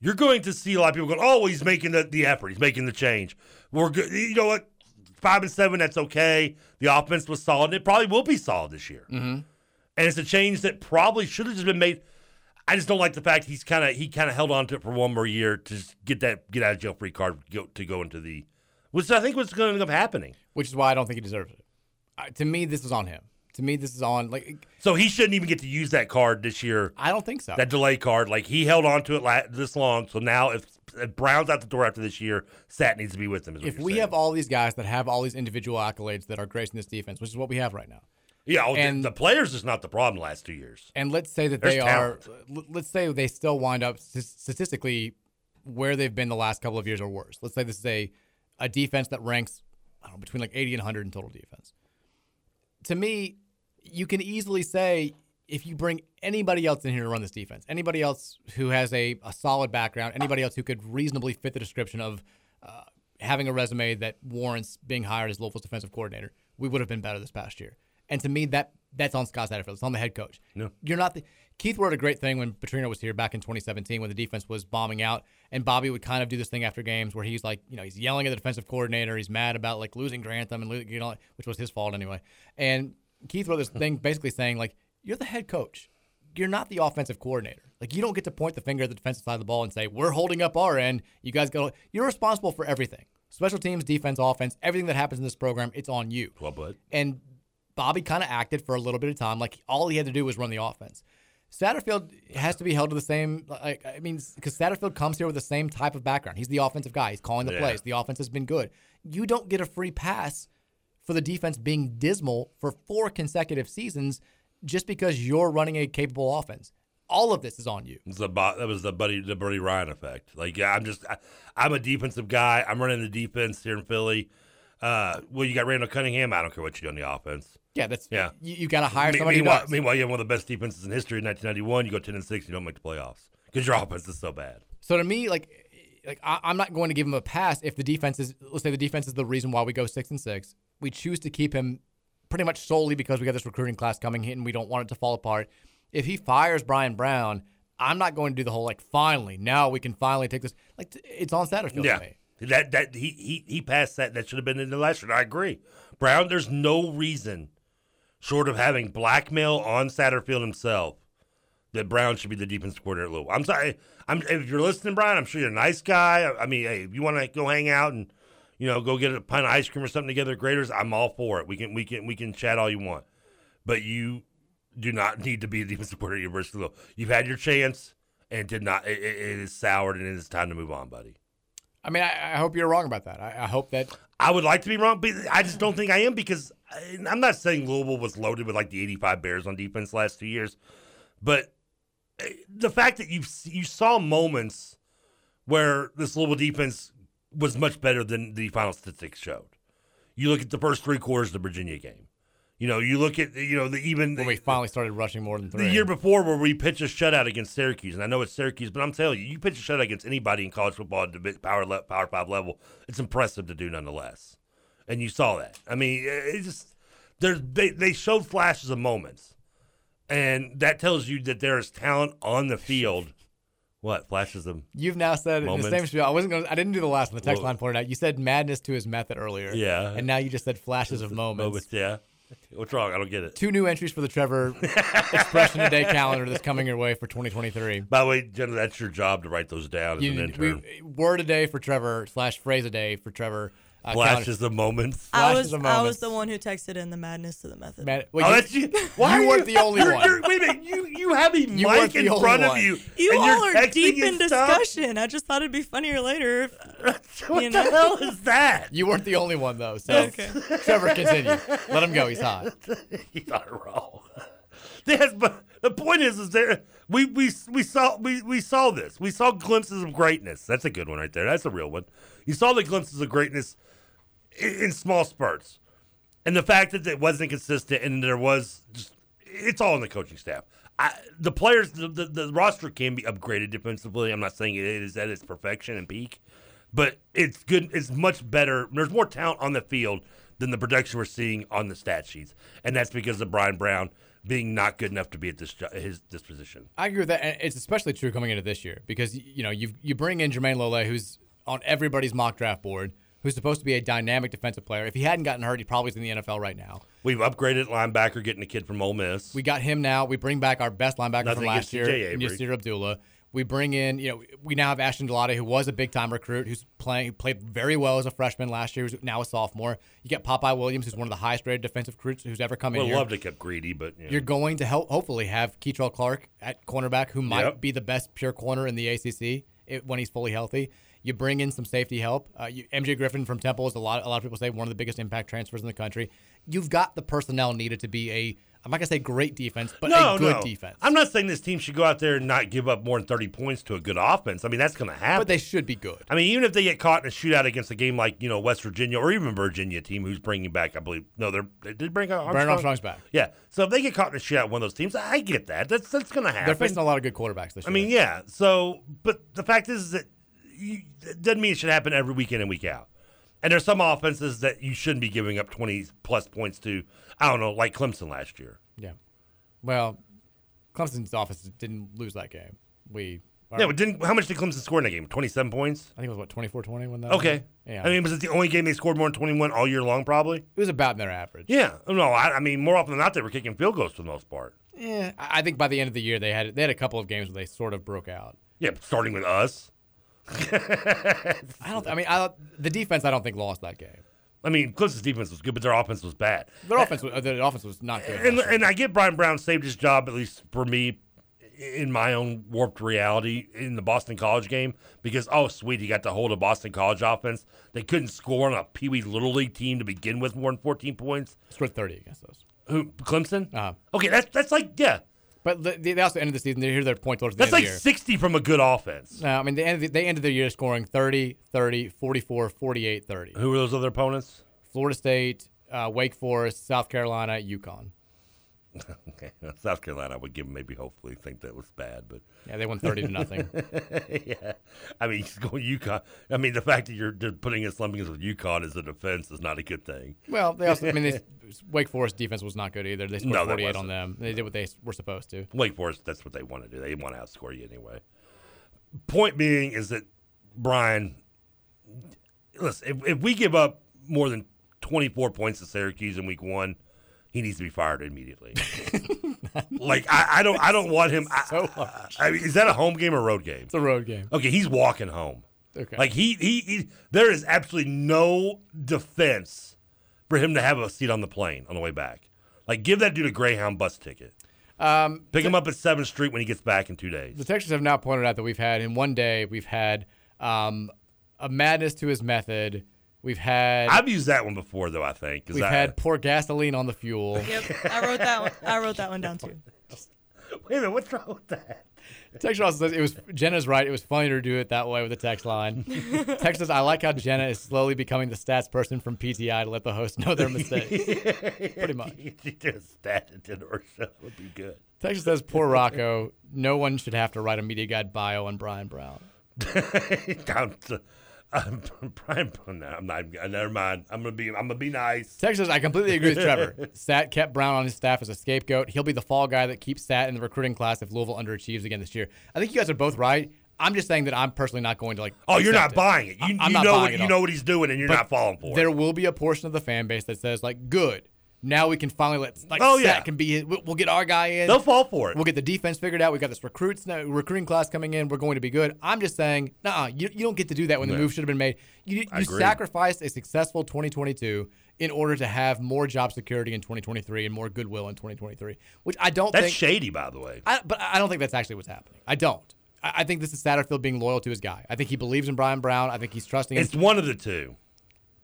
You're going to see a lot of people going, "Oh, he's making the, the effort. He's making the change." We're good. You know what? Five and seven. That's okay. The offense was solid. It probably will be solid this year. Mm-hmm. And it's a change that probably should have just been made. I just don't like the fact he's kind of he kind of held on to it for one more year to just get that get out of jail free card go, to go into the, which I think was going to end up happening. Which is why I don't think he deserves it. I, to me, this is on him. To me, this is on like So he shouldn't even get to use that card this year. I don't think so. That delay card, like he held on to it la- this long, so now if, if Brown's out the door after this year, Sat needs to be with him. Is what if you're we saying. have all these guys that have all these individual accolades that are gracing this defense, which is what we have right now, Yeah, oh, the- And- the players is not the problem last two years. And let's say that There's they talent. are. l- Let's say they still wind up st- statistically where they've been the last couple of years or worse. Let's say this is a a defense that ranks I don't know between like 80 and 100 in total defense. To me, you can easily say if you bring anybody else in here to run this defense, anybody else who has a, a solid background, anybody else who could reasonably fit the description of uh, having a resume that warrants being hired as Louisville's defensive coordinator, we would have been better this past year. And to me, that that's on Scott Satterfield. It's on the head coach. No. You're not the Keith wrote a great thing when Petrino was here back in 2017 when the defense was bombing out, and Bobby would kind of do this thing after games where he's like, you know, he's yelling at the defensive coordinator, he's mad about like losing Grantham and lo- you know, which was his fault anyway. And Keith wrote this thing basically saying like, you're the head coach, you're not the offensive coordinator. Like you don't get to point the finger at the defensive side of the ball and say we're holding up our end. You guys go. You're responsible for everything: special teams, defense, offense, everything that happens in this program. It's on you. Well, but And Bobby kind of acted for a little bit of time like all he had to do was run the offense. Satterfield has to be held to the same. Like, I mean, because Satterfield comes here with the same type of background. He's the offensive guy. He's calling the Yeah. plays. The offense has been good. You don't get a free pass for the defense being dismal for four consecutive seasons just because you're running a capable offense. All of this is on you. It's the bo- that was the buddy the Buddy Ryan effect. Like yeah, I'm just I, I'm a defensive guy. I'm running the defense here in Philly. Uh, well, you got Randall Cunningham. I don't care what you do on the offense. Yeah, that's yeah. You, you got to hire Me- somebody. who meanwhile, does. meanwhile, you have one of the best defenses in history in 1991. You go 10 and six. You don't make the playoffs because your offense is so bad. So to me, like, like I, I'm not going to give him a pass if the defense is. Let's say the defense is the reason why we go six and six. We choose to keep him pretty much solely because we got this recruiting class coming in and we don't want it to fall apart. If he fires Brian Brown, I'm not going to do the whole like finally now we can finally take this. Like t- it's on Satterfield. yeah, To me. that that he he he passed that. That should have been in the last year. I agree, Brown. There's no reason, short of having blackmail on Satterfield himself, that Brown should be the defensive coordinator at Louisville. I'm sorry. I'm if you're listening, Brian. I'm sure you're a nice guy. I, I mean, hey, if you want to go hang out and you know go get a pint of ice cream or something together, at graders. I'm all for it. We can we can we can chat all you want, but you do not need to be a defensive coordinator at University of Louisville. You've had your chance and it did not. It, it- it is soured and it is time to move on, buddy. I mean, I, I hope you're wrong about that. I, I hope that I would like to be wrong, but I just don't think I am because I- I'm not saying Louisville was loaded with like the 85 Bears on defense last two years, but eh, the fact that you you saw moments where this Louisville defense was much better than the final statistics showed. You look at the first three quarters of the Virginia game. You know, you look at you know the even when we finally started rushing more than three. the year before where we pitched a shutout against Syracuse, and I know it's Syracuse, but I'm telling you, you pitch a shutout against anybody in college football at the big power le- power five level, it's impressive to do nonetheless. And you saw that. I mean, it it just there's they they showed flashes of moments, and that tells you that there is talent on the field. What flashes of You've now said it in the Moments. same spiel. I wasn't going. to I didn't do the last one. The text Well- line pointed out. You said madness to his method earlier. Yeah. And now you just said flashes of moments. moments? Yeah, what's wrong? I don't get it. Two new entries for the Trevor Expression Today calendar that's coming your way for 2023. By the way, Jenna, that's your job to write those down as You- an intern. we- word a day for Trevor slash phrase a day for Trevor. uh, flashes calendar. of moments. I Flashes was of I was moments. the one who texted in the madness to the method. Mad- Oh, wait, you- that's you. Why you are weren't the only you're- one. you're- wait a minute. You you have a You mic weren't the in only front of one. you. You and all you're are texting deep and in stuff? discussion. I just thought it'd be funnier later. If, what you the know? hell is that? You weren't the only one though. So Okay. Trevor, continue. Let him go. He's hot. He's not wrong. That's, but the point is, is there we we we saw we we saw this. We saw glimpses of greatness. That's a good one right there. That's a real one. You saw the glimpses of greatness in, in small spurts, and the fact that it wasn't consistent and there was just it's all in the coaching staff. I, the players, the, the, the roster can be upgraded defensively. I'm not saying it is at its perfection and peak, but it's good. It's much better. There's more talent on the field than the production we're seeing on the stat sheets, and that's because of Brian Brown being not good enough to be at this jo- his this position. I agree with that. And it's especially true coming into this year because y- you know you you bring in Jermaine Lole, who's on everybody's mock draft board, who's supposed to be a dynamic defensive player. If he hadn't gotten hurt, he probably's in the NFL right now. We've upgraded linebacker, getting a kid from Ole Miss. We got him now. We bring back our best linebacker Nothing from last against TJ year, Avery. Yasir Abdullah. We bring in, you know, we now have Ashton Delotte, who was a big time recruit, who's playing who played very well as a freshman last year, who's now a sophomore. You get Popeye Williams, who's one of the highest rated defensive recruits who's ever come in. Would here. love to keep greedy, but you know. You're going to help, hopefully have Keitrell Clark at cornerback, who might Yep. be the best pure corner in the ACC it, when he's fully healthy. You bring in some safety help. Uh, you, MJ Griffin from Temple is a lot. A lot of people say one of the biggest impact transfers in the country. You've got the personnel needed to be a. I'm not gonna say great defense, but no, a good no. defense. I'm not saying this team should go out there and not give up more than 30 points to a good offense. I mean, that's going to happen. But they should be good. I mean, even if they get caught in a shootout against a game like you know West Virginia or even Virginia team, who's bringing back, I believe, no, they're, they did bring out Armstrong. Brandon Armstrong's back. Yeah, so if they get caught in a shootout, one of those teams, I get that. That's that's going to happen. They're facing a lot of good quarterbacks this I year. mean, yeah. So, but the fact is that you, it doesn't mean it should happen every week in and week out. And there's some offenses that you shouldn't be giving up 20 plus points to. I don't know, like Clemson last year. Yeah. Well, Clemson's office didn't lose that game. We Yeah, but didn't how much did Clemson score in that game? Twenty seven points. I think it was what 24-20 when that. was? Okay. Mm-hmm. Yeah. I mean, was it the only game they scored more than twenty one all year long? Probably. It was about their average. Yeah. No, I, I mean, more often than not, they were kicking field goals for the most part. Yeah, I I think by the end of the year they had they had a couple of games where they sort of broke out. Yeah, starting with us. I don't. I mean, I, the defense I don't think lost that game. I mean, Clemson's defense was good, but their offense was bad. Their offense, was- their offense was not good. And, and I get Brian Brown saved his job, at least for me, in my own warped reality in the Boston College game because, oh, sweet, he got to hold a Boston College offense. They couldn't score on a Pee Wee Little League team to begin with more than 14 points. Scored 30 against those. Who, Clemson? Uh-huh. Okay, that's that's like, yeah. But the, they also ended the season. They hear their point towards the That's like end of the year. 60 from a good offense. No, I mean they ended, they ended the year scoring 30, 30, 44, 48, 30. Who were those other opponents? Florida State, uh, Wake Forest, South Carolina, UConn. Okay, South Carolina, I would give 'em maybe hopefully think that was bad, but Yeah, they won 30 to nothing. yeah, I mean, he's going UConn. I mean, the fact that you're they're putting in slumpings with UConn as a defense is not a good thing. Well, they also I mean they, Wake Forest defense was not good either. They scored No, they 48 on wasn't. them. They did what they s- were supposed to. Wake Forest, that's what they want to do. They want to outscore you anyway. Point being is that Brian, listen, if, if we give up more than 24 points to Syracuse in week one, he needs to be fired immediately. like I, I don't, I don't want him. I, I mean, is that a home game or road game? It's a road game. Okay, he's walking home. Okay. Like he, he, he there is absolutely no defense for him to have a seat on the plane on the way back. Like give that dude a Greyhound bus ticket. Um, Pick him up at Seventh Street when he gets back in two days. The Texans have now pointed out that we've had in one day we've had um, a madness to his method. We've had I've used that one before though. I think 'cause we've I- had pour gasoline on the fuel. Yep, I wrote that one. I wrote that one down too. Wait a minute, what's wrong with that? Text also says it was Jenna's right. It was funnier to do it that way with the text line. text says I like how Jenna is slowly becoming the stats person from PTI to let the host know their mistakes. Pretty much. Just that at dinner or so would be good. Texas says, "Poor Rocco. No one should have to write a media guide bio on Brian Brown." I'm, I'm, Brian, no, I'm not. even- Never mind. I'm gonna be. I'm gonna be nice. Texas, says, I completely agree with Trevor. Sat kept Brown on his staff as a scapegoat. He'll be the fall guy that keeps Sat in the recruiting class if Louisville underachieves again this year. I think you guys are both right. I'm just saying that I'm personally not going to like. Oh, you're accept not buying it. You, I- I'm you not know buying what, it you all. know what he's doing, and you're But not falling for There it. will be a portion of the fan base that says like, "Good, now we can finally let like Oh, Sat yeah. can be. his- We'll, we'll get our guy in. They'll fall for it. We'll get the defense figured out. We got this recruits now- recruiting class coming in. We're going to be good. I'm just saying, nah, you, you don't get to do that when the No. move should have been made. You, I you agree. sacrificed a successful 2022 in order to have more job security in 2023 and more goodwill in 2023, which I don't. That's think, shady, by the way. I, but I don't think that's actually what's happening. I don't. I, I think this is Satterfield being loyal to his guy. I think he believes in Brian Brown. I think he's trusting. him. It's one of the two.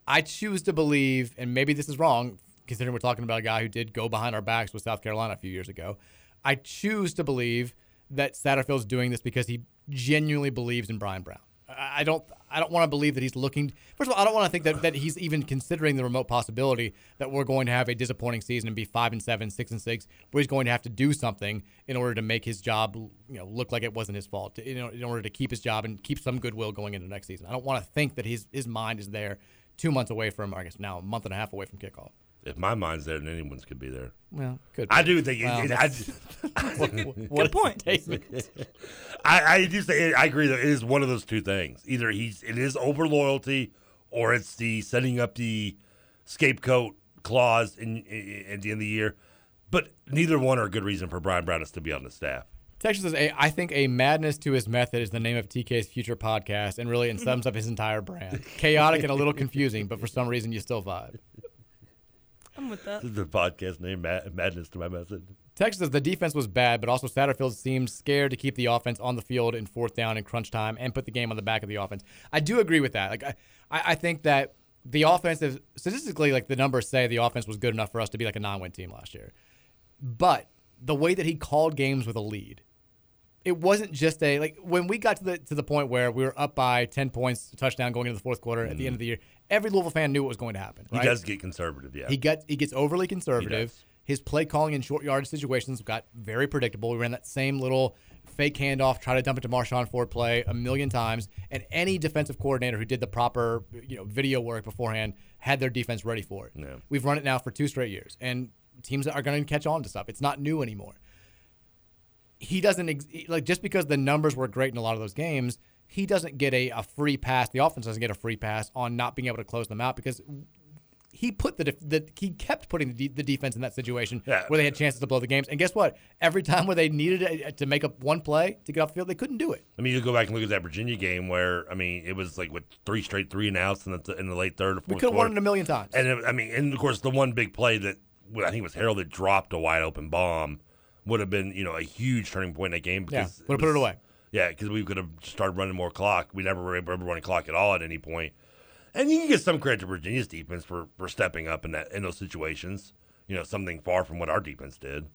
I choose to believe, and maybe this is wrong, considering we're talking about a guy who did go behind our backs with South Carolina a few years ago. I choose to believe that Satterfield's doing this because he genuinely believes in Brian Brown. I I don't. I don't want to believe that he's looking. First of all, I don't want to think that, that he's even considering the remote possibility that we're going to have a disappointing season and be five and seven, six and six, where he's going to have to do something in order to make his job, you know, look like it wasn't his fault. You know, in order to keep his job and keep some goodwill going into next season. I don't want to think that his his mind is there two months away from, I guess now a month and a half away from kickoff. If my mind's there, then anyone's could be there. Well, could I be. do think. it- Well, it- I, that's- Good what- point. I, I do say I agree though. It is one of those two things. Either he's it is over loyalty, or it's the setting up the scapegoat clause in, in, at the end of the year. But neither one are a good reason for Brian Brown to be on the staff. Texas says, a, I think a madness to his method is the name of TK's future podcast and really it sums up his entire brand. Chaotic and a little confusing, but for some reason you still vibe. I'm with that. This is the podcast name Mad- Madness to My Method. Texas says the defense was bad, but also Satterfield seemed scared to keep the offense on the field in fourth down and crunch time and put the game on the back of the offense. I do agree with that. Like I, I I think that the offense is statistically like the numbers say the offense was good enough for us to be like a non-win team last year. But the way that he called games with a lead, it wasn't just a like when we got to the to the point where we were up by ten points, a touchdown going into the fourth quarter at the end of the year. Every Louisville fan knew what was going to happen. He right? does get conservative, yeah. He gets he gets overly conservative. His play calling in short yardage situations got very predictable. We ran that same little fake handoff, try to dump it to Marshawn Ford play a million times, and any defensive coordinator who did the proper you know video work beforehand had their defense ready for it. Yeah. We've run it now for two straight years, and teams are going to catch on to stuff. It's not new anymore. He doesn't ex- like just because the numbers were great in a lot of those games. He doesn't get a, a free pass. The offense doesn't get a free pass on not being able to close them out because he put the, def- the he kept putting the, de- the defense in that situation where they had chances to blow the games. And guess what? Every time where they needed it to make up one play to get off the field, they couldn't do it. I mean, you go back and look at that Virginia game where I mean it was like what three straight three and outs in the in the late third or fourth. We could have won quarter. it a million times. And it- I mean, and of course, the one big play that well, I think it was Harold that dropped a wide open bomb would have been you know a huge turning point in that game Yeah, because would've put it was- away. Yeah, because we could have started running more clock. We never were able to run clock at all at any point. And you can get some credit to Virginia's defense for, for stepping up in that in those situations. You know, something far from what our defense did.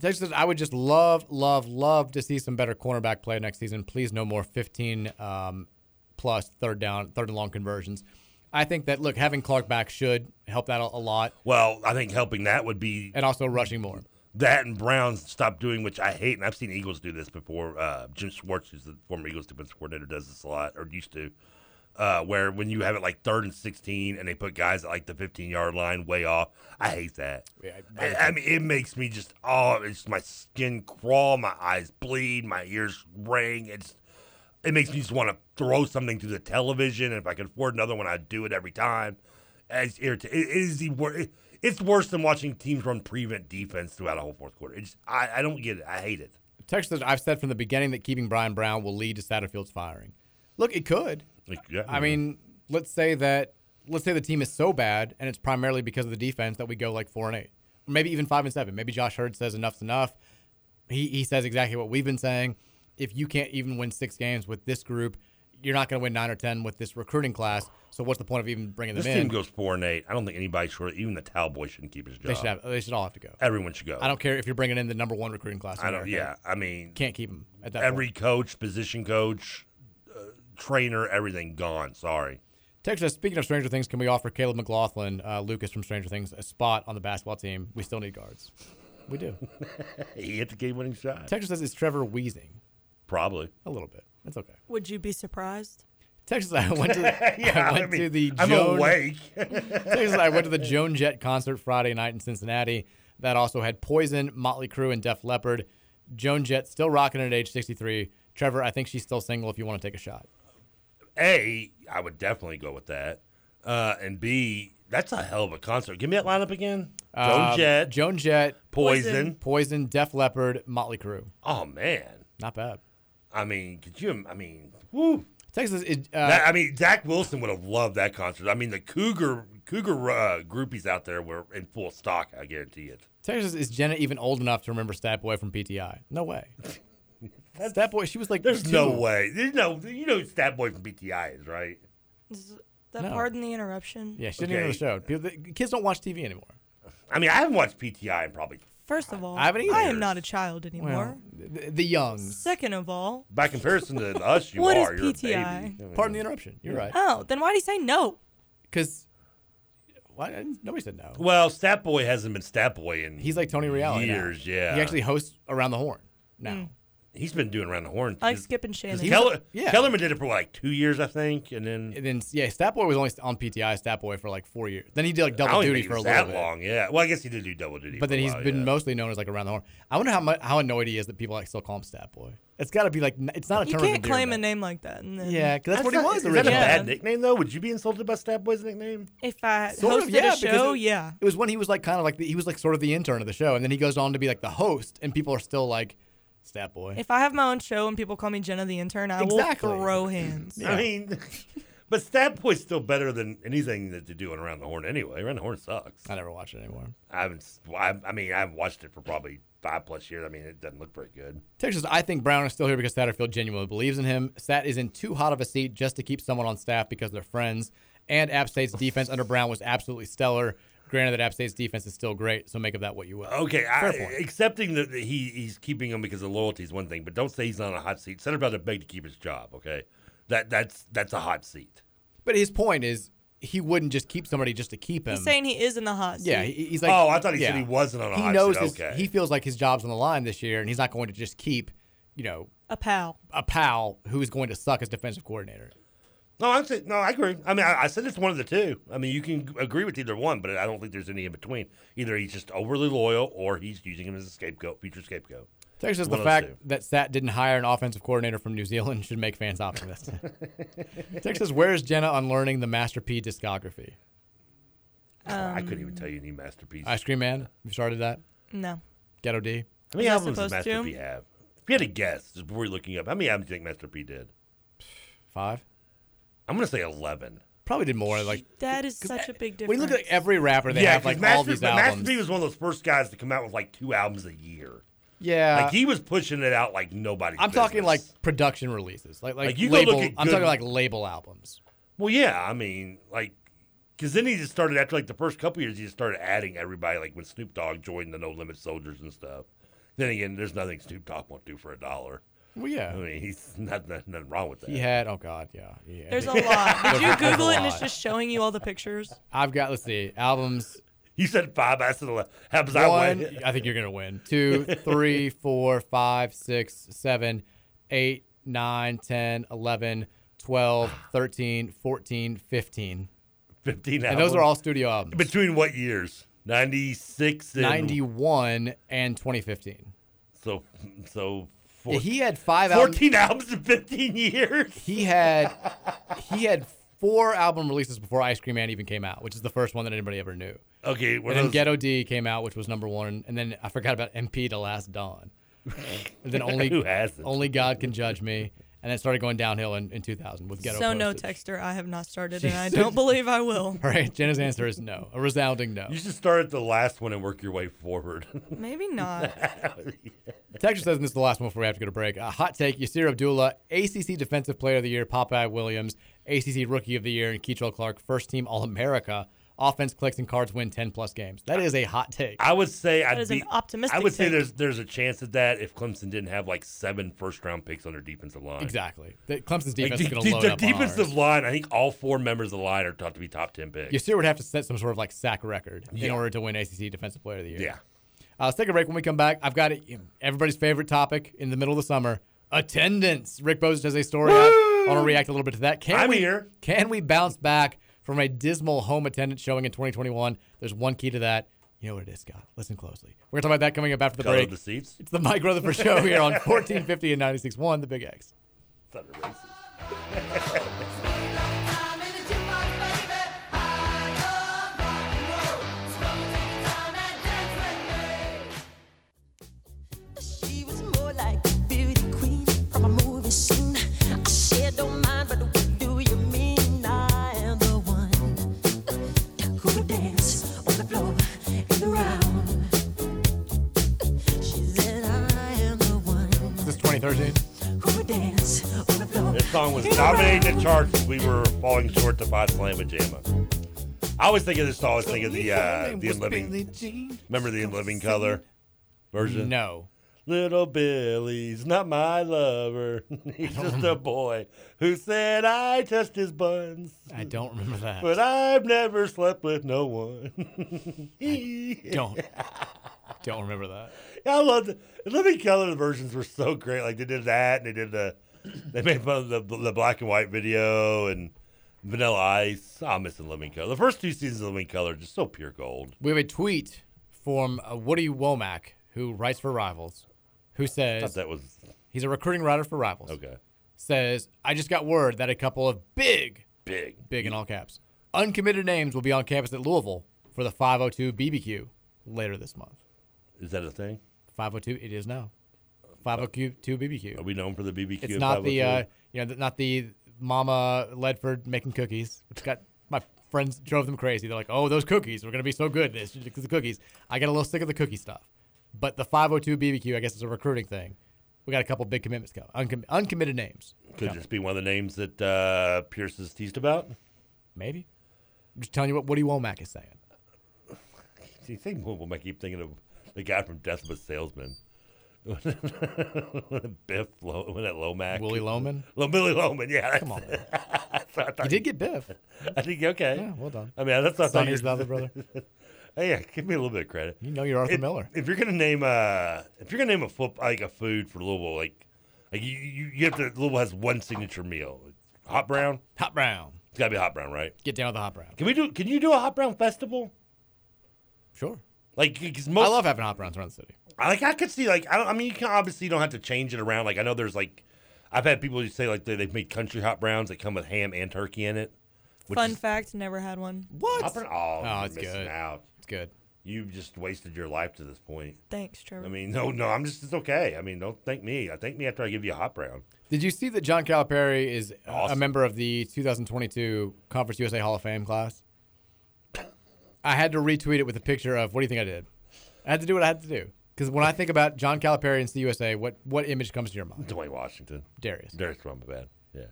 Texas, says, I would just love, love, love to see some better cornerback play next season. Please, no more 15 um, plus third down, third and long conversions. I think that look, having Clark back should help that a, a lot, Well, I think helping that would be and also rushing more. that and Brown stop doing, which I hate, and I've seen Eagles do this before. Uh, Jim Schwartz, who's the former Eagles defensive coordinator, does this a lot, or used to, uh, where when you have it like third and sixteen, and they put guys at like the fifteen yard line way off. I hate that. Yeah, I- I, I mean, it makes me just oh, it's my skin crawl, my eyes bleed, my ears ring. It's it makes me just want to throw something through the television. And if I could afford another one, I'd do it every time. It's irritating. It is the worst. It's worse than watching teams run prevent defense throughout a whole fourth quarter. It's I, I don't get it. I hate it. Texas, says, I've said from the beginning that keeping Brian Brown will lead to Satterfield's firing. Look, it could. yeah, I mean, let's say that let's say the team is so bad and it's primarily because of the defense that we go like four and eight, or maybe even five and seven. Maybe Josh Hurd says enough's enough. He he says exactly what we've been saying. If you can't even win six games with this group, you're not going to win nine or ten with this recruiting class. So what's the point of even bringing them this in? team goes four and eight. I don't think anybody short, even the Cowboys, shouldn't keep his job. they should have. They should all have to go. Everyone should go. I don't care if you're bringing in the number one recruiting class. in I don't. America. Yeah, I mean, can't keep him at that. every coach, position coach, uh, trainer, everything gone. Sorry. Text us. Speaking of Stranger Things, can we offer Caleb McLaughlin, uh, Lucas from Stranger Things, a spot on the basketball team? We still need guards. We do. he hit the game-winning shot. Texas says, "Is Trevor wheezing?" Probably a little bit. That's okay. Would you be surprised? Texas, I went to the, Yeah, I went I mean, to the I'm Joan, awake. Texas, I went to the Joan Jett concert Friday night in Cincinnati. That also had Poison, Motley Crue, and Def Leppard. Joan Jett still rocking it at age 63. Trevor, I think she's still single. If you want to take a shot, A, I would definitely go with that. Uh, and B, that's a hell of a concert. Give me that lineup again. Joan Um, Jett. Joan Jett, Poison. Poison, Def Leppard, Motley Crue. Oh man, not bad. I mean, could you? I mean, woo. Texas. It, uh, That- I mean, Zach Wilson would have loved that concert. I mean, the Cougar Cougar uh, groupies out there were in full stock. I guarantee it. Texas is Jenna even old enough to remember Stat Boy from PTI? No way. Stat Boy, she was like, There's no two. way. There's no. You know, who Stat Boy from BTI is right. Is that No. pardon the interruption? Yeah, she didn't even know the show. People, the- kids don't watch TV anymore. I mean, I haven't watched PTI in probably First of all, I haven't either. am not a child anymore. the, the youngs. Second of all, by comparison to us. You What is are. You're a PTI? baby. I mean, Pardon the interruption. You're right. oh, then why do you say no? Because why? Nobody said no. Well, Stat Boy hasn't been Stat Boy in He's like Tony Reale. now. years. Yeah, He actually hosts Around the Horn now. Mm. He's been doing around the horn. I like Skip and Shannon. Because Keller, yeah. Kellerman did it for like two years, I think, and then And then yeah, Stat Boy was only on PTI Stat Boy for like four years. Then he did like I double don't duty think it for a was little that bit. long. Yeah, well, I guess he did do double duty, But then he he's while, been yeah. mostly known as like around the horn. I wonder how much, how annoyed he is that people like still call him Stat Boy. It's got to be like n- it's not a You term. can't of claim a endearment. name like that. And then Yeah, 'cause that's what he not- was Is that a originally. bad nickname though? Would you be insulted by Stat Boy's nickname? If I Sort hosted of, yeah. a because show, it, yeah. it was when he was like kind of like the, he was like sort of the intern of the show, and then he goes on to be like the host, and people are still like Stat Boy. If I have my own show and people call me Jenna the intern, I Exactly. will throw hands. Yeah. I mean, But Stab Boy's still better than anything that they do on Around the Horn anyway. Around the Horn sucks. I never watch it anymore. I haven't. s- well, I, I mean, I haven't watched it for probably five plus years. I mean, it doesn't look very good. Texas, I think Brown is still here because Satterfield genuinely believes in him. Sat is in too hot of a seat just to keep someone on staff because they're friends. And App State's defense under Brown was absolutely stellar. Granted that App State's defense is still great, so make of that what you will. Oh. Okay, fair I, point. accepting that he he's keeping him because of loyalty is one thing, but don't say he's not on a hot seat. Centerfield had begged to keep his job. Okay, that that's that's a hot seat. But his point is, he wouldn't just keep somebody just to keep him. He's saying he is in the hot seat. yeah, he- he's like. Oh, I thought he said yeah. he wasn't on a He hot knows seat. his- Okay. He feels like his job's on the line this year, and he's not going to just keep, you know, a pal, a pal who is going to suck as defensive coordinator. No, I'm saying no. I agree. I mean, I, I said it's one of the two. I mean, you can g- agree with either one, but I don't think there's any in between. Either he's just overly loyal, or he's using him as a scapegoat, future scapegoat. Texas, the One of those fact two. that Sat didn't hire an offensive coordinator from New Zealand should make fans optimistic. Texas, where is Jenna on learning the Master P discography? I couldn't even tell you any masterpiece. Ice Cream Man, you started that? No. Ghetto D? How many Am I albums does supposed Master to? P have? If you had to guess, just before you're looking up, how many albums do you think Master P did? Five. I'm gonna say eleven. Probably did more. Like That is such a big difference. when you look at every rapper, they yeah, have 'cause like Master, all these but albums. Master P was one of those first guys to come out with like two albums a year. Yeah. like he was pushing it out like nobody. Uh, I'm talking like production releases, like like, Like, you go label. look at I'm good- talking like label albums. Well, yeah, I mean, like, because then he just started after like the first couple years, he just started adding everybody. Like when Snoop Dogg joined the No Limit Soldiers and stuff. Then again, there's nothing Snoop Dogg won't do for a dollar. Well, yeah. I mean, he's not, not- nothing wrong with that. He had oh god, yeah. yeah. There's a lot. Did you There's a Google it and it's lot. just showing you all the pictures? I've got let's see albums. You said five. I said eleven. Happens one, I win. I think you're gonna win. Two, three, four, five, six, seven, eight, nine, ten, eleven, twelve, thirteen, fourteen, fifteen. 15 And those are albums. all studio albums. Between what years? 96 and 91 and 2015. So, so Yeah, four, he had five 14 albums in 15 years. He had he had four album releases before Ice Cream Man even came out, which is the first one that anybody ever knew. Okay, were and then those- Ghetto D came out, which was number one, and then I forgot about MP to Last Dawn. and then only Who hasn't? only God can judge me, and then started going downhill in, in 2000 with Ghetto. so no, Postage. Texter, I have not started, and I don't believe I will. All right, Jenna's answer is no, a resounding no. You should start at the last one and work your way forward. Maybe not. Texture says, and this is the last one before we have to go to break. A hot take Yasir Abdullah, ACC Defensive Player of the Year, Popeye Williams, ACC Rookie of the Year, and Keitrell Clark, first team All America. Offense clicks and cards win 10 plus games. That is a hot take. I would say That I'd is an be- optimistic I would say take. there's there's a chance at that if Clemson didn't have like seven first round picks on their defensive line. Exactly. That Clemson's Like, defense the- is going the- to load their up on defensive ours. line. I think all four members of the line are thought to be top ten picks. Yasir would have to set some sort of like sack record in Yeah. order to win ACC Defensive Player of the Year. Yeah. Uh, let's take a break. When we come back, I've got it, everybody's favorite topic in the middle of the summer attendance. Rick Bose has a story. out. I want to react a little bit to that. Can I'm we, here. Can we bounce back from a dismal home attendance showing in 2021? There's one key to that. You know what it is, Scott. Listen closely. We're going to talk about that coming up after the Color break. of the seats. It's the Mike Rutherford Show here on 1450 and 96.1, The Big X. Thunder races. She was more like a beauty queen from a movie scene. I said, don't mind, but what do you mean? I am the one who would dance on the floor and around. She said, I am the one This is 2013. who would dance on the floor. This song was and dominating around. the charts. We were falling short to Pod Slamma Jamma. I always think of this song. I was thinking of the uh, the In Living. Remember the In Living Color version? No. Little Billy's not my lover. He's just a boy who said I touched his buns. I don't remember that. But I've never slept with no one. Don't. Don't remember that. Yeah, I love the Living Color versions were so great. Like they did that, and they did the they made fun of the the black and white video and Vanilla Ice. Oh, I'm missing Living Color. The first two seasons of Living Color are just so pure gold. We have a tweet from uh, Woody Womack, who writes for Rivals, who says that was he's a recruiting writer for Rivals. Okay. Says I just got word that a couple of big, big, big in all caps, uncommitted names will be on campus at Louisville for the 502 BBQ later this month. Is that a thing? 502, it is now. 502 BBQ. Are we known for the BBQ? It's at not the 502? uh, you know th- not the Mama Ledford making cookies, which got my friends drove them crazy. They're like, "Oh, those cookies were gonna be so good." This the cookies. I got a little sick of the cookie stuff, but the 502 BBQ, I guess, is a recruiting thing. We got a couple big commitments coming, Uncom- uncommitted names. Could coming. this be one of the names that uh, Pierce is teased about? Maybe. I'm just telling you what Woody Womack is saying. See, think well, I keep thinking of the guy from Death of a Salesman. Biff, Lo, when that Lomac, Willie Loman? Lo, Billy Loman, yeah. Come on, man. That's what I thought You did get Biff. I think okay. Yeah, well done. I mean, that's not Sonny's the other brother. hey, yeah, give me a little bit of credit. You know you're Arthur If- Miller. If you're gonna name uh if you're gonna name a foot like a food for Louisville, like like you you, you have to Louisville has one signature meal. Hot brown. Hot brown. It's gotta be hot brown, right? Get down with the hot brown. Can we do? Can you do a hot brown festival? Sure. Like, 'cause most I love having hot browns around the city. I- like I could see like I, don't, I mean you can obviously you don't have to change it around. Like I know there's like I've had people who say like they, they've made country hot browns that come with ham and turkey in it. Which Fun is, fact, never had one. What? hot brown- oh, Oh, you're it's missing good. Out. It's good. You just wasted your life to this point. Thanks, Trevor. I mean, no, no, I'm just it's okay. I mean, don't thank me. I thank me after I give you a hot brown. Did you see that John Calipari is a- a member of the 2022 Conference USA Hall of Fame class? I had to retweet it with a picture of what do you think I did? I had to do what I had to do because when I think about John Calipari and CUSA, what what image comes to your mind? Dwayne Washington, Darius. Darius Rumbabad. Yeah.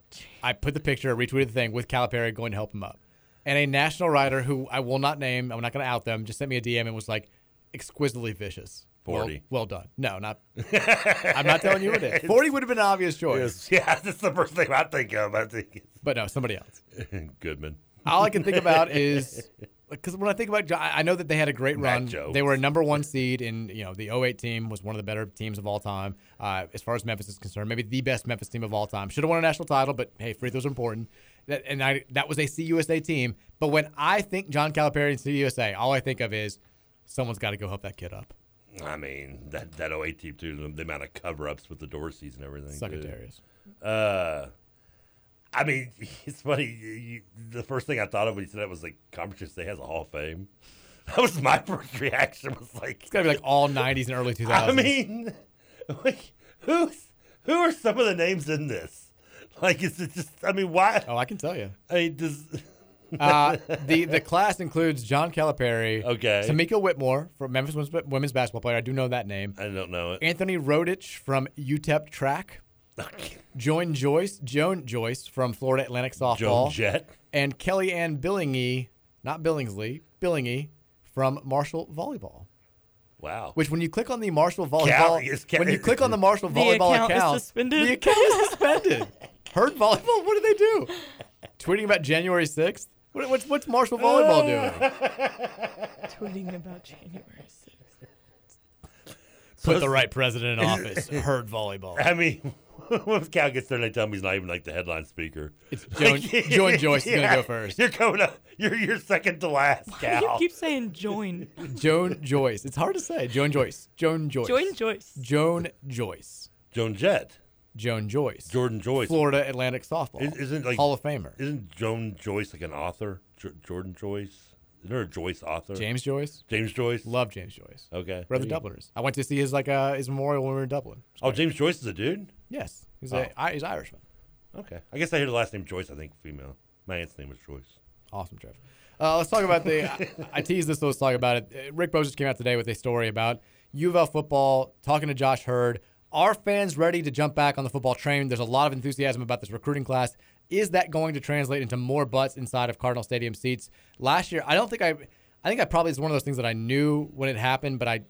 I put the picture, retweeted the thing with Calipari going to help him up, and a national writer who I will not name, I'm not going to out them, just sent me a DM and was like, exquisitely vicious. Well- 40. Well, done. No, not. I'm not telling you what it is. 40 would have been an obvious choice. Yes, yeah, that's the first thing I think of. I think But no, somebody else. Goodman. All I can think about is because when I think about, I I know that they had a great Matt run. Jones. They were a number one seed in you know the 08 team was one of the better teams of all time uh, as far as Memphis is concerned. Maybe the best Memphis team of all time. Should have won a national title, but hey, free throws are important. That, and I, that was a CUSA team. But when I think John Calipari and CUSA, all I think of is someone's got to go help that kid up. I mean that that 08 team too. the- The amount of cover ups with the Dorseys and everything. Suck it, too. Darius. Uh, I mean, it's funny. You, you, the first thing I thought of when you said that was like conference they has a Hall of Fame. That was my first reaction. Was like It's got to be like all 90s and early 2000s. I mean, like, who's who are some of the names in this? Like, is it just? I mean, why? Oh, I can tell you. I mean, does Uh, the the class includes John Calipari, Okay. Tamika Whitmore from Memphis women's- women's basketball player. I do know that name. I don't know it. Anthony Rodich from UTEP track. Joan Joyce, Joan Joyce from Florida Atlantic softball. Joan Jett. and Kellyanne Billingy, not Billingsley, Billingy from Marshall volleyball. Wow. Which, when you click on the Marshall Cal- volleyball, is Cal- when you click on the Marshall The volleyball account is suspended. The account is suspended. Heard volleyball. What do they do? Tweeting about January sixth. What, what's what's Marshall Uh, volleyball doing? Tweeting about January 6th. Put the right president in office. Heard volleyball. I mean, what if Cal gets there and they tell him he's not even like the headline speaker? It's Joan- Joan Joyce is gonna go first. You're going up. You're you're second to last, You Cal. keep saying join. Joan Joyce. It's hard to say. Joan Joyce. Joan Joyce. Joan Joyce. Joan Joyce. Joan Jett. Joan Joyce. Jordan Joyce. Florida Atlantic softball. Is- Isn't like Hall of Famer. Isn't Joan Joyce like an author? Jo- Jordan Joyce. Isn't there a Joyce author? James Joyce. James Joyce. Love James Joyce. Okay. We're There the you- Dubliners. I went to see his like uh, his memorial when we were in Dublin. Oh, James Joyce is a dude. Yes, he's Oh. a I he's Irishman. Okay. I guess I hear the last name Joyce. I think female. My aunt's name was Joyce. Awesome, Trevor. Uh, let's talk about the. I, I teased this, so let's talk about it. Uh, Rick Bose just came out today with a story about U of L football, talking to Josh Hurd. Are fans ready to jump back on the football train? There's a lot of enthusiasm about this recruiting class. Is that going to translate into more butts inside of Cardinal Stadium seats? Last year, I don't think I. I think I probably is one of those things that I knew when it happened, but I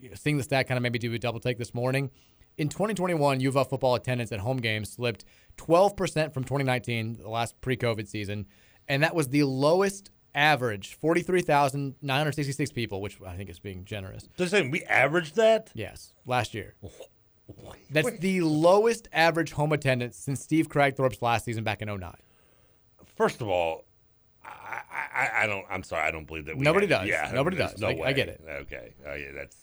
you know, seeing the stat kind of made me do a double take this morning. In 2021, U of L football attendance at home games slipped 12% from 2019, the last pre COVID season. And that was the lowest average, 43,966 people, which I think is being generous. They're saying we averaged that. Yes, last year. That's the lowest average home attendance since Steve Cragthorpe's last season back in 09. First of all, I, I, I- I don't. I'm sorry. I don't believe that. We Nobody had- does. Yeah. Nobody there's does. No I- I way. get it. Okay. Oh yeah. That's.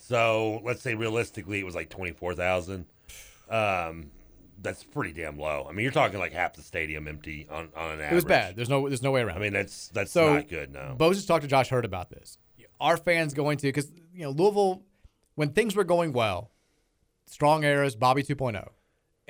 So let's say realistically it was like twenty four thousand. Um, that's pretty damn low. I mean, you're talking like half the stadium empty on on an average. It was bad. There's no there's no way around. I mean, that's that's so not good. No. Bose just talked to Josh Hurd about this. Are fans going to because you know Louisville when things were going well, strong eras, Bobby 2.0. oh,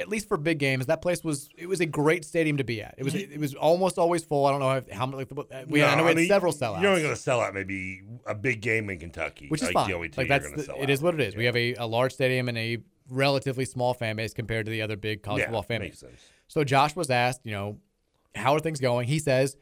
at least for big games, that place was it was a great stadium to be at. It was it was almost always full. I don't know how, how much. Like, the- uh, we had, I know we had several sellouts. You're only going to sell out maybe a big game in Kentucky, which is like fine. The only 2 like you're that's going the- to sell it out. is what it is. We have a, a large stadium and a relatively small fan base compared to the other big college Yeah, football fan makes base. sense. So Josh was asked, you know, how are things going? He says,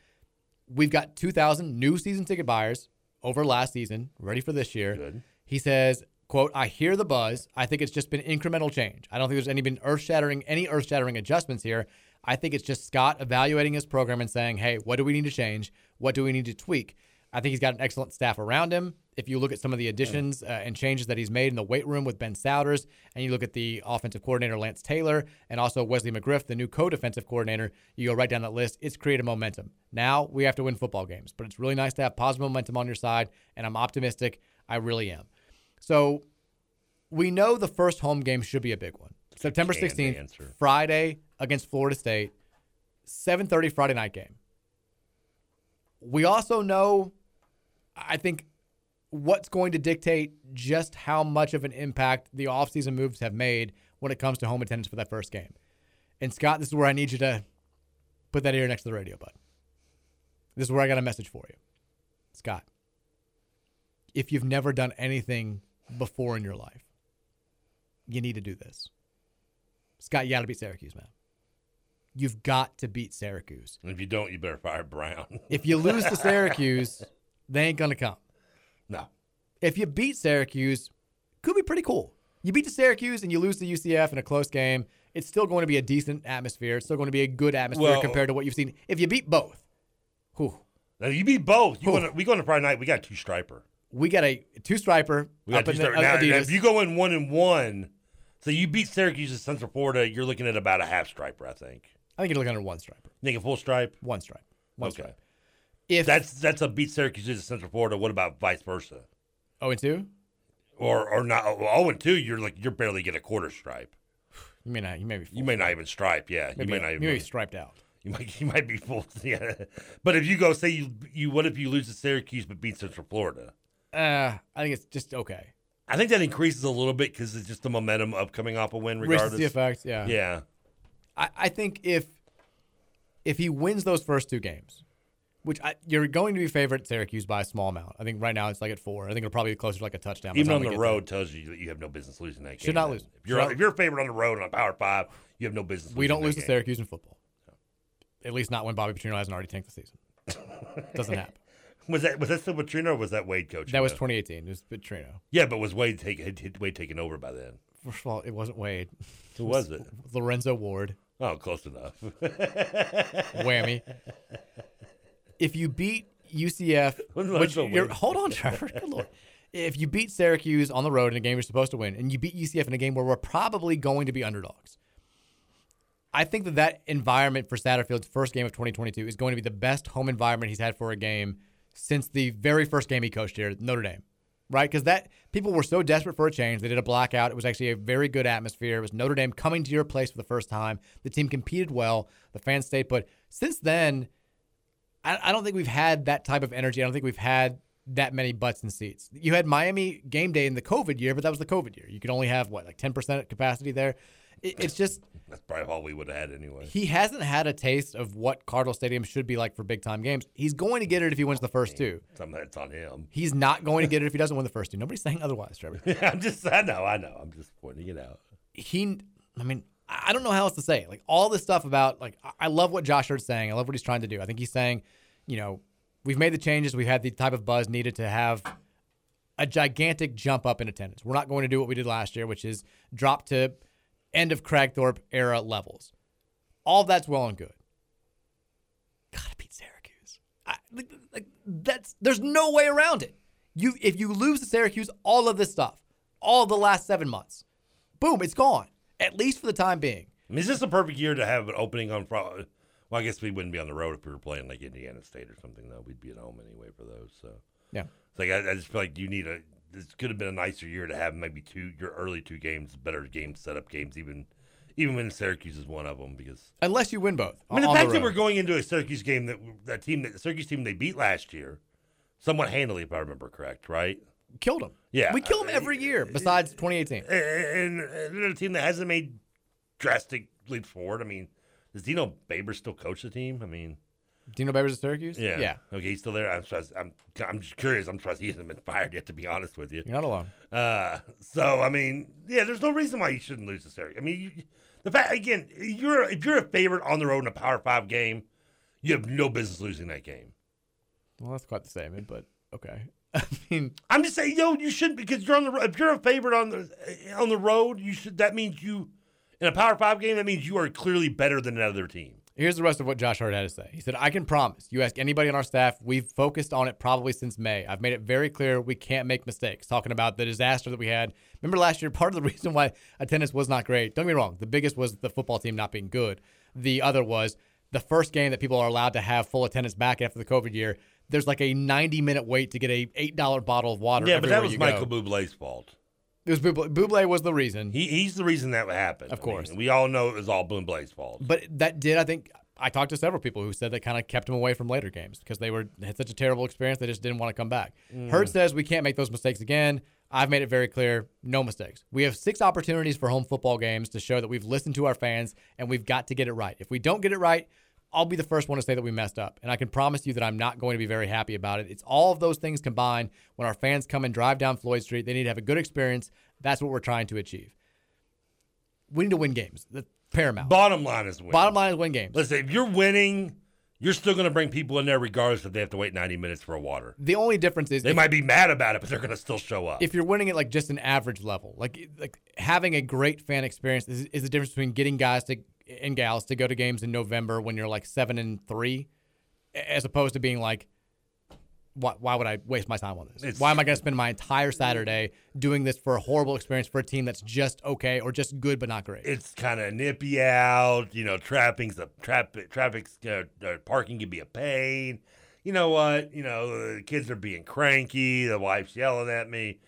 we've got 2,000 new season ticket buyers over last season, ready for this year. He says, quote, I hear the buzz. I think it's just been incremental change. I don't think there's any been earth-shattering, any earth-shattering adjustments here. I think it's just Scott evaluating his program and saying, hey, what do we need to change? What do we need to tweak? I think he's got an excellent staff around him. If you look at some Hmm. of the additions uh, and changes that he's made in the weight room with Ben Souders, and you look at the offensive coordinator Lance Taylor and also Wesley McGriff, the new co-defensive coordinator, you go right down that list. It's created momentum. Now we have to win football games, but it's really nice to have positive momentum on your side, and I'm optimistic. I really am. So we know the first home game should be a big one. September Canned 16th, answer. Friday against Florida State, 7:30 Friday night game. We also know I think what's going to dictate just how much of an impact the offseason moves have made when it comes to home attendance for that first game. And Scott, this is where I need you to put that ear next to the radio button. This is where I got a message for you. Scott, if you've never done anything before in your life, you need to do this. Scott, you got to beat Syracuse, man. You've got to beat Syracuse. And if you don't, you better fire Brown. If you lose to Syracuse, they ain't gonna come. No. If you beat Syracuse, could be pretty cool. You beat the Syracuse and you lose to UCF in a close game. It's still going to be a decent atmosphere. It's still going to be a good atmosphere Well- compared to what you've seen. If you beat both, whew, Now, you beat both. You wanna, we go on to Friday night. We got two striper. we got a two striper We got up two in the, striper. uh, Now, now, Adidas. if you go in one and one, so you beat Syracuse and Central Florida, you're looking at about a half striper, I think. I think you're looking under one striper. You think a full stripe? One stripe. One okay. stripe. If that's that's a beat Syracuse and Central Florida, what about vice versa? Oh, and two. Or or not? Well, oh, and two, you're like you're barely get a quarter stripe. You may not. You may be. You may not even stripe. Yeah, Maybe- you may not even. you may be striped out. You might you might be full. Yeah, but if you go say you you what if you lose to Syracuse but beat Central Florida? Uh, I think it's just okay. I think that increases a little bit because it's just the momentum of coming off a win, Risks regardless. the effect, yeah. yeah. I, I think if if he wins those first two games, which I, you're going to be favorite Syracuse by a small amount. I think right now it's like at four. I think it'll probably be closer to like a touchdown. by Even time on we the get road tells you that you have no business losing that game. Should not then. lose. If you're Should not- if you're a favorite on the road on a Power Five, you have no business. there. we don't losing lose that to game. Syracuse in football. At least not when Bobby Petrino hasn't already tanked the season. Doesn't happen. Was that was that still Petrino or was that Wade coaching? That was though? 2018. It was Petrino. Yeah, but was Wade take had, had Wade taken over by then? First of all, it wasn't Wade. Who was it? Lorenzo Ward. Oh, close enough. Whammy. If you beat UCF, which Lorenzo you're, Wade. hold on, Trevor. Good lord. If you beat Syracuse on the road in a game you're supposed to win, and you beat UCF in a game where we're probably going to be underdogs, I think that that environment for Satterfield's first game of 2022 is going to be the best home environment he's had for a game since the very first game he coached here, Notre Dame. Right? Because that people were so desperate for a change, they did a blackout. It was actually a very good atmosphere. It was Notre Dame coming to your place for the first time. The team competed well. The fans stayed put. Since then, I, I don't think we've had that type of energy. I don't think we've had that many butts and seats. You had Miami game day in the COVID year, but that was the COVID year. You could only have what, like 10% capacity there. It, it's just That's probably all we would have had anyway. he hasn't had a taste of what Cardinal Stadium should be like for big time games. He's going to get it if he wins the first two. Some of that's on him. He's not going to get it if he doesn't win the first two. Nobody's saying otherwise, Trevor. I'm just I know I know I'm just pointing it out. he i mean i I don't know how else to say it. like all this stuff about like I- i love what josh Hart's saying i love what he's trying to do i think he's saying you know we've made the changes we've had the type of buzz needed to have a gigantic jump up in attendance we're not going to do what we did last year which is drop to end of cragthorpe era levels all that's well and good gotta beat syracuse I, like, like, that's there's no way around it you if you lose to syracuse all of this stuff all the last seven months boom, it's gone. At least for the time being. I mean, is this the perfect year to have an opening on Friday? Well, I guess we wouldn't be on the road if we were playing like Indiana State or something, though. We'd be at home anyway for those. So Yeah. it's like I, I just feel like you need a. This could have been a nicer year to have maybe two your early two games, better game setup games, even even when Syracuse is one of them because. Unless you win both. I mean, the on fact the that road. we're going into a Syracuse game that that team that the Syracuse team they beat last year, somewhat handily if I remember correct, right? Killed them. Yeah, Uh, We kill them every year besides 2018. and, and they're a team that hasn't made drastic leaps forward. I mean, does Dino Babers still coach the team? I mean, Dino Babers at Syracuse? yeah, Yeah. Okay, he's still there. I'm surprised. I'm I'm just curious. I'm surprised he hasn't been fired yet. To be honest with you, You're not alone. Uh, so I mean, yeah, there's no reason why you shouldn't lose this area. I mean, you, the fact again, you're if you're a favorite on the road in a Power Five game, you have no business losing that game. Well, that's quite the statement, but okay. I mean, I'm just saying, yo, you shouldn't because you're on the ro- if you're a favorite on the eh, on the road, you should. That means you in a Power Five game. That means you are clearly better than another team. Here's the rest of what Josh Hart had to say. He said, I can promise, you ask anybody on our staff, we've focused on it probably since May. I've made it very clear we can't make mistakes. Talking about the disaster that we had. Remember last year, part of the reason why attendance was not great, don't get me wrong, the biggest was the football team not being good. The other was the first game that people are allowed to have full attendance back after the COVID year. There's like a 90 minute wait to get a $8 bottle of water. Yeah, but everywhere that was you go. Michael Bublé's fault. It was Buble. Buble was the reason. He, he's the reason that happened. Of course. we all know it was all Bublé's fault. But that did, I think, I talked to several people who said that kind of kept them away from later games because they were had such a terrible experience they just didn't want to come back. Mm. Hurd says we can't make those mistakes again. I've made it very clear, no mistakes. We have six opportunities for home football games to show that we've listened to our fans and we've got to get it right. If we don't get it right, I'll be the first one to say that we messed up. And I can promise you that I'm not going to be very happy about it. It's all of those things combined. When our fans come and drive down Floyd Street, they need to have a good experience. That's what we're trying to achieve. We need to win games. That's paramount. Bottom line is win. Bottom line is win games. Listen, if you're winning, you're still going to bring people in there regardless if they have to wait 90 minutes for a water. The only difference is They if- might be mad about it, but they're going to still show up. if you're winning at like just an average level, like like having a great fan experience is, is the difference between getting guys to and gals to go to games in November when you're like seven and three, a- as opposed to being like, why, why would I waste my time on this? It's- why am I going to spend my entire Saturday doing this for a horrible experience for a team that's just okay or just good but not great? it's kind of nippy out, you know, trapping's a traffic, traffic's uh, uh, parking can be a pain. You know what? You know, the kids are being cranky, the wife's yelling at me.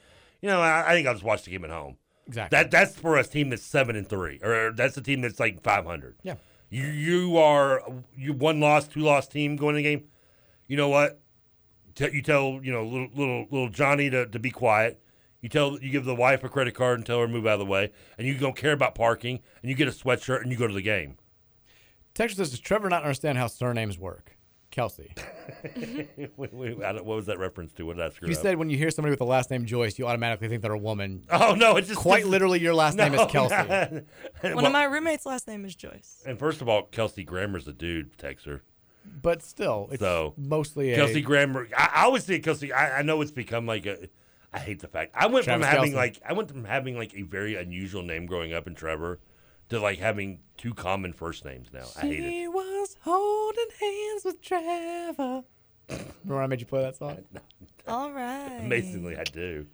You know, I, I think I'll just watch the game at home. Exactly. That that's for a team that's seven and three, or that's a team that's like five hundred. Yeah. You you are you one loss, two loss team going to the game. You know what? Te- you tell you know little little little Johnny to, to be quiet. You tell you give the wife a credit card and tell her to move out of the way, and you don't care about parking, and you get a sweatshirt and you go to the game. Texas says, does Trevor not understand how surnames work? Kelsey. Wait, wait, I don't- what was that reference to? What did I screw You up? said when you hear somebody with the last name Joyce, you automatically think they're a woman. Oh, no, it's just- quite literally your last name No, is Kelsey. no. One Well, of my roommates' last name is Joyce. and first of all, Kelsey Grammer's a dude, Texer. But still, it's so mostly a Kelsey Grammer. I, I always think Kelsey. I, I know it's become like a. I hate the fact I went Travis from having Kelce. like I went from having like a very unusual name growing up in Trevor, to like having two common first names now. I hate it. She was holding hands with Trevor. Remember when I made you play that song? All right. Amazingly, I do.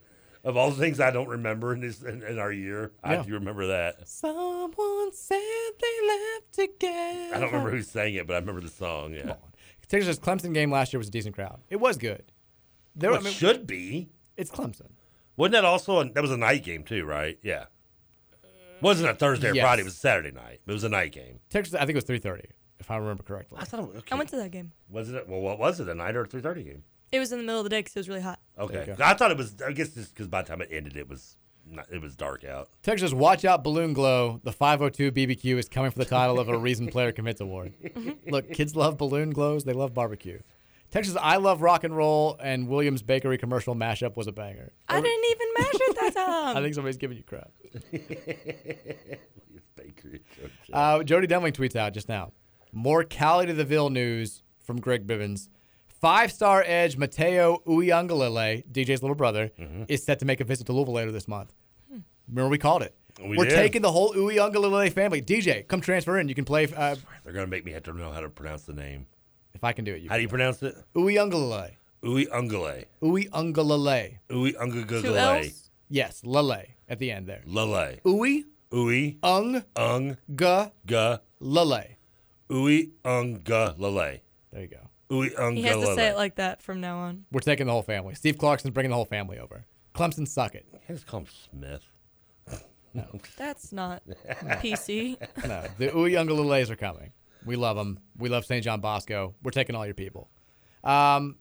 Of all the things I don't remember in this in, in our year, I Yeah. do remember that. Someone said they left together. I don't remember who sang it, but I remember the song. Yeah, Texas Clemson game last year was a decent crowd. It was good. There Well, I it mean, should be. It's Clemson. Wasn't that also a, that was a night game too, right? Yeah, wasn't a Thursday or Yes. Friday. It was a Saturday night. It was a night game. Texas, I think it was three thirty, if I remember correctly. I thought it was, I went to that game. was it? Well, what was it? A night or a three thirty game? It was in the middle of the day because it was really hot. Okay, I thought it was. I guess just because by the time it ended, it was not, it was dark out. Texas, watch out, balloon glow. The 502 BBQ is coming for the title of a Reason Player Commits Award. Look, kids love balloon glows. They love barbecue. Texas, I love rock and roll, and Williams Bakery commercial mashup was a banger. I didn't even mash it that time. I think somebody's giving you crap. Bakery. Uh, Jody Dunling tweets out just now. More Cali to the Ville news from Greg Bibbins. Five star edge Mateo Uyangalele, DJ's little brother, Mm-hmm. is set to make a visit to Louisville later this month. Hmm. Remember, we called it. We are did. taking the whole Uyangalele family. DJ, come transfer in. You can play. Uh, They're gonna make me have to know how to pronounce the name. If I can do it, you How do you pronounce it? Uyangalele. Ui Ungale. Uyangalele. Ui Two Ungale. L's? Yes, Lele at the end there. Lale. Ui Ui Ung Ung Ga Ga Lele. Ui Unga Lale. There you go. Ui Unga He has to say Lale. it like that from now on. We're taking the whole family. Steve Clarkson's bringing the whole family over. Clemson, suck it. Just call him Smith. No. That's not PC. no, the Uyunglele's are coming. We love them. We love St. John Bosco. We're taking all your people. Um,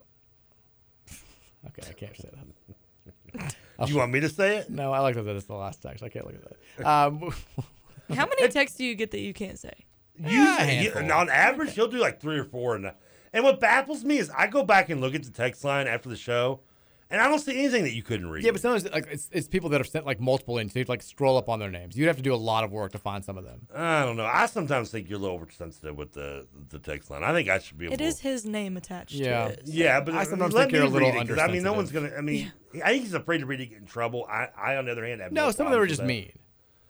okay, I can't say that. You want me to say it? No, I like that. That's the last text. I can't look at that. Um, How many texts do you get that you can't say? Usually, you- and on average, he'll do like three or four. And, and what baffles me is I go back and look at the text line after the show, and I don't see anything that you couldn't read. Yeah, but sometimes like, it's, it's people that have sent like multiple in, so you have to like scroll up on their names. You'd have to do a lot of work to find some of them. I don't know. I sometimes think you're a little oversensitive with the the text line. I think I should be. Able It is his name attached Yeah. to it. Yeah, but I I sometimes let think you're me a little read it, 'cause I mean, no undersensitive. one's gonna. I mean, I think he's afraid to read it, get in trouble. I, I on the other hand, have No, no, some of them are problems just with that. mean,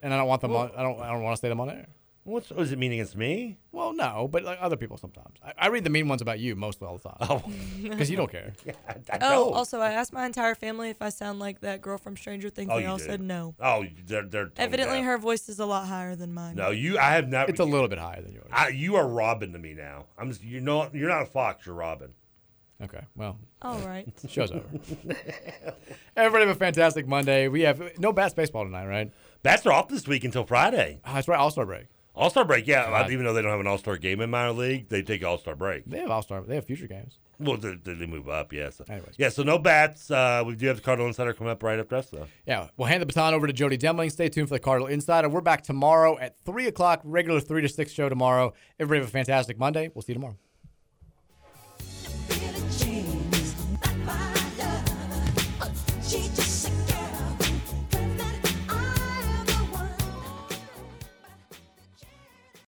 and I don't want them. on, I don't. I don't want to say them on air. What's was it mean against me? Well, no, but like other people sometimes. I, I read the mean ones about you mostly all the time. because you don't care. Oh. Yeah, Oh, also, I asked my entire family if I sound like that girl from Stranger Things. Oh, they you all did. said no. Oh, they're they're tone Evidently, deaf. her voice is a lot higher than mine. No, you. I have not. It's a little bit higher than yours. I, you are Robin to me now. I'm. Just, you're not. You're not a fox. You're Robin. Okay. Well. All right. Show's over. Everybody have a fantastic Monday. We have no bats baseball tonight, right? Bats are off this week until Friday. Oh, that's right. All Star break. All Star break. Yeah, God. even though they don't have an All Star game in minor league, they take All Star break. They have All Star. They have future games. Well, they, they they move up. Yeah. So. Anyways. Yeah. So no bats. Uh, we do have the Cardinal Insider come up right after us though. Yeah, we'll hand the baton over to Jody Demling. Stay tuned for the Cardinal Insider. We're back tomorrow at 3 o'clock, regular 3 to 6 show tomorrow. Everybody have a fantastic Monday. We'll see you tomorrow.